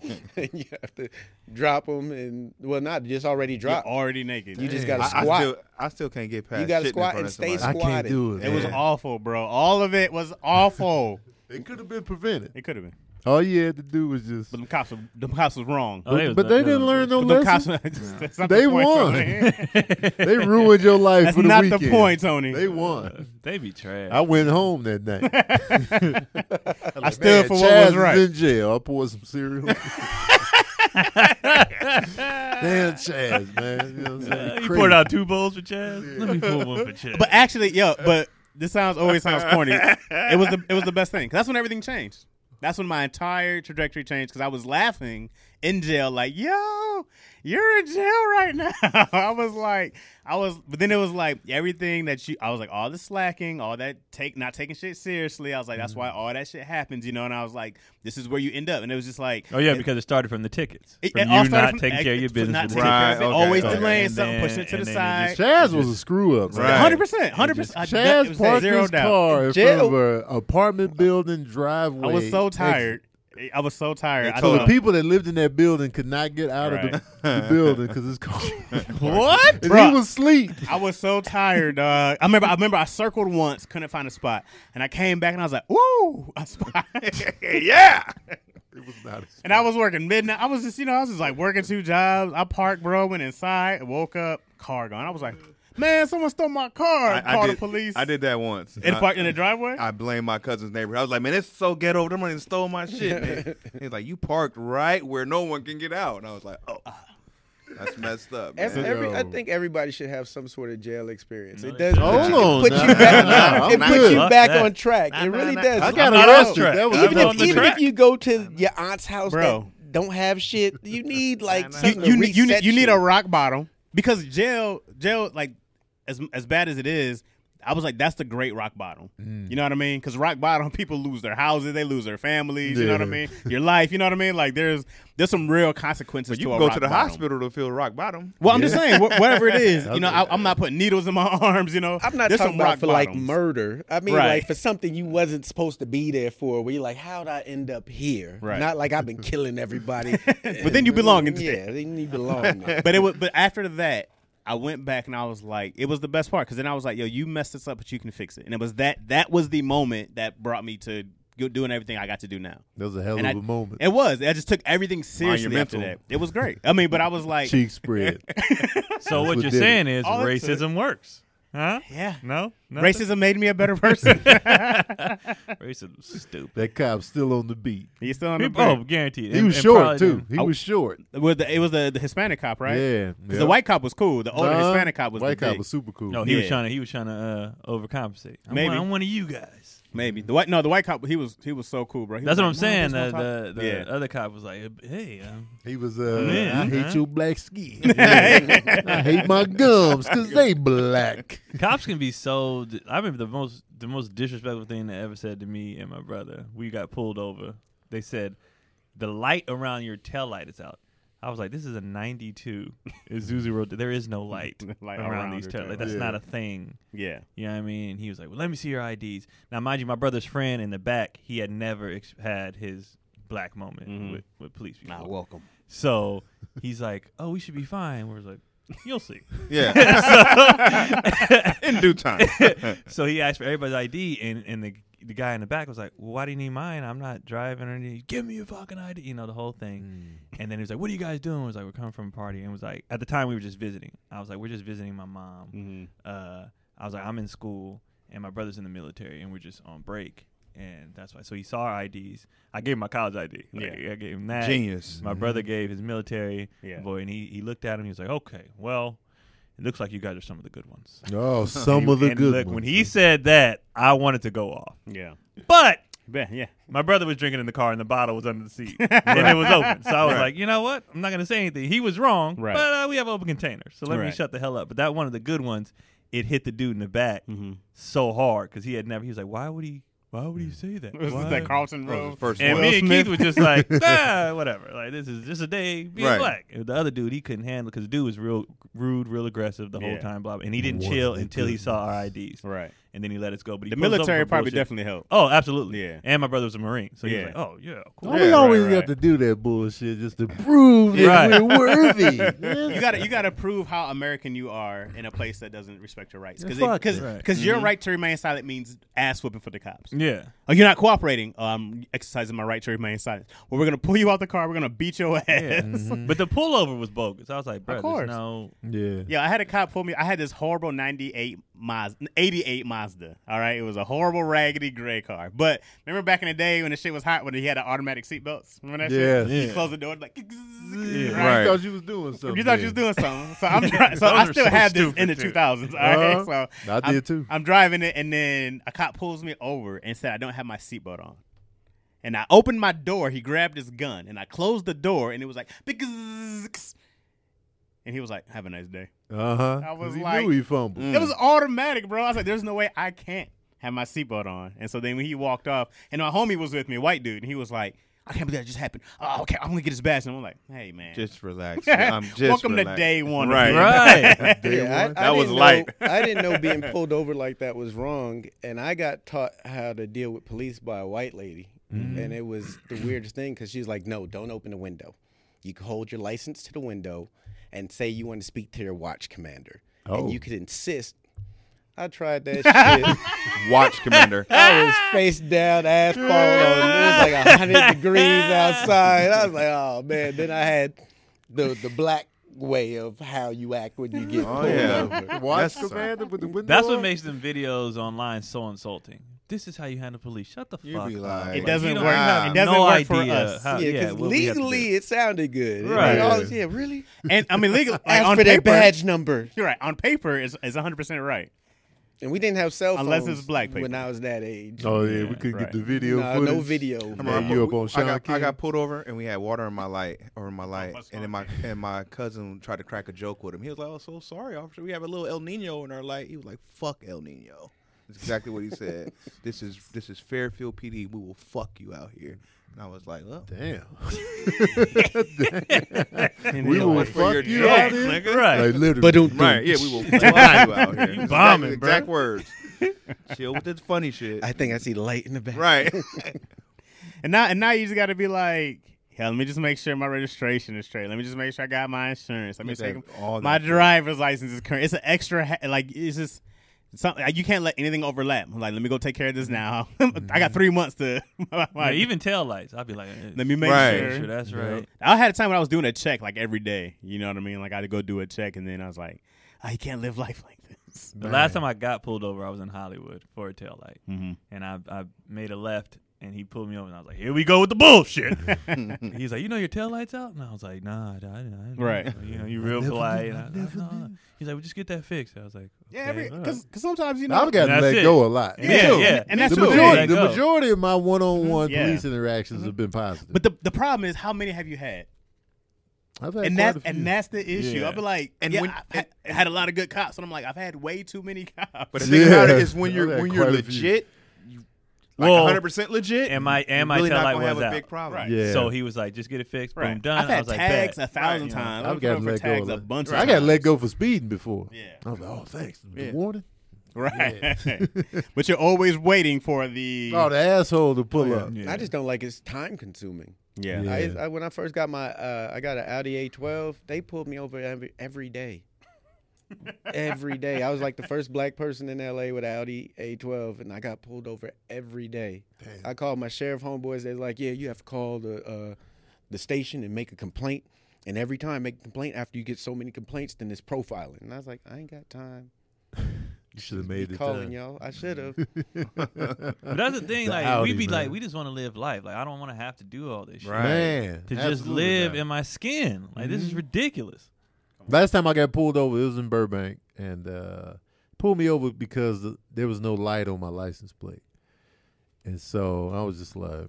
Speaker 4: you have to drop them, and well, not just already
Speaker 2: you're
Speaker 4: drop.
Speaker 2: already naked.
Speaker 4: You just
Speaker 1: Dang.
Speaker 4: gotta
Speaker 5: I, I
Speaker 4: squat.
Speaker 5: still, I still can't get past.
Speaker 4: You gotta
Speaker 5: shitting in
Speaker 4: squat
Speaker 5: front
Speaker 4: and
Speaker 5: of
Speaker 4: stay
Speaker 5: somebody.
Speaker 1: I can't
Speaker 4: squatted.
Speaker 1: do it.
Speaker 2: it was
Speaker 1: man.
Speaker 2: awful, bro. All of it was awful.
Speaker 1: It could have been prevented.
Speaker 2: it could have been,
Speaker 1: All you had to do was just.
Speaker 2: but the cops, were- them cops was wrong.
Speaker 3: Oh, was
Speaker 1: but
Speaker 3: not
Speaker 1: they
Speaker 3: doing
Speaker 1: didn't
Speaker 3: it.
Speaker 1: learn no
Speaker 2: But them cops,
Speaker 1: lesson.
Speaker 2: that's not
Speaker 1: Uh, They
Speaker 2: the point,
Speaker 1: won.
Speaker 2: Tony.
Speaker 1: They ruined your life
Speaker 2: That's
Speaker 1: for the
Speaker 2: not
Speaker 1: weekend.
Speaker 2: the point, Tony.
Speaker 1: They won.
Speaker 3: They be trash.
Speaker 1: I went home that night. I,
Speaker 2: I stood for what was right.
Speaker 1: In jail, I poured some cereal. Damn, Chaz, man. You know what I'm saying?
Speaker 3: Uh, you
Speaker 1: Crazy.
Speaker 3: poured out two bowls for Chaz. Let me pour one for Chaz.
Speaker 2: But actually, yeah, but this sounds always sounds corny. It was the it was the best thing. 'Cause That's when everything changed. That's when my entire trajectory changed because I was laughing in jail, like, "Yo, you're in jail right now." I was like, I was, but then it was like everything that you. I was like, all the slacking, all that take not taking shit seriously. I was like, that's why
Speaker 5: Mm-hmm.
Speaker 2: all that shit happens, you know. And I was like, this is where you end up. And it was just like,
Speaker 3: oh yeah,
Speaker 2: it-
Speaker 3: because it started from the tickets.
Speaker 2: it-
Speaker 3: From
Speaker 2: it all
Speaker 3: you
Speaker 2: started
Speaker 3: not
Speaker 2: from-
Speaker 3: taking care of your
Speaker 2: from
Speaker 3: business.
Speaker 2: not
Speaker 3: with the
Speaker 5: taking care
Speaker 3: tickets.
Speaker 2: care
Speaker 5: of
Speaker 2: of it,
Speaker 5: Right, okay,
Speaker 2: always
Speaker 5: okay.
Speaker 2: delaying
Speaker 3: And
Speaker 2: something,
Speaker 3: then-
Speaker 2: pushing it to
Speaker 3: and
Speaker 2: the
Speaker 3: then
Speaker 2: side.
Speaker 3: it just-
Speaker 1: Chaz was a screw up.
Speaker 5: Right.
Speaker 2: Hundred percent, hundred
Speaker 3: just-
Speaker 2: percent.
Speaker 1: Chaz parked
Speaker 2: zero
Speaker 1: his
Speaker 2: doubt.
Speaker 1: car in
Speaker 4: Jail.
Speaker 1: front of an apartment building driveway.
Speaker 2: I was so tired. I was so tired. I
Speaker 1: So the
Speaker 2: thought-
Speaker 1: people that lived in that building could not get out of the, the building because it's cold. what? And
Speaker 2: Bruh.
Speaker 1: he was asleep.
Speaker 2: I was so tired, dog. I remember. I remember. I circled once, couldn't find a spot, and I came back and I was like, "Ooh, a spot!"
Speaker 5: yeah.
Speaker 1: It was not his
Speaker 2: and I was working midnight. I was just, you know, I was just like working two jobs. I parked, bro. Went inside, woke up, car gone. I was like, "Man, someone stole my car!"
Speaker 5: I, I
Speaker 2: Called
Speaker 5: did,
Speaker 2: the police.
Speaker 5: I did that once.
Speaker 2: in
Speaker 5: I-
Speaker 2: park in the driveway.
Speaker 5: I blame my cousin's neighbor. I was like, man, it's so ghetto. Them running stole my shit, man. He's like, you parked right where no one can get out. And I was like, oh, that's messed up. Man.
Speaker 4: Every, every- I
Speaker 1: Yo.
Speaker 4: think everybody should have some sort of jail experience.
Speaker 3: No,
Speaker 4: it
Speaker 3: they
Speaker 4: does.
Speaker 3: don't.
Speaker 4: it
Speaker 1: Hold on
Speaker 4: puts
Speaker 1: now.
Speaker 4: you back,
Speaker 1: Nah,
Speaker 4: it
Speaker 1: I'm
Speaker 4: puts
Speaker 1: good.
Speaker 4: you
Speaker 3: Fuck
Speaker 4: back
Speaker 3: that.
Speaker 4: on track.
Speaker 5: Nah,
Speaker 4: it
Speaker 5: nah,
Speaker 4: really
Speaker 5: nah.
Speaker 4: does. oh,
Speaker 1: I got
Speaker 3: I'm not on
Speaker 1: arrested.
Speaker 3: track.
Speaker 1: That was
Speaker 3: I'm
Speaker 4: even
Speaker 1: even
Speaker 3: not
Speaker 4: if,
Speaker 3: on the
Speaker 4: even
Speaker 3: track.
Speaker 4: if you go to your aunt's house,
Speaker 2: Bro.
Speaker 4: that don't have shit. You need like
Speaker 5: nah.
Speaker 2: you
Speaker 4: something
Speaker 2: you,
Speaker 4: to
Speaker 2: need- you need
Speaker 4: reset
Speaker 2: you need
Speaker 4: you.
Speaker 2: a rock bottom because jail jail like as as bad as it is. I was like, that's the great rock bottom.
Speaker 5: Mm.
Speaker 2: You know what I mean? Because rock bottom, people lose their houses, they lose their families. You know what I
Speaker 1: Yeah.
Speaker 2: mean? Your life. You know what I mean? Like there's there's some real consequences.
Speaker 5: you
Speaker 2: to
Speaker 5: can
Speaker 2: a
Speaker 5: go
Speaker 2: rock
Speaker 5: to the
Speaker 2: bottom.
Speaker 5: hospital to feel rock bottom.
Speaker 2: Well, I'm just saying, wh- whatever it is, you know,
Speaker 1: Okay.
Speaker 2: I, I'm not putting needles in my arms. You know,
Speaker 4: I'm not
Speaker 2: There's
Speaker 4: talking
Speaker 2: some rock
Speaker 4: about for like
Speaker 2: bottoms.
Speaker 4: murder. I mean,
Speaker 2: Right.
Speaker 4: like for something you wasn't supposed to be there for. Where you're like, how'd I end up here?
Speaker 2: Right.
Speaker 4: Not like I've been killing everybody.
Speaker 2: But then you belong in jail.
Speaker 4: Yeah, then you belong. there.
Speaker 2: but it was but after that i went back and i was like it was the best part because then i was like yo you messed this up but you can fix it and it was that that was the moment that brought me to go- doing everything i got to do now
Speaker 1: That was a hell of
Speaker 2: And
Speaker 1: a
Speaker 2: I-
Speaker 1: moment.
Speaker 2: it was i just took everything seriously after
Speaker 5: Monumental.
Speaker 2: that it was great i mean but i was like
Speaker 1: Cheek spread.
Speaker 3: so
Speaker 1: what
Speaker 3: what you're
Speaker 1: did it.
Speaker 3: saying is
Speaker 2: All it took-
Speaker 3: racism works, huh?
Speaker 2: yeah
Speaker 3: No, Nothing?
Speaker 2: racism made me a better person
Speaker 3: Racism, stupid.
Speaker 1: that cop's still on the beat.
Speaker 2: you still on the
Speaker 3: We
Speaker 2: boat
Speaker 3: both oh, guaranteed.
Speaker 1: He
Speaker 3: And-
Speaker 1: was
Speaker 3: and
Speaker 1: short
Speaker 3: probably
Speaker 1: too.
Speaker 3: didn't-
Speaker 1: He was short.
Speaker 2: with the, it was the, the hispanic cop right
Speaker 1: Yeah.
Speaker 2: 'Cause
Speaker 1: yeah.
Speaker 2: the white cop was cool the older
Speaker 1: Nah,
Speaker 2: hispanic cop was
Speaker 1: white
Speaker 2: the
Speaker 1: cop
Speaker 2: dick.
Speaker 1: was super cool.
Speaker 3: No, he was
Speaker 2: Yeah.
Speaker 3: trying to. He was trying to uh, overcompensate. I'm
Speaker 2: Maybe.
Speaker 3: one, I'm one of you guys.
Speaker 2: Maybe the white no the white cop he was he was so cool bro. He
Speaker 3: That's
Speaker 2: was
Speaker 3: what I'm
Speaker 2: like, "No,
Speaker 3: saying.
Speaker 2: this one time."
Speaker 3: the the, the
Speaker 2: Yeah.
Speaker 3: other cop was like, "Hey, um,
Speaker 1: He was, uh,
Speaker 3: Man,
Speaker 1: I hate
Speaker 2: uh-huh.
Speaker 3: huh?
Speaker 1: your black skin. I hate my gums because they black.
Speaker 3: cops can be so." d- I remember the most the most disrespectful thing they ever said to me and my brother. We got pulled over. They said, "The light around your tail light is out." I was like, "This is a '92 Isuzu road. There is no light,
Speaker 2: Like,
Speaker 3: around,
Speaker 2: around
Speaker 3: these
Speaker 2: your
Speaker 3: tail.
Speaker 2: tail
Speaker 3: Like, that's
Speaker 1: light.
Speaker 3: not
Speaker 1: Yeah.
Speaker 3: a thing."
Speaker 2: yeah
Speaker 3: You know what I mean? He was like, "Well, let me see your IDs." Now, mind you, my brother's friend in the back, he had never ex- had his black moment
Speaker 2: Mhm.
Speaker 3: with, with police before.
Speaker 2: not welcome.
Speaker 3: So he's like, "Oh, we should be fine." We're like, "You'll see."
Speaker 5: Yeah,
Speaker 3: so,
Speaker 5: in due time.
Speaker 3: so he asked for everybody's ID, and and the the guy in the back was like, "Well, why do you need mine? I'm not driving or anything. Give me your fucking ID." You know the whole thing.
Speaker 2: Mm.
Speaker 3: And then he was like, "What are you guys doing?" I was like, "We're coming from a party." And was like, at the time we were just visiting. I was like, "We're just visiting my mom."
Speaker 2: Mm-hmm.
Speaker 3: uh, I was like, I'm in school and my brother's in the military and we're just on break. And that's why. So he saw our IDs. I gave him my college ID. Like, I gave him that.
Speaker 5: Genius.
Speaker 3: My brother gave his military
Speaker 2: Mm-hmm. Yeah.
Speaker 3: boy and he, he looked at him. He was like, okay, well, it looks like you guys are some of the good ones.
Speaker 1: Oh, some
Speaker 3: He-
Speaker 1: of the
Speaker 3: and
Speaker 1: good
Speaker 3: look,
Speaker 1: ones.
Speaker 3: When he said that, I wanted to go off.
Speaker 2: Yeah.
Speaker 3: But
Speaker 2: Yeah, yeah.
Speaker 3: my brother was drinking in the car and the bottle was under the seat and it was open. So I was like, you know what? I'm not going to say anything. He was wrong,
Speaker 2: Right.
Speaker 3: but uh, we have open containers. So let me
Speaker 2: Right.
Speaker 3: shut the hell up. But that one of the good ones, it hit the dude in the back
Speaker 2: Mm-hmm.
Speaker 3: so hard because he had never. He was like, "Why would he? Why would he say that?"
Speaker 2: Was
Speaker 3: Why?"
Speaker 2: Mm. that Carlton
Speaker 5: That was
Speaker 2: Road?
Speaker 5: his first
Speaker 3: And
Speaker 5: one.
Speaker 3: me
Speaker 2: Will
Speaker 3: and
Speaker 2: Smith?
Speaker 3: Keith was just like, ah, whatever. Like this is just a day being
Speaker 5: Right.
Speaker 3: black. And the other dude, he couldn't handle because the dude was real rude, real aggressive the whole
Speaker 2: Yeah.
Speaker 3: time. Blah, blah. and he didn't
Speaker 1: What
Speaker 3: chill
Speaker 1: the
Speaker 3: until he saw our IDs,
Speaker 2: Right.
Speaker 3: and then he let us go. But he
Speaker 2: The
Speaker 3: pulled us over
Speaker 2: military
Speaker 3: for
Speaker 2: probably
Speaker 3: bullshit.
Speaker 2: definitely helped.
Speaker 3: Oh, absolutely.
Speaker 2: Yeah.
Speaker 3: And my brother was a marine, so he
Speaker 2: Yeah.
Speaker 3: was like, "Oh yeah, cool."
Speaker 1: Why we
Speaker 5: Yeah,
Speaker 1: always
Speaker 2: right,
Speaker 1: got to do that bullshit just to prove that
Speaker 3: Right.
Speaker 1: we're worthy.
Speaker 2: You gotta you gotta prove how American you are in a place that doesn't respect your rights. Because
Speaker 1: Yeah, fuck
Speaker 2: because
Speaker 1: it. Mm-hmm.
Speaker 3: Right.
Speaker 2: your right to remain silent means ass whooping for the cops.
Speaker 3: Yeah.
Speaker 2: Oh, you're not cooperating. Oh, I'm exercising my right to remain silent. Well, we're gonna pull you out the car. We're gonna beat your ass.
Speaker 3: Yeah.
Speaker 1: mm-hmm.
Speaker 3: But the pullover was bogus. I was like, bro,
Speaker 2: course.
Speaker 3: there's no.
Speaker 1: yeah.
Speaker 2: Yo, I had a cop pull me. I had this horrible 98 Mazda, 88 Mazda. All right. It was a horrible, raggedy gray car. But remember back in the day when the shit was hot, when he had the automatic seatbelts? Remember that shit?
Speaker 1: Yeah.
Speaker 2: You
Speaker 1: Yeah.
Speaker 2: close the door, like,
Speaker 1: You
Speaker 2: right.
Speaker 1: thought you was doing something.
Speaker 2: You thought you was doing something. So I'm dri- so I
Speaker 3: Those are
Speaker 2: still
Speaker 3: so
Speaker 2: have this
Speaker 3: stupid,
Speaker 2: in the
Speaker 3: too.
Speaker 2: 2000s. All right.
Speaker 1: Uh-huh.
Speaker 2: So
Speaker 1: I did
Speaker 2: I'm-
Speaker 1: too.
Speaker 2: I'm driving it, and then a cop pulls me over and said, I don't have my seatbelt on. And I opened my door. He grabbed his gun, and I closed the door, and it was like, "Because," and he was like, "Have a nice day."
Speaker 1: Uh huh.
Speaker 2: I was
Speaker 1: he
Speaker 2: like- mm,
Speaker 1: knew he fumbled.
Speaker 2: It was automatic, bro. I was like, there's no way I can't have my seatbelt on. And so then when he walked off, and my homie was with me, a white dude, and he was like, I can't believe that just happened. Oh, okay, I'm gonna get his badge. And I'm like, hey man.
Speaker 5: Just relax. I'm just
Speaker 2: Welcome
Speaker 5: relax.
Speaker 2: to day one.
Speaker 5: Right.
Speaker 3: Right.
Speaker 1: Day
Speaker 4: Yeah, I-
Speaker 1: one.
Speaker 4: I
Speaker 5: That was
Speaker 4: didn't
Speaker 5: light.
Speaker 4: know- I didn't know being pulled over like that was wrong, and I got taught how to deal with police by a white lady,
Speaker 2: Mm.
Speaker 4: and it was the weirdest thing because she's like, "No, don't open the window. You can hold your license to the window, and say you want to speak to your watch commander,
Speaker 1: Oh.
Speaker 4: and you could insist." I tried that shit.
Speaker 5: Watch Commander.
Speaker 4: I was face down, ass falling. It was like hundred degrees outside. I was like, "Oh man!" Then I had the the black way of how you act when you get
Speaker 5: Oh,
Speaker 4: pulled
Speaker 5: yeah.
Speaker 4: over.
Speaker 1: Watch
Speaker 5: Yes, sir.
Speaker 1: commander with the window.
Speaker 3: That's
Speaker 1: up?
Speaker 3: what makes them videos online so insulting. This is how you handle police. Shut the
Speaker 5: You
Speaker 3: fuck
Speaker 5: be
Speaker 3: up.
Speaker 5: like-
Speaker 2: It doesn't
Speaker 3: You don't
Speaker 2: work.
Speaker 3: have
Speaker 2: It doesn't
Speaker 3: no
Speaker 2: work for
Speaker 3: idea
Speaker 2: us.
Speaker 3: how-
Speaker 4: yeah, because
Speaker 3: what we have to do.
Speaker 4: legally it sounded good. It
Speaker 3: Right.
Speaker 4: made all- yeah, really?
Speaker 2: And I mean legal like,
Speaker 4: Ask
Speaker 2: on
Speaker 4: for their
Speaker 2: paper.
Speaker 4: badge number.
Speaker 2: You're right. On paper is is hundred percent right.
Speaker 4: And we didn't have cell phones.
Speaker 2: Unless it's black people.
Speaker 4: When I was that age.
Speaker 1: Oh yeah, we
Speaker 3: Yeah,
Speaker 1: couldn't
Speaker 2: right.
Speaker 1: get the video
Speaker 4: Nah,
Speaker 1: footage.
Speaker 4: no video.
Speaker 5: Remember, I
Speaker 1: Yeah,
Speaker 5: pulled-
Speaker 1: you up on Sean
Speaker 5: I got, I
Speaker 1: King?
Speaker 5: got pulled over and we had water in my light or in my light,
Speaker 2: that's
Speaker 5: and then my and my cousin tried to crack a joke with him. He was like, "Oh, so sorry, officer. We have a little El Nino in our light." He was like, "Fuck El Nino." That's exactly what he said. This is this is Fairfield PD. We will fuck you out here. And I was like, "Well,
Speaker 1: Damn.
Speaker 2: And
Speaker 1: we
Speaker 2: he's
Speaker 1: will
Speaker 2: like,
Speaker 5: for your
Speaker 1: fuck you
Speaker 5: job,
Speaker 1: out here.
Speaker 3: nigga. Right.
Speaker 1: Like literally.
Speaker 4: But don't
Speaker 5: right, yeah, we will fuck you out here." Exactly-
Speaker 3: bombing,
Speaker 5: exact,
Speaker 3: bro.
Speaker 5: words. Chill with this funny shit.
Speaker 4: I think I see the light in the back.
Speaker 5: right.
Speaker 2: And now and now you just gotta be like, yeah, let me just make sure my registration is straight. Let me just make sure I got my insurance. Let me
Speaker 5: Look at
Speaker 2: take
Speaker 5: all
Speaker 2: my
Speaker 5: that.
Speaker 2: driver's license is current. It's an extra ha- like it's just something you can't let anything overlap. I'm like, let me go take care of this now. I got three months to
Speaker 3: Mm-hmm. Yeah, even tail lights. I'd be like, eh,
Speaker 2: let me make
Speaker 5: Right.
Speaker 2: sure.
Speaker 3: sure that's right.
Speaker 2: I had a time when I was doing a check like every day. You know what I mean? Like I'd go do a check and then I was like, I can't live life like this.
Speaker 3: The last time I got pulled over, I was in Hollywood for a tail light,
Speaker 2: Mm-hmm.
Speaker 3: and I I made a left And he pulled me over, and I was like, "Here we go with the bullshit." He's like, "You know your tail lights out?" And I was like, "Nah, I, I, I know."
Speaker 2: Right.
Speaker 3: You know, you real
Speaker 1: never
Speaker 3: polite.
Speaker 1: knew,
Speaker 3: And
Speaker 1: I
Speaker 3: I- I-
Speaker 1: never
Speaker 3: no, no.
Speaker 1: knew.
Speaker 3: He's like, "We just get that fixed." I was like,
Speaker 2: Yeah,
Speaker 3: okay.
Speaker 2: every because sometimes you know.
Speaker 1: I've gotten
Speaker 3: That's
Speaker 1: let
Speaker 3: it.
Speaker 1: go a lot.
Speaker 2: Me
Speaker 3: Yeah,
Speaker 2: too.
Speaker 3: yeah.
Speaker 2: and that's
Speaker 1: the
Speaker 2: what it
Speaker 1: majority,
Speaker 2: is.
Speaker 1: the
Speaker 3: Let go.
Speaker 1: majority of my one-on-one
Speaker 2: Mhm. Yeah.
Speaker 1: police interactions have been positive.
Speaker 2: But the the problem is, how many have you had?
Speaker 1: I've had
Speaker 2: And
Speaker 1: quite
Speaker 2: that
Speaker 1: a few.
Speaker 2: and that's the issue.
Speaker 3: Yeah.
Speaker 2: I've been like,
Speaker 5: And
Speaker 2: and yeah,
Speaker 5: when-
Speaker 2: I've had, had a lot of good cops, and I'm like, I've had way too many cops.
Speaker 5: But the thing about it
Speaker 1: Yeah.
Speaker 5: is when
Speaker 1: I've
Speaker 5: you're
Speaker 1: had
Speaker 5: when you're
Speaker 1: quite a few.
Speaker 5: legit, you, like
Speaker 3: Well,
Speaker 5: 100 percent legit,
Speaker 3: and my- and
Speaker 5: you're
Speaker 3: my
Speaker 5: really
Speaker 3: tail
Speaker 5: not
Speaker 3: light
Speaker 5: gonna have
Speaker 3: was
Speaker 5: a
Speaker 3: out.
Speaker 5: big problem.
Speaker 2: Right.
Speaker 1: yeah.
Speaker 3: So he was like, "Just get it fixed, boom,
Speaker 2: Right.
Speaker 3: done."
Speaker 2: I've
Speaker 3: I
Speaker 2: had
Speaker 3: was like,
Speaker 2: tags
Speaker 3: "Bet."
Speaker 2: a thousand
Speaker 3: Right.
Speaker 2: times.
Speaker 1: I've
Speaker 2: I've
Speaker 1: gotten
Speaker 2: gotten for
Speaker 1: let go. a
Speaker 2: tags a
Speaker 1: lot.
Speaker 2: bunch.
Speaker 1: I
Speaker 2: of
Speaker 1: got let
Speaker 2: times.
Speaker 1: go for speeding before.
Speaker 2: Yeah.
Speaker 1: I was like, oh, thanks. The
Speaker 5: Yeah.
Speaker 1: warning.
Speaker 2: Right. but you're always waiting for the.
Speaker 1: Oh, the asshole to pull up.
Speaker 3: Yeah.
Speaker 4: I just don't like it's time consuming.
Speaker 2: yeah.
Speaker 1: Yeah.
Speaker 4: I, I, when I first got my, uh, I got an Audi A12. They pulled me over every, every day. every day, I was like the first black person in LA with an Audi A12, and I got pulled over every day. I called my sheriff homeboys. They're like, "Yeah, you have to call the uh, the station and make a complaint." And every time make a complaint after you get so many complaints, then it's profiling. And I was like, I ain't got time.
Speaker 1: You should have
Speaker 4: Be
Speaker 1: made it.
Speaker 4: calling
Speaker 1: time.
Speaker 4: y'all. I should have.
Speaker 3: But that's the thing.
Speaker 1: The
Speaker 3: like,
Speaker 1: Audi,
Speaker 3: we be
Speaker 1: man.
Speaker 3: like, we just want to live life. Like, I don't want to have to do all this shit.
Speaker 5: Right.
Speaker 1: Man,
Speaker 3: To just
Speaker 1: absolutely
Speaker 3: live
Speaker 1: not.
Speaker 3: in my skin. Like, this is ridiculous.
Speaker 1: Last time I got pulled over, it was in Burbank, and uh, pulled me over because th- there was no light on my license plate, and so I was just like,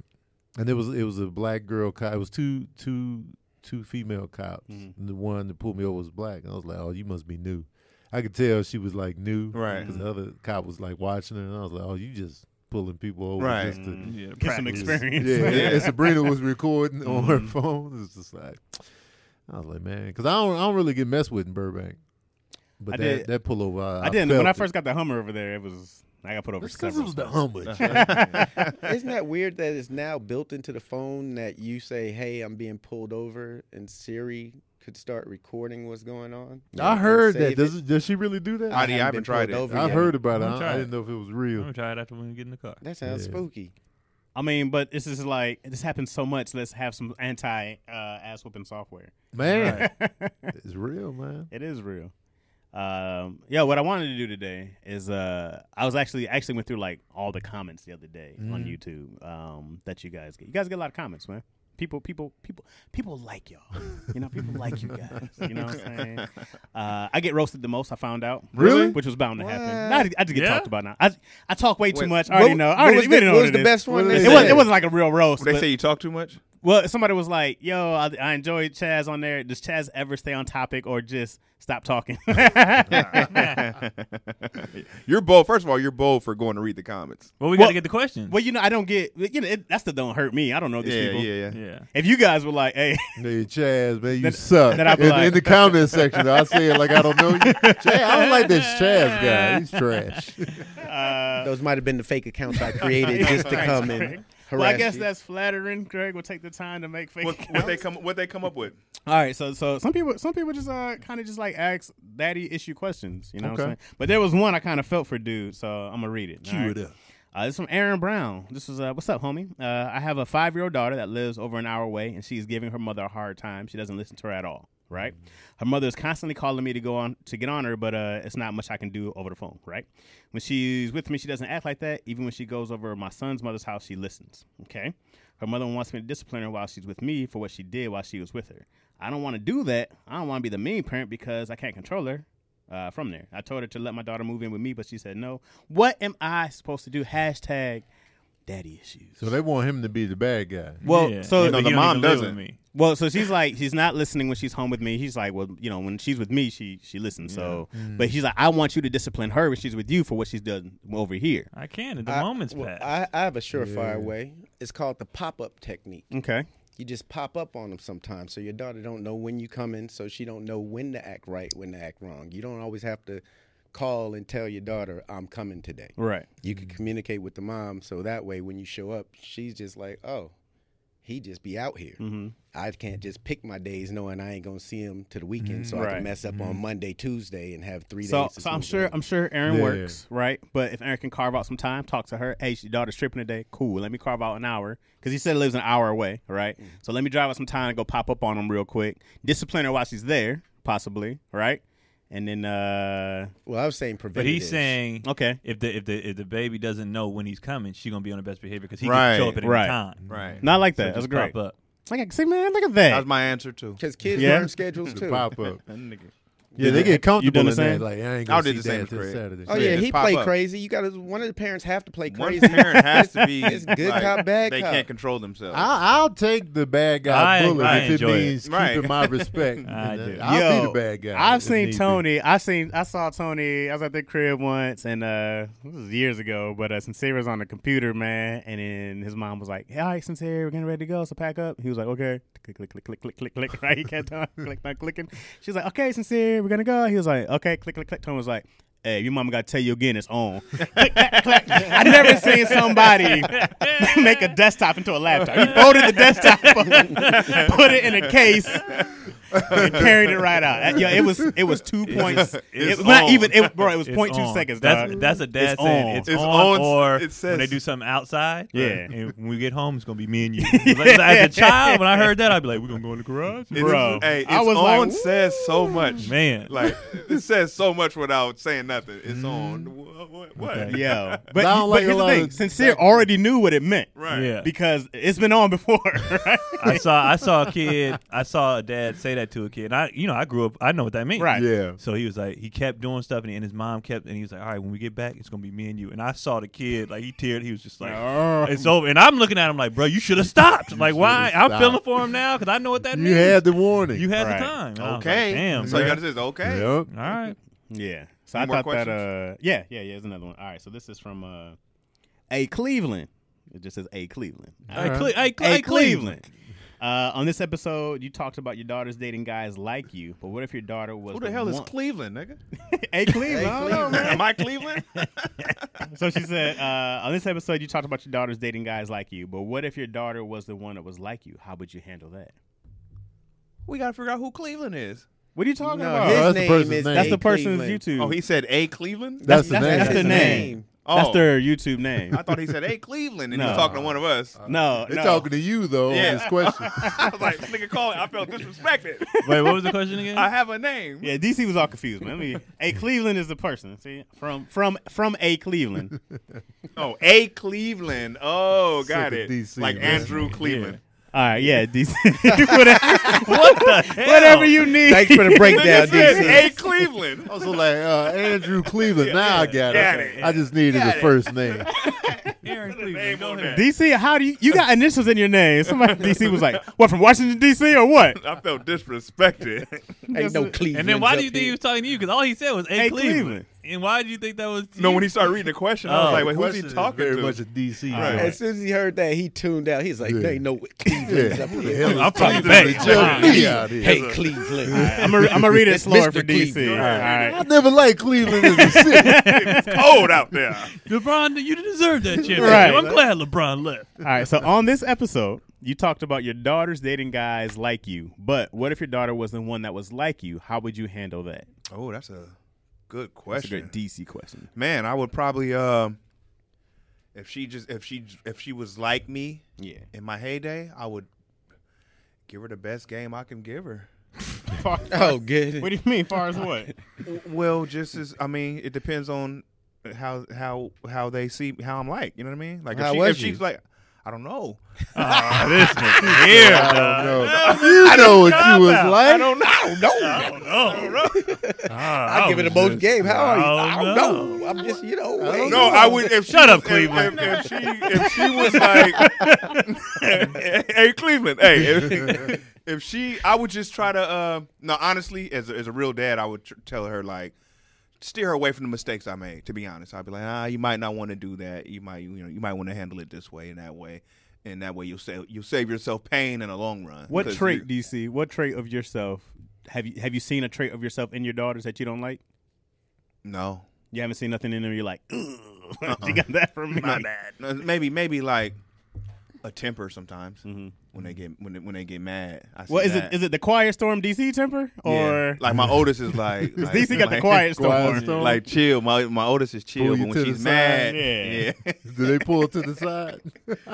Speaker 1: and it was it was a black girl cop. It was two two two female cops,
Speaker 2: Mhm.
Speaker 5: Mm-hmm.
Speaker 1: and the one that pulled me over was black. And I was like, oh, you must be new. I could tell she was like new,
Speaker 5: Right.
Speaker 1: Because the other cop was like watching her, and I was like, oh, you just pulling people over,
Speaker 5: Right.
Speaker 1: Just to,
Speaker 2: Mm.
Speaker 3: Yeah,
Speaker 2: Get some
Speaker 3: practice.
Speaker 2: experience.
Speaker 1: yeah, and- and Sabrina was recording on her phone. It's just like I was like, man, because I don't, I don't really get messed with in Burbank. But
Speaker 2: I
Speaker 1: that,
Speaker 2: did-
Speaker 1: that pullover, I,
Speaker 2: I didn't. When
Speaker 1: felt
Speaker 2: I
Speaker 1: it.
Speaker 2: first got the Hummer over there, it was I got put over.
Speaker 1: That's 'cause it
Speaker 2: several
Speaker 1: was the
Speaker 2: times.
Speaker 1: Hummer.
Speaker 4: Isn't that weird that it's now built into the phone that you say, "Hey, I'm being pulled over," and Siri could start recording what's going on?
Speaker 1: I heard
Speaker 4: And
Speaker 1: that.
Speaker 4: save
Speaker 1: Does
Speaker 4: it?
Speaker 1: it- does she really do that?
Speaker 5: I- Audi,
Speaker 4: haven't
Speaker 5: haven't
Speaker 4: been pulled
Speaker 5: tried it.
Speaker 4: over
Speaker 1: I
Speaker 4: yet.
Speaker 1: heard about it.
Speaker 3: Let me
Speaker 1: I,
Speaker 3: try
Speaker 1: I
Speaker 3: it.
Speaker 1: didn't know if it was
Speaker 3: I'm
Speaker 1: real.
Speaker 3: gonna try it after we get in the car.
Speaker 4: That sounds
Speaker 1: Yeah.
Speaker 4: spooky.
Speaker 2: I mean, but this is like this happens so much. Let's have some anti uh, ass whooping software.
Speaker 1: Man, it's real, man.
Speaker 2: It is real. Um, yeah, what I wanted to do today is uh, I was actually actually went through like all the comments the other day on
Speaker 4: Mm-hmm.
Speaker 2: YouTube um, that you guys get. You guys get a lot of comments, man. People, people, people, people like y'all. You know, people like you guys. You know what I'm saying? Uh, I get roasted the most. I found out,
Speaker 1: Really?
Speaker 2: which was bound to happen.
Speaker 4: What?
Speaker 2: Nah, I, I just get
Speaker 3: Yeah?
Speaker 2: talked about now. I I talk way too
Speaker 5: Wait,
Speaker 2: much. I already
Speaker 4: What-
Speaker 2: know. I
Speaker 4: what
Speaker 2: already, we
Speaker 4: was the,
Speaker 2: already know
Speaker 4: what
Speaker 2: what
Speaker 4: was
Speaker 2: it
Speaker 4: the
Speaker 2: is.
Speaker 4: best
Speaker 1: What
Speaker 4: one? they
Speaker 1: is
Speaker 2: It wasn't,
Speaker 4: said?
Speaker 2: it wasn't like a real roast.
Speaker 5: They
Speaker 2: but-
Speaker 5: say you talk too much.
Speaker 2: well, somebody was like, "Yo, I, I enjoy Chaz on there. Does Chaz ever stay on topic or just stop talking?"
Speaker 5: You're bold. First of all, you're bold for going to read the comments.
Speaker 3: Well, we
Speaker 2: Well-
Speaker 3: gotta get the questions.
Speaker 2: well, you know, I don't get. You know, it, that's the don't hurt me. I don't know these
Speaker 5: Yeah,
Speaker 2: people.
Speaker 5: yeah, yeah.
Speaker 3: yeah.
Speaker 2: If you guys were like, "Hey,
Speaker 1: Hey, Chaz, man, you
Speaker 2: Then-
Speaker 1: suck.
Speaker 2: then I'll be
Speaker 1: in,
Speaker 2: like-
Speaker 1: in the comment section, I say it like I don't know you. Chaz, I don't like this Chaz guy. He's trash.
Speaker 2: uh,
Speaker 4: Those might have been the fake accounts I created just to
Speaker 2: Thanks,
Speaker 4: come
Speaker 2: Craig.
Speaker 4: and harass
Speaker 2: well, I guess
Speaker 4: you.
Speaker 2: that's flattering." Greg will take the time to make fake.
Speaker 5: What, what they come what they come up with?
Speaker 2: All right, so so some people some people just uh kind of just like ask daddy issue questions, you know what I'm saying?
Speaker 1: Okay.
Speaker 2: But there was one I kind of felt for dude, so I'm gonna read it. all
Speaker 1: Cue
Speaker 2: right?
Speaker 1: it up.
Speaker 2: Uh, this is from Aaron Brown. This is uh, what's up, homie. Uh, I have a five year old daughter that lives over an hour away, and she's giving her mother a hard time. She doesn't listen to her at all. Right? Her mother is constantly calling me to go on to get on her, but uh, it's not much I can do over the phone. Right? When she's with me, she doesn't act like that. Even when she goes over my son's mother's house, she listens. Okay. Her mother wants me to discipline her while she's with me for what she did while she was with her. I don't want to do that. I don't want to be the mean parent because I can't control her uh, from there. I told her to let my daughter move in with me, but she said no. What am I supposed to do? Hashtag daddy issues.
Speaker 1: So they want him to be the bad guy.
Speaker 2: well,
Speaker 3: Yeah.
Speaker 2: so
Speaker 3: You
Speaker 5: the
Speaker 3: you don't
Speaker 5: mom
Speaker 3: even live with
Speaker 5: doesn't.
Speaker 3: me.
Speaker 2: well, so she's like, she's not listening when she's home with me. He's like, well, you know, when she's with me, she she listens. So, but he's like, I want you to discipline her when she's with you for what she's done over here.
Speaker 3: I can. not The
Speaker 4: I-
Speaker 3: moment's
Speaker 4: well,
Speaker 3: passed.
Speaker 4: I, I have a surefire way. It's called the pop up technique.
Speaker 2: Okay.
Speaker 4: You just pop up on them sometimes, so your daughter don't know when you coming, so she don't know when to act right, when to act wrong. You don't always have to call and tell your daughter, "I'm coming today."
Speaker 2: Right.
Speaker 4: you could communicate with the mom so that way when you show up she's just like oh he just be out here i can't just pick my days knowing i ain't gonna see him to the weekend so i
Speaker 2: Right.
Speaker 4: can mess up on monday tuesday and have three
Speaker 2: So,
Speaker 4: days to
Speaker 2: so I'm
Speaker 4: smooth
Speaker 2: sure
Speaker 4: it.
Speaker 2: I'm sure Aaron
Speaker 1: Yeah.
Speaker 2: works right, but if Aaron can carve out some time, talk to her. Hey, your daughter's tripping today. Cool. Let me carve out an hour because he said it lives an hour away, right?
Speaker 4: Mm-hmm.
Speaker 2: So let me drive out some time and go pop up on him real quick. Discipline her while she's there, possibly, right? And then, uh,
Speaker 4: Well, I was saying
Speaker 3: But
Speaker 4: preventative.
Speaker 3: he's saying
Speaker 2: okay.
Speaker 3: if the if the if the baby doesn't know when he's coming, she's gonna be on her best behavior because he
Speaker 5: Right,
Speaker 3: can show up at
Speaker 2: right.
Speaker 3: any time.
Speaker 5: Right.
Speaker 2: Not like
Speaker 3: So
Speaker 2: that. That's
Speaker 3: just
Speaker 2: great.
Speaker 3: pop up.
Speaker 2: Like, see, man, look at
Speaker 5: That
Speaker 2: that.
Speaker 5: was my answer too.
Speaker 4: because kids
Speaker 2: Yeah.
Speaker 4: learn schedules
Speaker 1: The
Speaker 4: too.
Speaker 1: pop up.
Speaker 2: You
Speaker 1: Yeah, they
Speaker 2: done-
Speaker 1: get comfortable
Speaker 2: you done the
Speaker 1: in
Speaker 2: same?
Speaker 1: that. Like, I ain't
Speaker 5: I
Speaker 1: gonna
Speaker 5: did
Speaker 1: see
Speaker 5: the same
Speaker 1: that
Speaker 5: with
Speaker 1: till
Speaker 5: Craig.
Speaker 1: Saturday.
Speaker 4: Oh
Speaker 5: So
Speaker 4: yeah,
Speaker 5: just
Speaker 4: he
Speaker 5: pop
Speaker 4: played
Speaker 5: up.
Speaker 4: crazy. You got to one of the parents have to play
Speaker 5: One
Speaker 4: crazy.
Speaker 5: parent has to be
Speaker 4: It's good
Speaker 5: like,
Speaker 4: cop, bad
Speaker 5: They
Speaker 4: cop.
Speaker 5: can't control themselves.
Speaker 1: I, I'll take the bad guy
Speaker 3: I-
Speaker 1: bullet
Speaker 3: I
Speaker 1: if it
Speaker 3: enjoy it.
Speaker 1: means
Speaker 5: Right.
Speaker 1: keeping my respect. uh,
Speaker 3: I do.
Speaker 1: I'll
Speaker 2: Yo,
Speaker 1: be the bad guy.
Speaker 2: I've
Speaker 1: if
Speaker 2: seen
Speaker 1: need be.
Speaker 2: Tony. I seen. I saw Tony. I was at the crib once, and uh, this was years ago. But uh, Sincere was on the computer, man, and then his mom was like, "Hey, all right, Sincere, we're getting ready to go, so pack up." He was like, "Okay." Click, click, click, click, click, click, click. Right? He kept on click, not clicking. She was like, "Okay, Sincere, we're gonna go." He was like, "Okay." Click, click, click. Tony was like. Hey, your mama got to tell you again. It's on. Click, clack, clack. I never seen somebody make a desktop into a laptop. He folded the desktop, up, put it in a case, and carried it right out. That- Yeah, it was it was two points.
Speaker 5: it's
Speaker 2: it, not
Speaker 5: on.
Speaker 2: even it, bro. It was
Speaker 3: It's
Speaker 2: point two
Speaker 3: on.
Speaker 2: seconds.
Speaker 3: That's
Speaker 2: dog.
Speaker 3: that's a dad
Speaker 2: It's
Speaker 3: saying
Speaker 2: on.
Speaker 3: it's,
Speaker 5: It's
Speaker 3: on,
Speaker 5: on,
Speaker 3: or
Speaker 5: it says-
Speaker 3: when they do something outside.
Speaker 2: Yeah.
Speaker 3: and when we get home, it's gonna be me and you. Like, As a child, when I heard that, I'd be like, "We're gonna go in the garage."
Speaker 5: It's-
Speaker 2: Bro,
Speaker 5: Hey, it's
Speaker 2: I was like,
Speaker 5: on says so much.
Speaker 3: Man,
Speaker 5: Like it says so much without saying nothing. It's on. What? what, what?
Speaker 3: Okay.
Speaker 2: Yo, but,
Speaker 1: I don't
Speaker 2: but
Speaker 1: like a
Speaker 2: here's the
Speaker 1: lot
Speaker 2: thing:
Speaker 1: of-
Speaker 2: sincere already knew what it meant,
Speaker 5: Right.
Speaker 3: Yeah.
Speaker 2: Because it's been on before. Right?
Speaker 3: I saw I saw a kid. I saw a dad say that to a kid. And I you know I grew up. I know what that means.
Speaker 2: Right.
Speaker 1: Yeah.
Speaker 3: So he was like, he kept doing stuff, and, he, and his mom kept, and he was like, "All right, when we get back, it's gonna be me and you." And I saw the kid, like he teared. He was just like, "It's over." And I'm looking at him like, "Bro, you should have stopped." like, why?
Speaker 1: shoulda
Speaker 3: I'm
Speaker 1: stopped.
Speaker 3: feeling for him now because I know what that
Speaker 1: You
Speaker 3: means.
Speaker 1: had the warning.
Speaker 3: you had
Speaker 2: Right.
Speaker 3: the time. And I was like,
Speaker 5: Okay.
Speaker 3: Damn.
Speaker 5: So you
Speaker 3: bro.
Speaker 5: got to say okay.
Speaker 1: Yep.
Speaker 3: All right.
Speaker 2: Yeah. So
Speaker 5: Any
Speaker 2: I
Speaker 5: more
Speaker 2: thought that.
Speaker 5: questions?
Speaker 2: Uh, yeah, yeah, yeah. There's another one. All right. So this is from uh, a Cleveland. It just says a Cleveland.
Speaker 3: Hey,
Speaker 1: right.
Speaker 3: Cle- hey, Cle-
Speaker 2: Hey,
Speaker 3: hey, Cleveland.
Speaker 2: Cleveland. Uh, on this episode, you talked about your daughters dating guys like you, but what if your daughter was
Speaker 5: Who the hell is
Speaker 2: one-
Speaker 5: Cleveland, nigga?
Speaker 2: Hey, Cleveland. I don't know, man.
Speaker 5: Am I Cleveland?
Speaker 2: so she said, uh, on this episode, you talked about your daughters dating guys like you, but what if your daughter was the one that was like you? How would you handle that?
Speaker 5: we gotta figure out who Cleveland is.
Speaker 2: What are you talking
Speaker 4: No,
Speaker 2: about?
Speaker 4: Oh, his
Speaker 1: that's the
Speaker 4: name
Speaker 1: person's
Speaker 4: is
Speaker 1: name.
Speaker 2: that's
Speaker 4: A.
Speaker 2: the person's
Speaker 4: Cleveland.
Speaker 2: YouTube.
Speaker 5: Oh, he said a Cleveland.
Speaker 1: That's, the name.
Speaker 4: That's
Speaker 2: That's
Speaker 4: his
Speaker 2: the name.
Speaker 5: Oh,
Speaker 2: that's their YouTube name.
Speaker 5: I thought he said a Cleveland, and he
Speaker 2: No.
Speaker 5: was talking to one of us.
Speaker 2: no,
Speaker 1: They're
Speaker 2: no.
Speaker 1: talking to you though
Speaker 5: Yeah.
Speaker 1: on this question.
Speaker 5: I was like, nigga, call it. I felt disrespected.
Speaker 3: Wait, what was the question again?
Speaker 5: I have a name.
Speaker 2: Yeah, DC was all confused, man. I mean, a Cleveland is the person. See, from from from a Cleveland.
Speaker 5: Oh, a Cleveland. Oh, got
Speaker 1: Sick of
Speaker 5: it.
Speaker 1: DC,
Speaker 5: like
Speaker 1: man.
Speaker 5: Andrew Cleveland.
Speaker 2: All right, yeah, DC. whatever, what the whatever you need.
Speaker 4: Oh. Thanks for the breakdown,
Speaker 5: Nigga
Speaker 4: DC.
Speaker 5: said a Cleveland. Oh,
Speaker 1: also like uh, Andrew Cleveland. Now I got,
Speaker 5: Got
Speaker 1: it.
Speaker 5: it.
Speaker 1: I just needed
Speaker 5: Got
Speaker 1: the
Speaker 5: it.
Speaker 1: first name.
Speaker 3: Aaron
Speaker 5: name
Speaker 3: Cleveland. Go
Speaker 5: on
Speaker 3: ahead.
Speaker 5: that.
Speaker 2: DC, how do you you got initials in your name? Somebody DC was like, "What from Washington DC or what?"
Speaker 5: I felt disrespected.
Speaker 4: Ain't no Cleveland.
Speaker 3: And then why do you think he was talking to you? Because all he said was, "Hey,
Speaker 2: Hey,
Speaker 3: Cleveland.
Speaker 2: Cleveland.
Speaker 3: And why do you think that was? to
Speaker 5: no,
Speaker 3: you?
Speaker 5: when he started reading the question, I was
Speaker 3: Oh,
Speaker 5: like, wait,
Speaker 1: The
Speaker 5: who's he
Speaker 1: question is
Speaker 5: talking
Speaker 1: very
Speaker 5: to?
Speaker 1: much a DC.
Speaker 2: All right.
Speaker 4: As soon as he heard that, he tuned out. He's like,
Speaker 1: Yeah.
Speaker 4: "There ain't no Cleveland
Speaker 1: Yeah.
Speaker 4: up
Speaker 1: Who the
Speaker 4: here."
Speaker 1: hell is
Speaker 3: I'm from
Speaker 1: Cleveland?
Speaker 3: Bay.
Speaker 1: They jumped me out here.
Speaker 4: Hey, Cleveland.
Speaker 2: I'm gonna I'm gonna read it slower
Speaker 4: Mr.
Speaker 2: for DC. All
Speaker 4: Cleveland.
Speaker 1: I
Speaker 2: right.
Speaker 1: never liked Cleveland as a city.
Speaker 5: it's cold out there.
Speaker 3: LeBron, you deserve that championship.
Speaker 2: Right.
Speaker 3: I'm glad LeBron left.
Speaker 2: All right. So on this episode, you talked about your daughters dating guys like you, but what if your daughter was the one that was like you? How would you handle that?
Speaker 5: Oh, that's a good
Speaker 2: That's a
Speaker 5: question.
Speaker 2: good DC question.
Speaker 5: Man, I would probably um if she just if she if she was like me
Speaker 2: Yeah.
Speaker 5: in my heyday, I would give her the best game I can give her.
Speaker 4: Oh, good.
Speaker 2: What do you mean, far as what?
Speaker 5: Well, just as I mean, it depends on how how how they see how I'm like. You know what I mean? Like
Speaker 4: How
Speaker 5: if, she,
Speaker 4: was
Speaker 5: if
Speaker 4: you?
Speaker 5: she's like, I don't know.
Speaker 1: I don't know. You know what you was like.
Speaker 5: I don't know.
Speaker 4: No, I give it the most game. How are you? I don't know. I'm just, you know. waiting.
Speaker 5: No, I would.
Speaker 3: Shut
Speaker 5: If she
Speaker 3: up,
Speaker 5: was- if-
Speaker 3: Cleveland.
Speaker 5: If, if she if she was like, hey Cleveland, hey, if, if she, I would just try to. Uh, no, honestly, as a, as a real dad, I would tr- tell her like, steer her away from the mistakes I made. To be honest, I'd be like, ah, you might not want to do that. You might you know you might want to handle it this way and that way, and that way you'll save you'll save yourself pain in the long run.
Speaker 2: What
Speaker 5: 'Cause
Speaker 2: trait
Speaker 5: you-
Speaker 2: do you see? What trait of yourself have you have you seen a trait of yourself in your daughters that you don't like?
Speaker 5: No,
Speaker 2: You haven't seen nothing in them. You're like, Ugh,
Speaker 5: Uh-uh.
Speaker 2: she got that from me.
Speaker 5: No, Maybe maybe like a temper sometimes.
Speaker 2: Mhm.
Speaker 5: when they get when they, when they get mad. I see
Speaker 2: Well, is
Speaker 5: that.
Speaker 2: it is it the Quiet Storm DC temper
Speaker 5: Yeah.
Speaker 2: or
Speaker 5: like my oldest is like, like
Speaker 2: DC got the
Speaker 5: like-
Speaker 1: Quiet
Speaker 2: Quiet Storm?
Speaker 1: Storm.
Speaker 5: Like chill, my my oldest is chill,
Speaker 1: Pull
Speaker 5: but
Speaker 1: you
Speaker 5: when
Speaker 1: to the
Speaker 5: she's
Speaker 1: side.
Speaker 5: mad,
Speaker 2: Yeah.
Speaker 5: yeah.
Speaker 1: Do they pull to the side?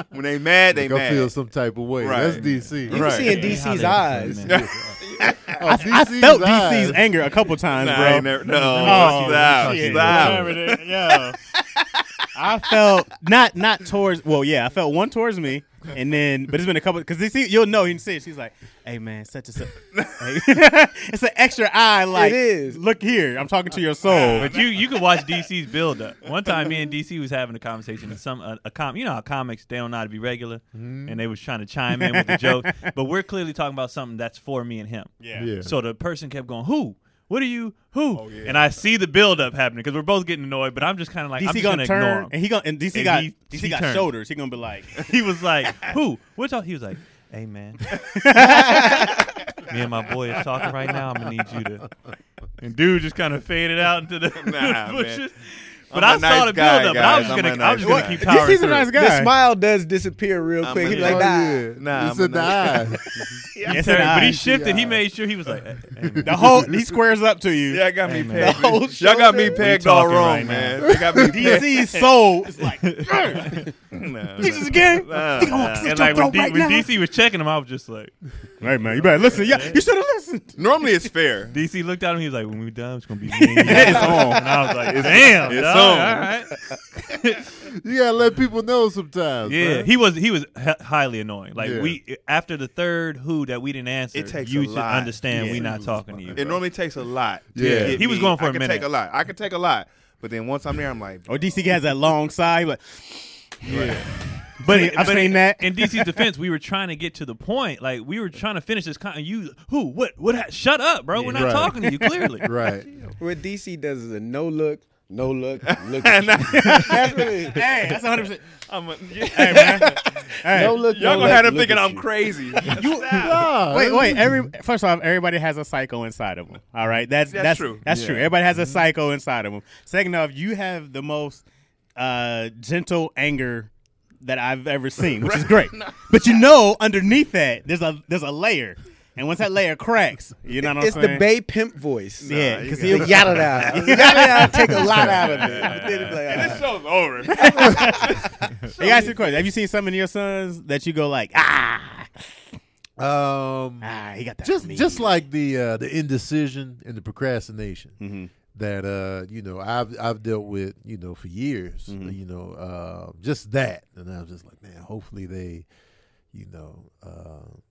Speaker 5: when they mad, they
Speaker 1: Like, I feel
Speaker 5: mad.
Speaker 1: some type of way.
Speaker 5: Right.
Speaker 1: That's DC.
Speaker 4: You can see in DC's eyes.
Speaker 1: I,
Speaker 2: I felt DC's anger a couple times,
Speaker 5: Nah, I
Speaker 2: bro.
Speaker 5: ain't never-
Speaker 2: Oh,
Speaker 5: no, stop,
Speaker 2: shit.
Speaker 5: stop.
Speaker 2: Whatever that- yo. I felt not not towards. Well, yeah, I felt one towards me, and then but it's been a couple because see you'll know you can see it. She's like, "Hey man, such and such." Hey. it's an extra eye. Like
Speaker 4: is.
Speaker 2: Look here, I'm talking to your soul.
Speaker 3: But you you could watch DC's build up. One time, me and DC was having a conversation, and some uh, a, a com you know how comics they don't know how to be regular,
Speaker 2: Mm-hmm.
Speaker 3: and they was trying to chime in with a joke. But we're clearly talking about something that's for me and him.
Speaker 1: Yeah.
Speaker 3: So the person kept going, "Who? What are you? Who?"
Speaker 2: Oh,
Speaker 3: And I see the build up happening because we're both getting annoyed. But I'm just kind of like,
Speaker 2: DC
Speaker 3: I'm just
Speaker 2: gonna,
Speaker 3: gonna ignore
Speaker 2: turn,
Speaker 3: him.
Speaker 2: and he gonna and DC
Speaker 3: And
Speaker 2: got
Speaker 3: he-
Speaker 2: DC
Speaker 3: he
Speaker 2: got
Speaker 3: turned.
Speaker 2: shoulders. He gonna be like,
Speaker 3: he was like, "Who? What's all?" He was like, "Hey man, me and my boy is talking right now. I'm gonna need you to." And dude just kind of faded out into the
Speaker 5: Nah,
Speaker 3: bushes.
Speaker 5: man.
Speaker 3: But
Speaker 5: I'm
Speaker 3: i
Speaker 5: a
Speaker 3: saw
Speaker 5: nice
Speaker 3: the
Speaker 5: guy,
Speaker 3: build up. I was
Speaker 5: guys.
Speaker 3: just
Speaker 5: I'm a
Speaker 3: gonna, I was just
Speaker 5: nice
Speaker 3: gonna keep
Speaker 5: guy.
Speaker 3: powering
Speaker 2: "DC's a
Speaker 3: through.
Speaker 2: nice
Speaker 4: The
Speaker 2: guy."
Speaker 4: smile does disappear real
Speaker 5: I'm
Speaker 4: quick.
Speaker 5: a-
Speaker 4: He's
Speaker 1: Oh,
Speaker 4: like, nah.
Speaker 1: yeah.
Speaker 5: Nah,
Speaker 1: it's
Speaker 5: I'm
Speaker 1: in the eyes.
Speaker 2: Yes,
Speaker 3: Terry,
Speaker 2: and
Speaker 3: but
Speaker 2: I.
Speaker 3: he shifted. He made sure he was like, "Hey, hey, man."
Speaker 2: the whole he squares up to you.
Speaker 5: Y'all got me
Speaker 3: man.
Speaker 5: pegged.
Speaker 4: The whole
Speaker 5: Y'all got me
Speaker 4: shoulder.
Speaker 5: pegged
Speaker 3: We
Speaker 5: all
Speaker 3: talking
Speaker 5: wrong,
Speaker 3: right now.
Speaker 5: man. They got me pegged.
Speaker 2: DC's soul is like,
Speaker 5: Nah,
Speaker 2: "This is again."
Speaker 5: nah,
Speaker 2: Think I
Speaker 5: nah.
Speaker 2: won't
Speaker 3: And
Speaker 2: slit "Oh, your
Speaker 3: like when,
Speaker 2: throat
Speaker 3: D-
Speaker 2: right
Speaker 3: when
Speaker 2: now.
Speaker 3: DC was checking him, I was just like,
Speaker 2: Right, man. You better listen. Yeah, you should have listened.
Speaker 5: Normally it's fair.
Speaker 3: DC looked at him. He was like, when we done, it's gonna be me. and you."
Speaker 2: It's on.
Speaker 3: And I was like, damn,
Speaker 5: it's
Speaker 3: dog,
Speaker 5: on.
Speaker 3: all right.
Speaker 1: You gotta let people know sometimes.
Speaker 3: Yeah,
Speaker 1: man.
Speaker 3: he was he was h- highly annoying. Like
Speaker 1: Yeah.
Speaker 3: we after the third who that we didn't answer,
Speaker 5: It takes
Speaker 3: you
Speaker 5: a
Speaker 3: should
Speaker 5: lot.
Speaker 3: understand
Speaker 2: Yeah.
Speaker 3: we not talking to you.
Speaker 5: It
Speaker 3: bro.
Speaker 5: normally takes a lot. to
Speaker 1: Yeah.
Speaker 5: get
Speaker 3: He was
Speaker 5: me.
Speaker 3: going for
Speaker 5: I
Speaker 3: a
Speaker 5: can
Speaker 3: minute.
Speaker 5: Take a lot. I could take a lot, but then once I'm there, I'm like,
Speaker 2: Or DC has that long sigh, but But I've
Speaker 3: But
Speaker 2: seen
Speaker 3: in,
Speaker 2: that.
Speaker 3: In DC's defense, we were trying to get to the point. Like we were trying to finish this. Con- you who what what? ha- Shut up, bro. We're not
Speaker 1: Right.
Speaker 3: talking to you. Clearly,
Speaker 1: Right.
Speaker 4: What DC does is a no look, no look, look. at you. That's what it is.
Speaker 2: Hey, that's 100. percent
Speaker 5: I'm a,
Speaker 2: Hey, man. Hey,
Speaker 4: No look,
Speaker 5: y'all
Speaker 4: no
Speaker 5: gonna
Speaker 4: look,
Speaker 5: have them
Speaker 4: look
Speaker 5: thinking
Speaker 4: at
Speaker 5: I'm
Speaker 4: you.
Speaker 5: crazy.
Speaker 1: Nah,
Speaker 2: Wait, wait. Every first off, everybody has a psycho inside of them. All right, that's
Speaker 5: That's
Speaker 2: that's,
Speaker 5: true.
Speaker 2: That's
Speaker 1: Yeah.
Speaker 2: true. Everybody has
Speaker 4: Mm-hmm.
Speaker 2: a psycho inside of them. Second off, you have the most uh, gentle anger that I've ever seen, which is great. But you know, underneath that, there's a there's a layer, and once that layer cracks, you know what I'm
Speaker 4: It's
Speaker 2: saying?
Speaker 4: the Bay Pimp voice.
Speaker 2: Yeah,
Speaker 5: you
Speaker 2: because
Speaker 5: got
Speaker 2: he
Speaker 5: it.
Speaker 4: The yada da. Yada da take a lot out of it. But then it's like,
Speaker 5: this show's over.
Speaker 2: Hey, ask you a question. Have you seen some of your sons that you go like, ah,
Speaker 1: Um,
Speaker 2: ah, he got that.
Speaker 1: just
Speaker 2: from me.
Speaker 1: just like the uh, the indecision and the procrastination
Speaker 2: Mhm.
Speaker 1: that uh, you know I've I've dealt with you know for years.
Speaker 2: Mm-hmm.
Speaker 1: You know, uh, just that, and I was just like, man, hopefully they. You know,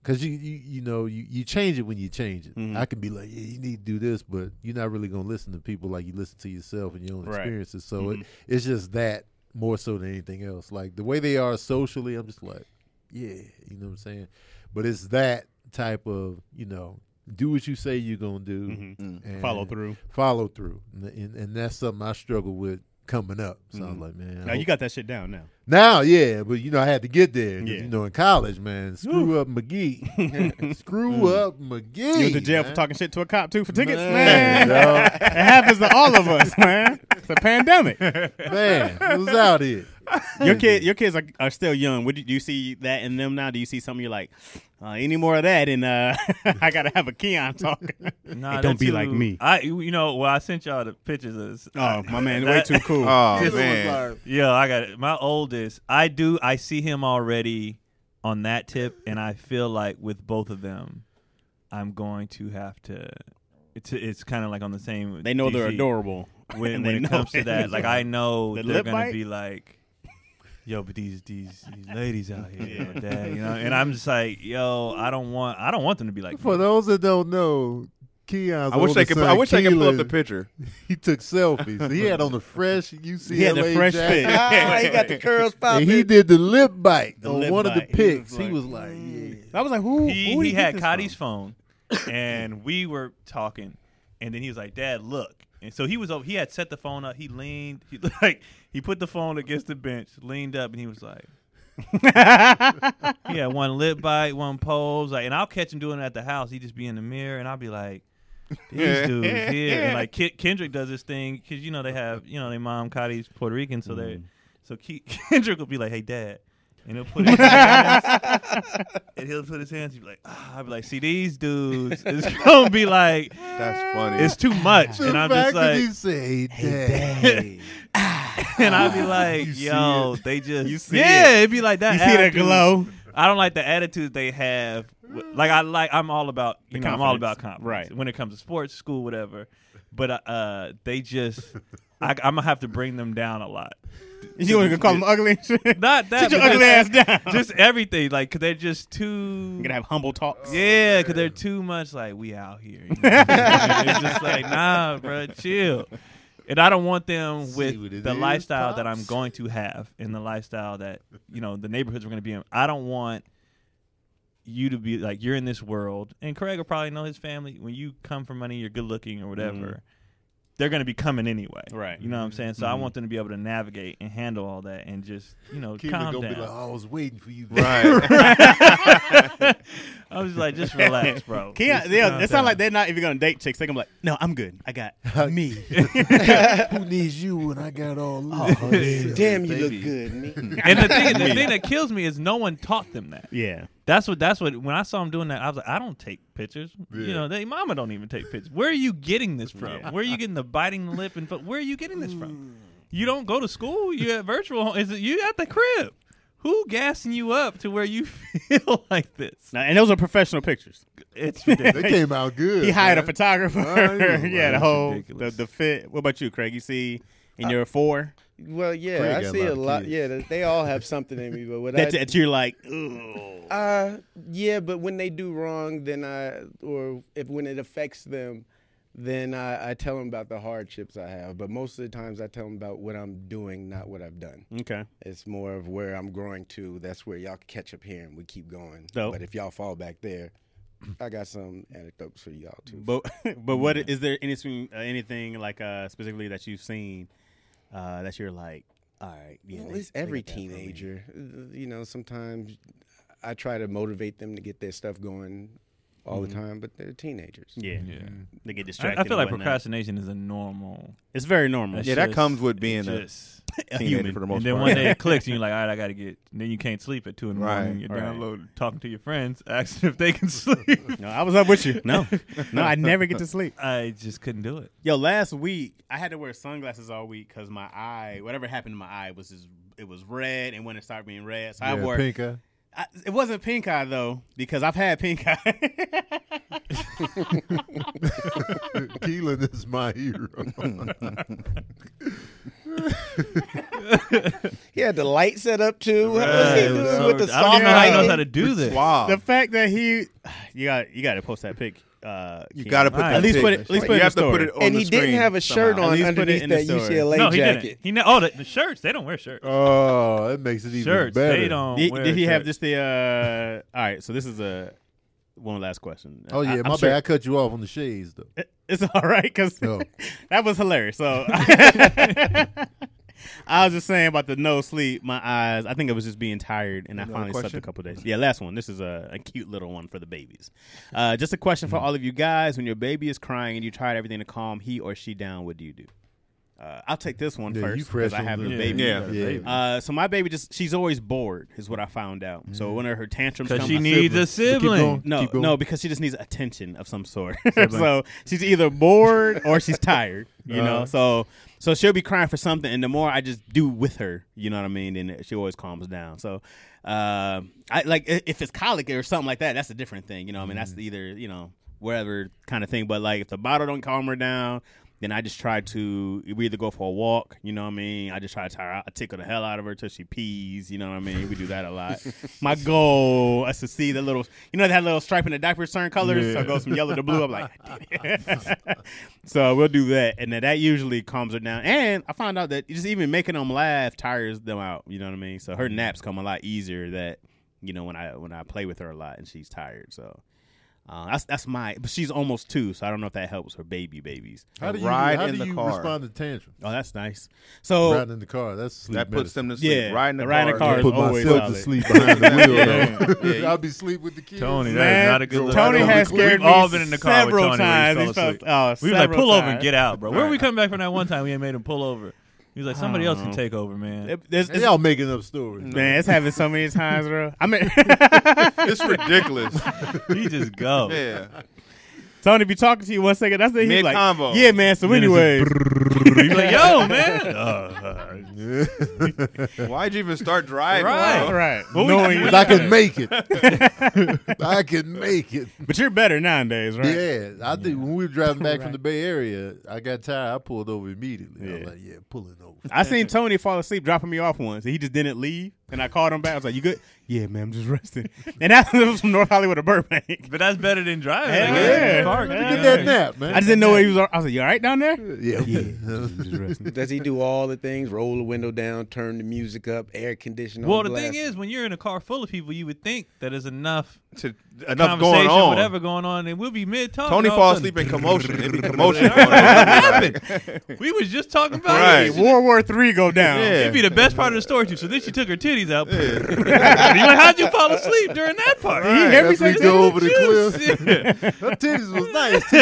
Speaker 1: because you, you you know you, you change it when you change it.
Speaker 2: Mm-hmm.
Speaker 1: I can be like, yeah, you need to do this, but you're not really gonna listen to people like you listen to yourself and your own
Speaker 2: Right. Mm-hmm.
Speaker 1: experiences. So it, it's just that more so than anything else. Like the way they are socially, I'm just like, yeah, you know what I'm saying? But it's that type of, you know, do what you say you're going to do.
Speaker 2: Mhm.
Speaker 1: and
Speaker 2: follow through.
Speaker 1: Follow through. And, and, and that's something I struggle with coming up. So I'm like, man. I
Speaker 2: Now you
Speaker 1: hope-
Speaker 2: got that shit down now.
Speaker 1: now, yeah, but you know, I had to get there. 'cause,
Speaker 2: Yeah.
Speaker 1: You know, in college, man, screw up McGee. screw up McGee.
Speaker 2: You went to jail
Speaker 1: man.
Speaker 2: for talking shit to a cop too for tickets,
Speaker 1: Man,
Speaker 2: man.
Speaker 1: dog.
Speaker 2: it happens to all of us, man. It's a pandemic.
Speaker 1: Man, it was out here.
Speaker 2: Your kid, your kids are, are still young. What do, do you see that in them now? Do you see something you're like, uh, any more of that? And uh, I gotta have a Keon talk.
Speaker 3: Nah,
Speaker 2: don't
Speaker 3: that
Speaker 2: be like
Speaker 3: too-
Speaker 2: me.
Speaker 3: I you know well I sent y'all the pictures of this.
Speaker 2: oh my man, way too cool.
Speaker 5: Oh
Speaker 3: Just
Speaker 5: man,
Speaker 3: Yeah, I got it. My oldest, I do. I see him already on that tip, and I feel like with both of them, I'm going to have to. It's it's kind of like on the same.
Speaker 2: they know they're
Speaker 3: DC.
Speaker 2: adorable.
Speaker 3: When,
Speaker 2: And
Speaker 3: when
Speaker 2: they
Speaker 3: it
Speaker 2: know
Speaker 3: comes to
Speaker 2: it.
Speaker 3: that, like I know
Speaker 2: The
Speaker 3: they're
Speaker 2: lip
Speaker 3: gonna
Speaker 2: bite?
Speaker 3: be like, "Yo, but these these, these ladies out here, dad," you know. And I'm just like, "Yo, I don't want I don't want them to be like."
Speaker 1: For
Speaker 3: me.
Speaker 1: those that don't know, Keon's
Speaker 5: I wish they could. I wish they could pull up the picture.
Speaker 1: He took selfies. He had on the fresh UCLA
Speaker 2: he had the fresh
Speaker 1: jacket.
Speaker 2: fit.
Speaker 4: ah, he got the curls
Speaker 1: And
Speaker 4: popping.
Speaker 1: he did the lip bite
Speaker 2: The
Speaker 1: on
Speaker 2: lip
Speaker 1: one of the
Speaker 2: bite. He was
Speaker 1: pics. He
Speaker 2: like,
Speaker 1: was like, yeah.
Speaker 2: I was like, who?
Speaker 3: he,
Speaker 2: who
Speaker 3: he
Speaker 2: did
Speaker 3: had
Speaker 2: this
Speaker 3: Cotty's phone, and we were talking, and then he was like, "Dad, look." And so he was over. He had set the phone up. He leaned, he, like he put the phone against the bench, leaned up, and he was like, "He had one lip bite, one pose." Like, and I'll catch him doing it at the house. He just be in the mirror, and I'll be like. These dudes here, and like Ke- Kendrick does this thing because you know they have you know their mom Cotty's Puerto Rican, so they so Ke- Kendrick will be like, "Hey, Dad, and he'll put his hands, and he'll put his hands. He'd be like, ah, I'd be like, see these dudes, it's gonna be like,
Speaker 5: That's funny.
Speaker 3: it's too much,
Speaker 1: The
Speaker 3: and I'm
Speaker 1: fact
Speaker 3: just
Speaker 1: that
Speaker 3: like,
Speaker 1: you say that.
Speaker 5: Hey.
Speaker 3: and I'd be like,
Speaker 1: You see
Speaker 3: yo, they just,
Speaker 2: You see
Speaker 3: yeah,
Speaker 2: it.
Speaker 3: would be like that.
Speaker 2: You see the
Speaker 3: attitude.
Speaker 2: glow.
Speaker 3: I don't like the attitude they have. Like I like, I'm all about, you
Speaker 2: The
Speaker 3: know, I'm all
Speaker 2: confidence.
Speaker 3: about confidence,
Speaker 2: Right.
Speaker 3: When it comes to sports, school, whatever. But uh, they just, I, I'm gonna have to bring them down a lot.
Speaker 2: You want to call them ugly? and shit?
Speaker 3: Not
Speaker 2: Sit
Speaker 3: that,
Speaker 2: your
Speaker 3: but
Speaker 2: ugly ass
Speaker 3: just-
Speaker 2: down.
Speaker 3: Just everything, like, cause they're just too.
Speaker 2: You're gonna have humble talks.
Speaker 3: Yeah,
Speaker 1: Oh,
Speaker 3: because they're too much like we out here. You know? it's just like nah, bro, chill. And I don't want them
Speaker 1: See
Speaker 3: with
Speaker 1: what
Speaker 3: the
Speaker 1: it is,
Speaker 3: lifestyle that
Speaker 1: Pops.
Speaker 3: I'm going to have and the lifestyle that you know the neighborhoods we're going to be in. I don't want you to be like you're in this world. And Craig will probably know his family. When you come for money, you're good looking or whatever.
Speaker 1: Mm-hmm.
Speaker 3: They're going to be coming anyway.
Speaker 2: Right.
Speaker 3: You know what I'm saying? So I want them to be able to navigate and handle all that and just, you know,
Speaker 1: Kid
Speaker 3: calm
Speaker 1: gonna
Speaker 3: down.
Speaker 1: be like, oh, I was waiting for you.
Speaker 5: Right.
Speaker 3: I was like, just relax, bro.
Speaker 2: Can you-
Speaker 3: Just
Speaker 2: yeah, it
Speaker 3: calm
Speaker 2: sounds
Speaker 3: down.
Speaker 2: like they're not even gonna date chicks. They're gonna be like, no, I'm good. I got me.
Speaker 1: Who needs you when I got all this?
Speaker 4: Damn, you look good. Me.
Speaker 3: and the thing, the thing that kills me is no one taught them that.
Speaker 2: yeah.
Speaker 3: That's what. That's what. When I saw him doing that, I was like, I don't take pictures. You
Speaker 1: Yeah.
Speaker 3: know, they mama don't even take pictures. Where are you getting this from?
Speaker 2: Yeah.
Speaker 3: Where are you getting the biting lip and? fo- Where are you getting this
Speaker 5: Mm.
Speaker 3: from? You don't go to school. You're at virtual. Is it you at the crib? Who gassing you up to where you feel like this?
Speaker 2: Now, and those are professional pictures.
Speaker 3: It's ridiculous.
Speaker 1: They came out good.
Speaker 2: He hired a
Speaker 1: man.
Speaker 2: photographer.
Speaker 1: I know,
Speaker 2: yeah,
Speaker 1: right?
Speaker 2: the
Speaker 1: It's
Speaker 2: whole the,
Speaker 3: ridiculous.
Speaker 2: the fit. What about you, Craig? You see, and you're a four.
Speaker 4: Well, yeah,
Speaker 1: Craig
Speaker 4: I
Speaker 1: got a
Speaker 4: see
Speaker 1: lot
Speaker 4: a
Speaker 1: of
Speaker 4: lot.
Speaker 1: kids.
Speaker 4: Yeah, they all have something in me, but what
Speaker 2: That,
Speaker 4: I
Speaker 2: that you're like, Ooh.
Speaker 4: Uh, yeah, but when they do wrong, then I or if when it affects them, then I, I tell them about the hardships I have. But most of the times, I tell them about what I'm doing, not what I've done.
Speaker 2: okay.
Speaker 4: It's more of where I'm growing to. That's where y'all catch up here and we keep going.
Speaker 2: Dope.
Speaker 4: But if y'all fall back there, I got some anecdotes for y'all too.
Speaker 2: But but what is there anything uh, anything like uh, specifically that you've seen uh, that you're like, all right, yeah,
Speaker 4: Well,
Speaker 2: they-
Speaker 4: it's
Speaker 2: they got
Speaker 4: every
Speaker 2: that for me."
Speaker 4: teenager. Uh, You know, sometimes I try to motivate them to get their stuff going all the time, but they're teenagers.
Speaker 2: Yeah, they get
Speaker 3: I,
Speaker 2: distracted.
Speaker 3: I feel
Speaker 2: and
Speaker 3: like
Speaker 2: whatnot.
Speaker 3: procrastination is a normal.
Speaker 2: It's very normal.
Speaker 3: that's
Speaker 5: Yeah, that
Speaker 3: just-
Speaker 5: comes with being a
Speaker 3: Just,
Speaker 5: teenager
Speaker 2: human.
Speaker 5: for the most
Speaker 3: and then
Speaker 5: part.
Speaker 3: one day it clicks, and you're like, all right, I got to get. Then you can't sleep at two in the morning.
Speaker 5: Right,
Speaker 3: You're
Speaker 2: right.
Speaker 3: downloading, talking to your friends, asking if they can sleep.
Speaker 2: No, I was up with you. No, no, I never get to sleep.
Speaker 3: I just couldn't do it.
Speaker 2: Yo, last week I had to wear sunglasses all week because my eye, whatever happened to my eye, was just it was red, and when it started being red, so I
Speaker 1: Yeah,
Speaker 2: wore.
Speaker 1: pink eye.
Speaker 2: I, it wasn't pink eye though because I've had pink eye.
Speaker 1: Keelan is my hero.
Speaker 4: He had the light set up too. What was he
Speaker 3: Right, it was
Speaker 4: doing
Speaker 3: so-
Speaker 4: with the
Speaker 3: I don't
Speaker 4: soft
Speaker 3: even know how he knows
Speaker 4: lighting?
Speaker 3: how to do this.
Speaker 5: Wow.
Speaker 2: the fact that he, you got you got to post that pic. Uh,
Speaker 5: you
Speaker 2: Ken.
Speaker 5: got to put
Speaker 3: Alright.
Speaker 5: that
Speaker 3: At least
Speaker 5: pic.
Speaker 2: put it- at least put it
Speaker 5: you
Speaker 2: in
Speaker 5: have
Speaker 2: the
Speaker 5: to put
Speaker 2: story.
Speaker 5: it on
Speaker 4: and
Speaker 5: the
Speaker 4: he didn't
Speaker 5: screen
Speaker 4: have a shirt
Speaker 5: somehow.
Speaker 4: on
Speaker 2: least put it
Speaker 4: underneath
Speaker 2: in the
Speaker 4: that
Speaker 2: story.
Speaker 4: UCLA
Speaker 3: No, he
Speaker 4: jacket.
Speaker 3: didn't. He ne- oh, the, the shirts. They don't wear shirts.
Speaker 1: Oh, that makes it even
Speaker 3: shirts.
Speaker 1: better.
Speaker 3: They don't.
Speaker 2: Did,
Speaker 3: wear
Speaker 2: did he have
Speaker 3: shirts.
Speaker 2: just the? Uh, all right, so this is a one last question.
Speaker 1: Oh
Speaker 2: I-
Speaker 1: yeah,
Speaker 2: I'm
Speaker 1: my bad.
Speaker 2: sure-
Speaker 1: I cut you off on the shades though.
Speaker 2: It- It's all right because
Speaker 1: No.
Speaker 2: that was hilarious. So I was just saying about the no sleep, my eyes. I think it was just being tired, and I finally slept
Speaker 5: question?
Speaker 2: a couple days. Yeah, last one. This is a, a cute little one for the babies. Uh, just a question
Speaker 1: Mm-hmm.
Speaker 2: for all of you guys: When your baby is crying and you tried everything to calm he or she down, what do you do? Uh, I'll take this one
Speaker 1: Yeah,
Speaker 2: first
Speaker 1: you fresh
Speaker 2: because I
Speaker 1: on
Speaker 2: have
Speaker 1: the-
Speaker 2: the
Speaker 3: Yeah,
Speaker 2: baby.
Speaker 3: you
Speaker 5: Yeah.
Speaker 3: got a
Speaker 1: Yeah.
Speaker 3: baby.
Speaker 2: Uh, so my baby just she's always bored is what I found out.
Speaker 1: Mm-hmm.
Speaker 2: So when her tantrums come,
Speaker 3: Cause she
Speaker 2: I-
Speaker 3: needs a
Speaker 1: But keep going.
Speaker 3: sibling.
Speaker 2: no,
Speaker 1: Keep going.
Speaker 2: no, because she just needs attention of some sort. so she's either bored or she's tired, you know.
Speaker 1: Uh-huh.
Speaker 2: So so she'll be crying for something, and the more I just do with her, you know what I mean, then she always calms down. So, uh, I like i- if it's colic or something like that, that's a different thing, you know. what I mean,
Speaker 1: Mm.
Speaker 2: that's either you know wherever kind of thing. But like if the bottle don't calm her down. Then I just try to we either go for a walk, you know what I mean. I just try to tire, I tickle the hell out of her till she pees, you know what I mean. We do that a lot. My goal is to see the little, you know, that little stripe in the diapers turn colors. So it goes from yellow to blue. I'm like, so we'll do that, and then that usually calms her down. And I found out that just even making them laugh tires them out. You know what I mean? So her naps come a lot easier. That you know when I when I play with her a lot and she's tired. So uh, that's that's my. But she's almost two, so I don't know if that helps her baby babies.
Speaker 1: How do you
Speaker 5: Ride
Speaker 1: how
Speaker 5: in
Speaker 1: do
Speaker 5: the
Speaker 1: you
Speaker 5: car.
Speaker 1: respond to tantrums?
Speaker 2: Oh, that's nice. So
Speaker 1: Riding in the car. That's sleep
Speaker 5: That puts
Speaker 1: medicine.
Speaker 5: them to sleep.
Speaker 2: yeah,
Speaker 5: Riding the
Speaker 2: riding
Speaker 5: car.
Speaker 2: the car is
Speaker 1: Put
Speaker 2: always
Speaker 1: myself
Speaker 2: solid.
Speaker 1: to sleep behind the wheel.
Speaker 2: Yeah.
Speaker 1: though. I'll be sleep with the kids.
Speaker 3: Tony, that is
Speaker 2: Man,
Speaker 3: not a good look.
Speaker 2: Tony
Speaker 1: We've
Speaker 2: has scared
Speaker 3: We've all
Speaker 2: me
Speaker 3: been in the car with
Speaker 2: several
Speaker 3: Tony
Speaker 2: times.
Speaker 3: When he
Speaker 2: He
Speaker 3: fell asleep.
Speaker 2: felt- oh,
Speaker 3: we was like,
Speaker 2: several
Speaker 3: pull over
Speaker 2: times."
Speaker 3: and get out, bro. Where we come back from that one time we ain't made him pull over. He was like, somebody else can
Speaker 2: Oh.
Speaker 3: take over, man.
Speaker 2: It- there's-
Speaker 1: And
Speaker 2: it's-
Speaker 1: y'all making up stories.
Speaker 2: man, it's happened so many times, bro. I mean,
Speaker 5: It's ridiculous.
Speaker 3: he just go.
Speaker 5: yeah.
Speaker 2: Tony be talking to you one second. That's the he
Speaker 5: Mid
Speaker 2: like,
Speaker 5: combo.
Speaker 2: yeah, man. So
Speaker 3: And then
Speaker 2: anyway,
Speaker 3: it's He's like, yo, man. Uh,
Speaker 5: Why'd you even start driving?
Speaker 3: Right.
Speaker 5: bro?
Speaker 2: right.
Speaker 3: Knowing-
Speaker 1: But I can make it. I can make it.
Speaker 2: but you're better nowadays, right?
Speaker 1: Yeah, I think when we were driving back from the Bay Area, I got tired. I pulled over immediately. I was
Speaker 2: Yeah.
Speaker 1: like, "Yeah, pulling over."
Speaker 2: I seen Tony fall asleep dropping me off once. He just didn't leave, and I called him back. I was like, "You good? Yeah, man. I'm just resting." And that was from North Hollywood to Burbank.
Speaker 3: But that's better than driving.
Speaker 2: Hell
Speaker 3: Like,
Speaker 2: yeah.
Speaker 3: park,
Speaker 2: Look
Speaker 3: you
Speaker 1: Get
Speaker 3: know?
Speaker 1: that nap, man.
Speaker 2: I just didn't know where he was. I was like, "You all right down there?"
Speaker 1: yeah,
Speaker 4: Does he do all the things? Roll the window down, turn the music up, air conditioner.
Speaker 3: Well,
Speaker 4: on
Speaker 3: the
Speaker 4: blast.
Speaker 3: thing is, when you're in a car full of people, you would think that there's enough
Speaker 5: To, enough
Speaker 3: conversation,
Speaker 5: going on.
Speaker 3: whatever going on, and we'll be mid talk.
Speaker 5: Tony falls asleep in commotion. It'd be commotion. going on.
Speaker 3: We was just talking about
Speaker 5: Right.
Speaker 3: it.
Speaker 2: Hey, World War Three go down.
Speaker 5: Yeah.
Speaker 3: It'd be the best part of the story too. So then she took her titties out. You're like, how'd you fall asleep during that part?
Speaker 2: Right. You hear me
Speaker 1: That's when
Speaker 2: say
Speaker 1: you go over the cliff.
Speaker 3: cliff.
Speaker 1: Her titties was nice. too.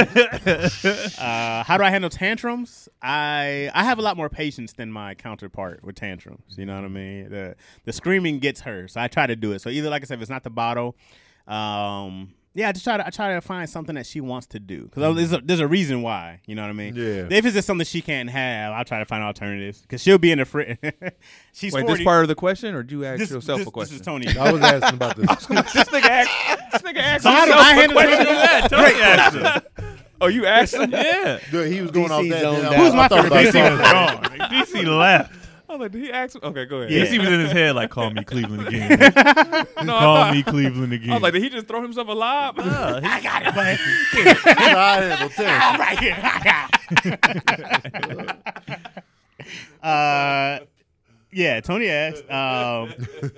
Speaker 2: Uh, how do I handle tantrums? I I have a lot more patience than my counterpart with tantrums. You know what I mean? The the screaming gets her, so I try to do it. So either like I said, if it's not the bottle, um, yeah, I just try to I try to find something that she wants to do because there's a, there's a reason why. You know what I mean?
Speaker 1: Yeah.
Speaker 2: If it's just something she can't have, I'll try to find alternatives because she'll be in a fr- She's
Speaker 5: Wait,
Speaker 2: 40.
Speaker 5: this part of the question, or do you ask
Speaker 2: This-
Speaker 5: yourself
Speaker 2: this-
Speaker 5: a question?
Speaker 2: This is Tony.
Speaker 1: I was asking about this.
Speaker 5: this nigga asked. This nigga asked.
Speaker 2: so how do
Speaker 5: himself
Speaker 2: I
Speaker 5: a
Speaker 2: handle
Speaker 5: question.
Speaker 2: tantrums?
Speaker 3: Tony asked her.
Speaker 5: Oh, you asked him?
Speaker 3: Yeah.
Speaker 1: Dude, He was going off
Speaker 4: DC
Speaker 1: that.
Speaker 4: zoned
Speaker 1: then I-
Speaker 4: out.
Speaker 2: Who's
Speaker 1: I
Speaker 2: my
Speaker 1: thought
Speaker 2: favorite?
Speaker 1: about
Speaker 2: DC was
Speaker 1: something.
Speaker 2: gone.
Speaker 3: DC laugh.
Speaker 5: I was like, did he ask? him? Okay, go ahead.
Speaker 2: Yeah.
Speaker 3: DC was in his head like, call me Cleveland again.
Speaker 5: No, I
Speaker 3: call
Speaker 5: thought-
Speaker 3: me Cleveland again.
Speaker 5: I was like, did he just throw himself a lob?
Speaker 2: I got it, man.
Speaker 1: I handled tantrums.
Speaker 2: right here. uh, yeah, Tony asked um,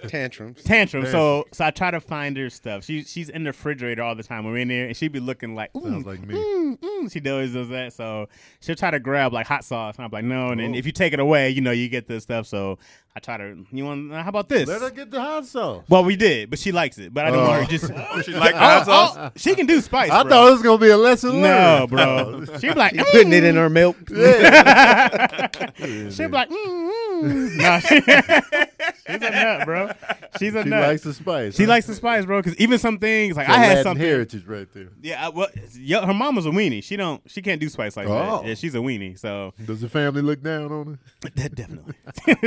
Speaker 4: tantrums.
Speaker 2: tantrum. So, so I try to find her stuff. She she's in the refrigerator all the time. We're in there, and she'd be looking like, ooh,
Speaker 1: Sounds like me.
Speaker 2: mm, mm. she always does that. So she'll try to grab like hot sauce, and I'm like, no. And
Speaker 1: Oh.
Speaker 2: then if you take it away, you know, you get this stuff. So I try to, you want? How about this?
Speaker 1: Let her get the hot sauce.
Speaker 2: well, we did, but she likes it. But I don't
Speaker 1: Oh.
Speaker 2: want her just.
Speaker 5: she like
Speaker 2: Oh,
Speaker 5: hot sauce?
Speaker 2: oh, she can do spice.
Speaker 1: I
Speaker 2: bro.
Speaker 1: thought it was gonna be a lesson
Speaker 2: no,
Speaker 1: learned.
Speaker 2: bro. She'd be like,
Speaker 4: She's putting it in her milk.
Speaker 1: Yeah.
Speaker 2: She'll be like, mm, mm. Nah, she's a nut, bro. She's a
Speaker 1: She
Speaker 2: nut.
Speaker 1: likes the spice.
Speaker 2: she
Speaker 1: huh?
Speaker 2: likes the spice, bro. Because even some things, like
Speaker 1: That
Speaker 2: I had
Speaker 1: Latin
Speaker 2: something.
Speaker 1: heritage right there.
Speaker 2: Yeah, I, well, yo, her mama's a weenie. She don't. She can't do spice like
Speaker 1: Oh.
Speaker 2: that. Yeah, she's a weenie. So
Speaker 1: Does the family look down on it?
Speaker 2: that definitely,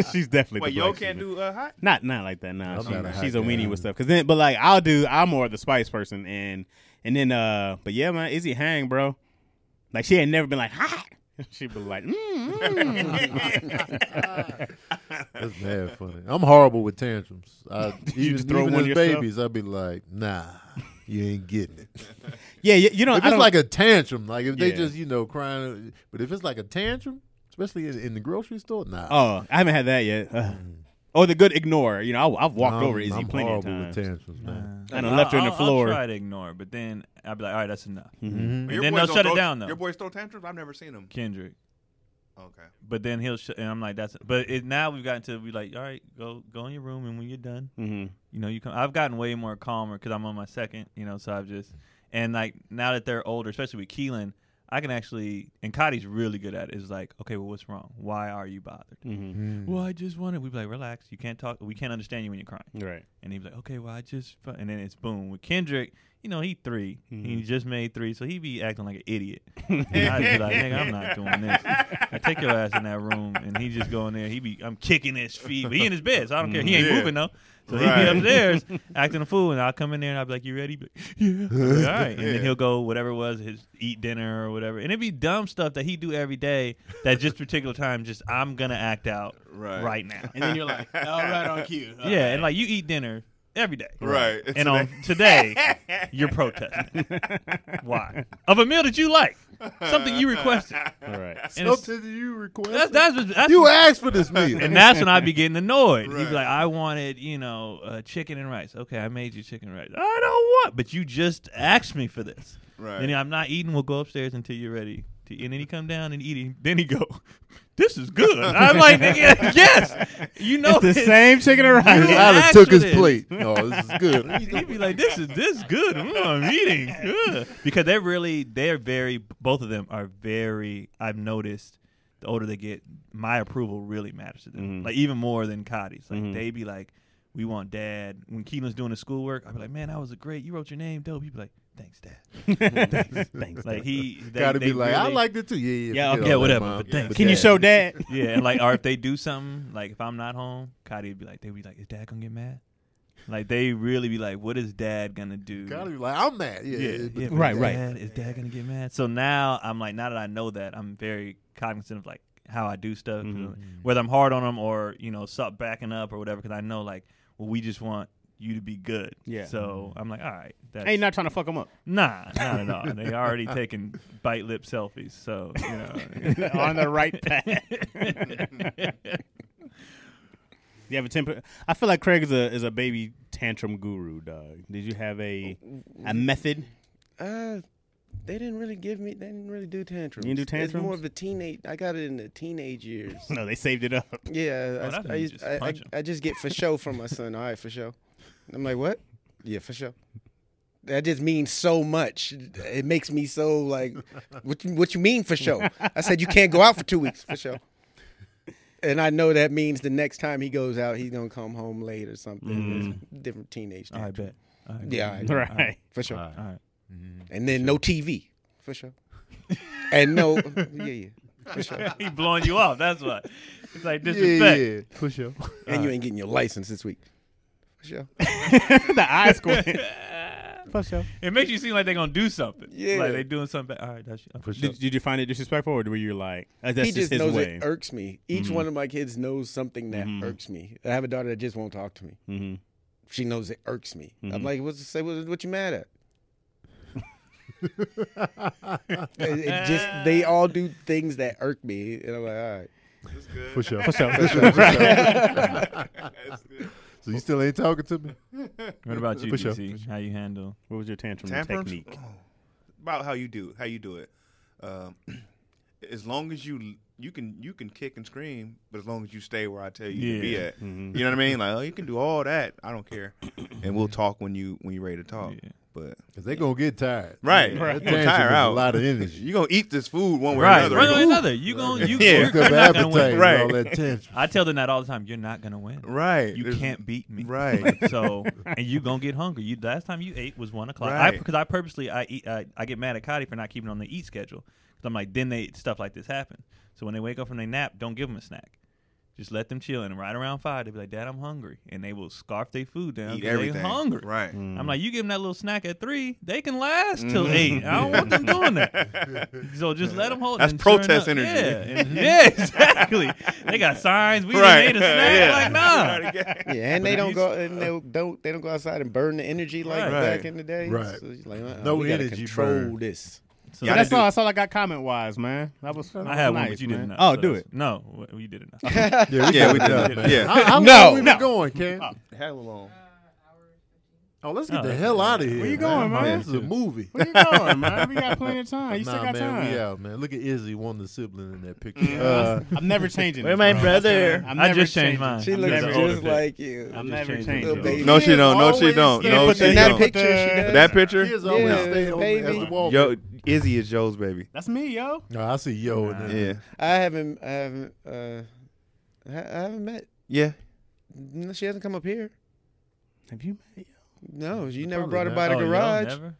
Speaker 2: she's definitely.
Speaker 5: Wait,
Speaker 2: the
Speaker 5: yo
Speaker 2: black
Speaker 5: can't
Speaker 2: sheep.
Speaker 5: do uh, hot?
Speaker 2: Not not like that. Nah,
Speaker 1: I'm
Speaker 2: she-
Speaker 1: not a hot
Speaker 2: she's a
Speaker 1: guy.
Speaker 2: weenie with stuff. Cause then, but like I'll do. I'm more of the spice person, and and then uh, but yeah, man, Izzy hang, bro. Like she had never been like hot. She be like, mm, mm.
Speaker 1: That's mad funny. I'm horrible with tantrums. I, even
Speaker 2: just throw
Speaker 1: even
Speaker 2: one
Speaker 1: as
Speaker 2: yourself?
Speaker 1: babies, I'd be like, nah, you ain't getting it.
Speaker 2: yeah, you, you don't.
Speaker 1: if
Speaker 2: I
Speaker 1: it's
Speaker 2: don't,
Speaker 1: like a tantrum, like if they
Speaker 2: Yeah.
Speaker 1: just you know crying, but if it's like a tantrum, especially in, in the grocery store, nah.
Speaker 2: Oh, I haven't had that yet. Ugh. Oh, the good ignore. You know, I, I've walked
Speaker 1: I'm,
Speaker 2: over Izzy
Speaker 1: I'm
Speaker 2: plenty of
Speaker 1: horrible
Speaker 2: times.
Speaker 1: with tantrums, man.
Speaker 2: And I left her on the
Speaker 3: I'll-
Speaker 2: floor.
Speaker 3: I'll try to ignore, it, but then I'll be like, all right, that's enough.
Speaker 1: Mm-hmm.
Speaker 5: But
Speaker 2: Mm-hmm.
Speaker 3: And
Speaker 5: your
Speaker 3: then
Speaker 5: boys
Speaker 3: they'll
Speaker 5: don't
Speaker 3: shut it
Speaker 5: throw-
Speaker 3: down, though.
Speaker 5: Your boys throw tantrums? I've never seen them.
Speaker 3: Kendrick.
Speaker 5: Okay.
Speaker 3: But then he'll sh- and I'm like that's but it, now we've gotten to be like all right go go in your room and when you're done
Speaker 2: hmm
Speaker 3: you know you come I've gotten way more calmer because I'm on my second you know so I've just and like now that they're older especially with Keelan I can actually and Cotty's really good at it is like okay well what's wrong why are you bothered
Speaker 2: hmm
Speaker 3: well I just wanted we'd be like relax you can't talk we can't understand you when you're crying
Speaker 2: Right.
Speaker 3: and he'd be like, okay, well, I just, fu-" and then it's boom. With Kendrick, you know, he 3
Speaker 5: Mm-hmm.
Speaker 3: He just made three, so he be acting like an idiot. and I'd be like, nigga, I'm not doing this. I take your ass in that room, and he just go in there. He be, I'm kicking his feet, but he in his bed, so I don't care. He ain't
Speaker 5: Yeah.
Speaker 3: moving, though. So
Speaker 5: Mm-hmm. Right.
Speaker 3: he be upstairs acting a fool, and I'll come in there and I'll be like, you ready? He'd be Like, yeah. I'd be like, All right. And
Speaker 5: Yeah.
Speaker 3: then he'll go, whatever it was, his eat dinner or whatever. And it'd be dumb stuff that he do every day that just particular time, just I'm going to act out
Speaker 5: Right.
Speaker 3: right now.
Speaker 2: And then you're like, all right, on cue.
Speaker 3: Yeah, and like you eat dinner every day.
Speaker 5: Right.
Speaker 3: And on today, you're protesting. Why? Of a meal that you like, something you requested.
Speaker 2: All right.
Speaker 3: And
Speaker 1: Up
Speaker 3: it's-
Speaker 1: to you request.
Speaker 3: that's that's, what- that's
Speaker 1: you asked for this meal.
Speaker 3: and that's when I'd be getting annoyed. He'd
Speaker 5: Right.
Speaker 3: be like, "I wanted, you know, uh, chicken and rice. Okay, I made you chicken and rice. I don't want, but you just asked me for this.
Speaker 5: Right.
Speaker 3: Then I'm not eating. We'll go upstairs until you're ready. To, and then he come down and eat it. Then he go, "This is good." I'm like, "Nigga, yes, you know
Speaker 2: It's the
Speaker 3: this."
Speaker 2: same chicken and
Speaker 1: I'd
Speaker 2: rice.
Speaker 3: You
Speaker 1: have
Speaker 3: asked
Speaker 1: took
Speaker 3: for
Speaker 1: his
Speaker 3: this.
Speaker 1: plate. No, this is good.
Speaker 3: He'd be like, "This is this is good. Mm, I'm eating good because they're really they're very both of them are very I've noticed the older they get, my approval really matters to them.
Speaker 2: Mhm.
Speaker 3: Like even more than Cotty's. Like
Speaker 2: Mhm.
Speaker 3: they be like, we want dad. When Keelan's doing his schoolwork, I'd be like, man, I was a great. You wrote your name, dope. He'd be like, thanks, dad.
Speaker 2: Thanks. Thanks.
Speaker 3: Like he they,
Speaker 1: Gotta
Speaker 3: they
Speaker 1: be like, I
Speaker 3: really-
Speaker 1: liked it too. Yeah,
Speaker 2: Yeah,
Speaker 1: yeah, forget
Speaker 2: okay,
Speaker 1: all that,
Speaker 3: whatever,
Speaker 1: Mom.
Speaker 3: but thanks.
Speaker 2: Can you
Speaker 3: that.
Speaker 2: show dad?
Speaker 3: Yeah, and like, or if they do something, like if I'm not home, Cotty would be like, they be like, is dad gonna get mad? Like they really be like, what is dad gonna do?
Speaker 1: Gotta be like, I'm mad. Yeah,
Speaker 3: yeah,
Speaker 1: but-
Speaker 3: yeah,
Speaker 1: but-
Speaker 3: but
Speaker 2: Right,
Speaker 3: is
Speaker 2: right.
Speaker 3: Dad, is dad gonna get mad? So now I'm like, now that I know that, I'm very cognizant of like how I do stuff,
Speaker 2: Mhm.
Speaker 3: whether I'm hard on them or you know, sup backing up or whatever, because I know like, well, we just want you to be good.
Speaker 2: Yeah.
Speaker 3: So I'm like, all right, that's,
Speaker 2: I ain't not trying to fuck him up.
Speaker 3: nah, not at all. They already taking bite lip selfies, so you know.
Speaker 2: on the right path. you have a temper. I feel like Craig is a is a baby tantrum guru, dog. Did you have a a method?
Speaker 4: Uh, they didn't really give me. They didn't really do tantrums.
Speaker 2: You didn't do
Speaker 4: It's more
Speaker 2: tantrums?
Speaker 4: of a teenage. I got it in the teenage years.
Speaker 2: No, they saved it up.
Speaker 4: Yeah,
Speaker 3: Well,
Speaker 4: I-
Speaker 3: Oh, that's when
Speaker 4: I,
Speaker 3: you
Speaker 4: used-
Speaker 3: just
Speaker 4: I, I,
Speaker 3: punch 'em.
Speaker 4: I just get for show from my son. All right, for show. I'm like, what? Yeah, for show. That just means so much. It makes me so like, what? You, what you mean for show? I said you can't go out for two weeks for show. And I know that means the next time he goes out, he's gonna come home late or something. It's different teenage.
Speaker 3: Mm. I
Speaker 4: tantrum.
Speaker 3: bet. All right,
Speaker 4: Yeah,
Speaker 3: bet.
Speaker 4: I bet.
Speaker 2: Right.
Speaker 4: for sure.
Speaker 1: All
Speaker 3: All
Speaker 1: right.
Speaker 3: right.
Speaker 4: And then no TV for sure. and no, yeah, yeah.
Speaker 3: he blowing you off. That's what. It's like
Speaker 1: Yeah,
Speaker 3: disrespect.
Speaker 1: yeah, for sure.
Speaker 4: And you ain't getting your license this week. For sure.
Speaker 2: the eye squint. For sure.
Speaker 3: It makes you seem like they're gonna do something.
Speaker 4: Yeah.
Speaker 3: like they doing something. All right, that's
Speaker 1: For sure.
Speaker 2: Did, did you find it disrespectful, or were you like, uh, that's
Speaker 4: he
Speaker 2: just,
Speaker 4: just,
Speaker 2: his
Speaker 4: knows
Speaker 2: way?
Speaker 4: it irks me. Each one of my kids knows something that
Speaker 2: Mhm.
Speaker 4: irks me. I have a daughter that just won't talk to me.
Speaker 2: hmm
Speaker 4: She knows it irks me.
Speaker 2: Mhm.
Speaker 4: I'm like, what's say? What, what you mad at? It, it just they all do things that irk me, and I'm like, all right.
Speaker 1: For sure.
Speaker 2: For sure.
Speaker 1: So you still ain't talking to me?
Speaker 3: What about you,
Speaker 1: For sure.
Speaker 3: DC? How you handle?
Speaker 2: What was your
Speaker 3: Mm,
Speaker 2: tantrum
Speaker 5: Tantrums?
Speaker 2: technique?
Speaker 5: Oh, about how you do how you do it. Um, as long as you you can you can kick and scream, but as long as you stay where I tell you to be
Speaker 3: Yeah. Mm-hmm.
Speaker 5: at,
Speaker 2: Mhm.
Speaker 5: you know what I mean. Like oh, you can do all that. I don't care, and we'll talk when you when you're ready to talk.
Speaker 3: Yeah.
Speaker 5: But
Speaker 1: Because they going to get tired.
Speaker 5: right,
Speaker 1: That
Speaker 5: right.
Speaker 1: tantrum
Speaker 5: tire
Speaker 1: is
Speaker 5: out.
Speaker 1: A lot of energy.
Speaker 5: you gonna eat this food one way or another.
Speaker 3: one way
Speaker 5: You
Speaker 3: or
Speaker 5: gonna-
Speaker 3: another. You gonna you
Speaker 5: Yeah.
Speaker 3: you're,
Speaker 1: Fucked up
Speaker 3: you're not gonna
Speaker 1: appetite
Speaker 3: win.
Speaker 1: and
Speaker 5: Right.
Speaker 1: all that tension.
Speaker 3: I tell them that all the time. You're not gonna win.
Speaker 5: Right.
Speaker 3: You
Speaker 5: There's-
Speaker 3: can't beat me.
Speaker 5: Right.
Speaker 3: Like, so and you gonna get hungry. You last time you ate was one o'clock.
Speaker 5: Right.
Speaker 3: Because I, purposely I eat. I, I get mad at Cotty for not keeping on the eat schedule. Because I'm like, then they stuff like this happen. So when they wake up from their nap, don't give them a snack. Just let them chill. And right around five, they'll be like, Dad, I'm hungry, and they will scarf their food down.
Speaker 5: Eat
Speaker 3: because They
Speaker 5: everything.
Speaker 3: hungry. Mm.
Speaker 5: Right.
Speaker 3: I'm like, you give them that little snack at three, they can last
Speaker 5: Mm.
Speaker 3: till eight. I don't want them doing that. So just let them hold.
Speaker 5: That's
Speaker 3: and sure
Speaker 5: protest
Speaker 3: enough-
Speaker 5: energy.
Speaker 3: Yeah, and- yeah, exactly. They got signs. We
Speaker 5: Right.
Speaker 3: didn't ate a snack.
Speaker 5: Yeah.
Speaker 3: Like nah.
Speaker 4: Yeah,
Speaker 3: But
Speaker 4: and they
Speaker 3: if
Speaker 4: don't
Speaker 3: you-
Speaker 4: go. And they don't. They don't go outside and burn the energy like
Speaker 3: Right.
Speaker 4: back in the day.
Speaker 1: Right.
Speaker 4: So it's like, uh-uh,
Speaker 1: No
Speaker 4: we gotta
Speaker 1: energy
Speaker 4: Control
Speaker 1: burn.
Speaker 4: this.
Speaker 3: So
Speaker 5: Yeah, I
Speaker 2: that's
Speaker 5: didn't do-
Speaker 2: all. That's all I got comment wise, man. That was. That
Speaker 3: I
Speaker 2: was
Speaker 3: had
Speaker 2: nice,
Speaker 3: one, but you
Speaker 2: man.
Speaker 3: didn't. Know,
Speaker 2: Oh,
Speaker 3: so
Speaker 2: do
Speaker 3: that's-
Speaker 2: it.
Speaker 3: No, w- you did it. not.
Speaker 1: Yeah,
Speaker 5: Yeah, we
Speaker 1: got it,
Speaker 5: did.
Speaker 1: man.
Speaker 5: Yeah.
Speaker 1: How, how
Speaker 4: No.
Speaker 1: long we
Speaker 2: No.
Speaker 1: been going, Cam?
Speaker 5: Hell alone.
Speaker 1: Oh, let's get
Speaker 3: No.
Speaker 1: the hell out of here.
Speaker 2: you going, man?
Speaker 1: This is a movie.
Speaker 2: Where you going, man? We got plenty of time. You still
Speaker 1: nah,
Speaker 2: got
Speaker 1: man,
Speaker 2: time.
Speaker 1: we out, man. Look at Izzy, one of the sibling in that picture. Uh,
Speaker 2: I'm never changing.
Speaker 3: Where
Speaker 2: this,
Speaker 3: my
Speaker 2: bro.
Speaker 3: brother?
Speaker 2: I'm
Speaker 3: I
Speaker 2: never
Speaker 3: just changed
Speaker 2: changing.
Speaker 3: mine.
Speaker 4: She
Speaker 3: I'm
Speaker 4: looks
Speaker 3: just
Speaker 4: just,
Speaker 3: an older bitch.
Speaker 4: like you.
Speaker 2: I'm
Speaker 3: just
Speaker 2: never
Speaker 3: changing
Speaker 2: changing.
Speaker 3: it.
Speaker 4: Little baby.
Speaker 5: No, she don't. No, she
Speaker 1: Always
Speaker 5: don't.
Speaker 1: stay
Speaker 5: No,
Speaker 1: with
Speaker 5: she
Speaker 1: the-
Speaker 4: that
Speaker 5: don't.
Speaker 4: picture, she does.
Speaker 5: That picture.
Speaker 1: Kids always
Speaker 4: Yeah,
Speaker 1: stay on
Speaker 4: baby.
Speaker 1: as the wall.
Speaker 5: Yo, Izzy is Joe's baby.
Speaker 2: That's me, yo.
Speaker 1: No, I see yo in there.
Speaker 5: Yeah.
Speaker 4: I haven't. I haven't. Uh, I I haven't met.
Speaker 5: Yeah.
Speaker 4: no, She hasn't come up here.
Speaker 2: Have you met
Speaker 4: No, you never
Speaker 1: Probably
Speaker 4: brought her
Speaker 1: not.
Speaker 4: by the
Speaker 3: Oh, y'all
Speaker 4: garage.
Speaker 3: never?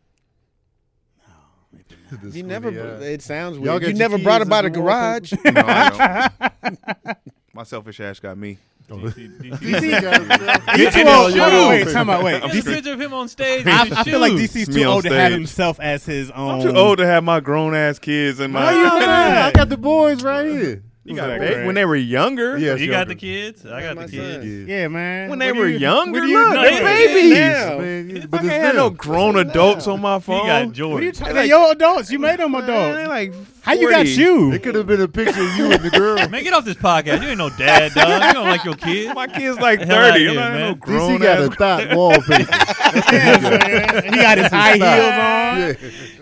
Speaker 1: This
Speaker 4: You never.
Speaker 1: sweetie, uh,
Speaker 4: It sounds
Speaker 1: Y'all
Speaker 4: weird.
Speaker 1: got
Speaker 4: You
Speaker 1: your
Speaker 4: never brought
Speaker 1: keys
Speaker 4: her by the
Speaker 1: and
Speaker 4: garage.
Speaker 1: wallpaper?
Speaker 5: No, I don't. My selfish ass got me.
Speaker 1: DC got
Speaker 2: You
Speaker 1: his
Speaker 2: too
Speaker 1: own
Speaker 2: old. Hold on,
Speaker 1: wallpaper.
Speaker 2: wait, time out, wait.
Speaker 3: Get a picture of him on stage. with
Speaker 2: I,
Speaker 3: his
Speaker 2: I feel like
Speaker 3: shoes.
Speaker 2: DC's
Speaker 5: Me
Speaker 2: too
Speaker 5: on
Speaker 2: old to have
Speaker 5: stage.
Speaker 2: himself as his own.
Speaker 5: I'm too old to have my grown ass kids in
Speaker 1: Oh,
Speaker 5: my.
Speaker 1: yeah, man, I got the boys right here.
Speaker 5: You
Speaker 2: got
Speaker 5: got
Speaker 2: that,
Speaker 5: they,
Speaker 2: Greg?
Speaker 5: when they were younger.
Speaker 1: Yeah,
Speaker 3: You got the kids. I got
Speaker 4: My
Speaker 3: the kids.
Speaker 4: son.
Speaker 1: kids.
Speaker 2: Yeah, man.
Speaker 5: When they
Speaker 2: What do
Speaker 5: were
Speaker 2: you-
Speaker 5: younger,
Speaker 2: what do you
Speaker 5: look,
Speaker 2: know?
Speaker 5: they babies.
Speaker 4: Yeah.
Speaker 1: Man, yeah,
Speaker 5: I
Speaker 1: but
Speaker 5: can't
Speaker 1: it's
Speaker 5: have no
Speaker 1: them.
Speaker 5: grown adults on my
Speaker 3: He got
Speaker 5: phone.
Speaker 2: What are you
Speaker 3: Jordan.
Speaker 2: talking? Like, yo, adults, you made them
Speaker 5: Man, they
Speaker 2: adults.
Speaker 5: like
Speaker 2: How you got
Speaker 5: 40.
Speaker 2: you?
Speaker 1: It could have been a picture of you and the girl.
Speaker 3: Man, get off this podcast. You ain't no dad, dog. You don't like your kids.
Speaker 5: My kid's like
Speaker 3: Hell outta
Speaker 5: thirty.
Speaker 3: here,
Speaker 5: I'm not
Speaker 3: man.
Speaker 5: no
Speaker 3: DC
Speaker 1: DC
Speaker 5: grown
Speaker 1: got a
Speaker 5: ass.
Speaker 1: thought wallpaper.
Speaker 2: he got his high heels on.
Speaker 1: Yeah.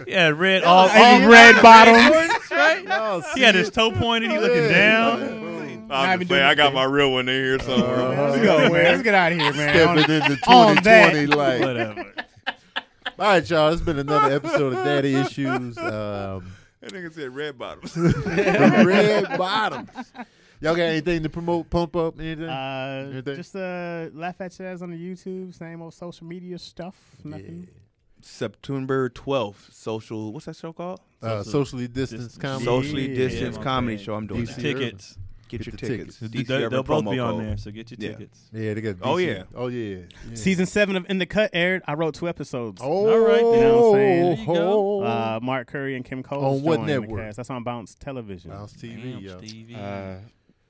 Speaker 3: Yeah, red all,
Speaker 2: And
Speaker 3: all
Speaker 2: he red bottoms.
Speaker 3: Jordans, right?
Speaker 1: Y'all see
Speaker 3: He had his
Speaker 1: it?
Speaker 3: toe pointed. He looking
Speaker 1: Yeah.
Speaker 3: down.
Speaker 5: I'm
Speaker 2: even
Speaker 5: just
Speaker 2: doing Uh-huh.
Speaker 5: saying, I got
Speaker 2: anything.
Speaker 5: my real one in here somewhere.
Speaker 2: Let's go, man. Let's get out of here, man.
Speaker 1: Stepping
Speaker 2: On-
Speaker 1: into
Speaker 2: on that.
Speaker 1: 2020 like.
Speaker 3: Whatever.
Speaker 1: All right, y'all. It's been another episode of Daddy Issues. Um,
Speaker 5: That nigga said red bottoms.
Speaker 1: Red bottoms. Y'all got anything to promote? Pump up anything?
Speaker 2: Uh,
Speaker 1: Anything?
Speaker 2: just uh, laugh at you as on the YouTube, same old social media stuff. Nothing.
Speaker 5: September 12th, social. What's that show called?
Speaker 1: uh, socially distanced
Speaker 3: Distance.
Speaker 1: comedy.
Speaker 5: Socially
Speaker 2: Yeah.
Speaker 5: distanced
Speaker 3: Yeah, my
Speaker 5: comedy
Speaker 3: man.
Speaker 5: show. I'm doing
Speaker 1: DC
Speaker 5: that.
Speaker 3: tickets.
Speaker 5: Get,
Speaker 1: Get
Speaker 5: your
Speaker 1: the
Speaker 5: tickets.
Speaker 1: tickets.
Speaker 5: DC
Speaker 3: They'll,
Speaker 5: Urban
Speaker 3: they'll both be
Speaker 5: promo
Speaker 3: on
Speaker 5: code.
Speaker 3: there, so get your
Speaker 5: Yeah.
Speaker 3: tickets.
Speaker 1: Yeah, they got. DC.
Speaker 5: Oh, yeah.
Speaker 1: Oh yeah. yeah.
Speaker 2: Season seven of In the Cut aired. I wrote two episodes.
Speaker 1: Oh,
Speaker 3: All right, you
Speaker 2: know what I'm saying?
Speaker 3: There you go.
Speaker 2: Uh, Mark Curry and Kim Cole.
Speaker 1: On what
Speaker 2: joined the
Speaker 1: network?
Speaker 2: cast. That's on Bounce Television.
Speaker 1: Bounce TV,
Speaker 3: Damn,
Speaker 1: yo.
Speaker 3: Stevie.
Speaker 4: Uh,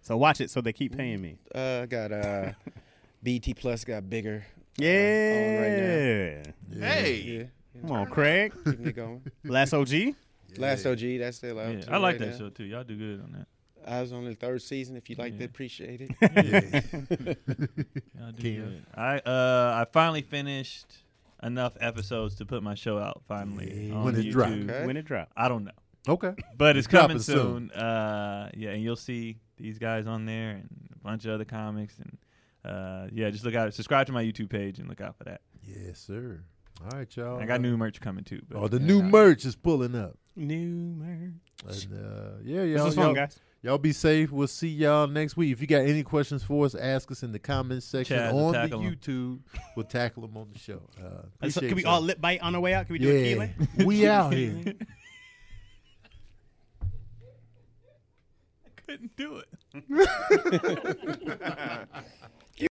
Speaker 2: So watch it so they keep paying me.
Speaker 4: uh, got uh, BT Plus got bigger.
Speaker 2: Yeah.
Speaker 1: Yeah.
Speaker 5: Hey.
Speaker 4: Yeah,
Speaker 2: Come on, Craig.
Speaker 4: keep me going.
Speaker 2: Last OG.
Speaker 4: Last OG, that's still out.
Speaker 3: yeah,
Speaker 4: too
Speaker 3: I like
Speaker 4: right
Speaker 3: that
Speaker 4: now.
Speaker 3: show too. Y'all do good on that.
Speaker 4: I was on the third season. If you liked
Speaker 3: Yeah.
Speaker 4: it, appreciate it.
Speaker 1: Yeah.
Speaker 3: Y'all do
Speaker 1: Kim.
Speaker 3: good. I uh I finally finished enough episodes to put my show out finally
Speaker 1: Yeah.
Speaker 3: on
Speaker 1: When it
Speaker 3: YouTube.
Speaker 1: drop.
Speaker 4: Okay.
Speaker 2: When it dropped.
Speaker 3: I don't know,
Speaker 1: okay.
Speaker 3: but it's,
Speaker 1: It's dropping
Speaker 3: coming soon. Uh yeah, and you'll see these guys on there and a bunch of other comics and uh yeah, just look out. Subscribe to my YouTube page and look out for that.
Speaker 1: Yes, sir. All right, y'all.
Speaker 3: I got new merch coming too. But
Speaker 1: Oh, the new merch is pulling up.
Speaker 2: New man.
Speaker 1: And, uh, yeah,
Speaker 2: This
Speaker 1: y'all.
Speaker 2: was fun,
Speaker 1: Y'all,
Speaker 2: guys.
Speaker 1: y'all be safe. We'll see y'all next week. If you got any questions for us, ask us in the comments section
Speaker 3: Chaz will
Speaker 1: on the
Speaker 3: tackle 'em.
Speaker 1: YouTube. We'll tackle them on the show. Uh,
Speaker 2: And so
Speaker 1: appreciate
Speaker 2: can we
Speaker 1: y'all.
Speaker 2: all lip bite on the way out? Can we do a
Speaker 1: yeah,
Speaker 2: Keelan?
Speaker 1: we out here.
Speaker 3: couldn't do it.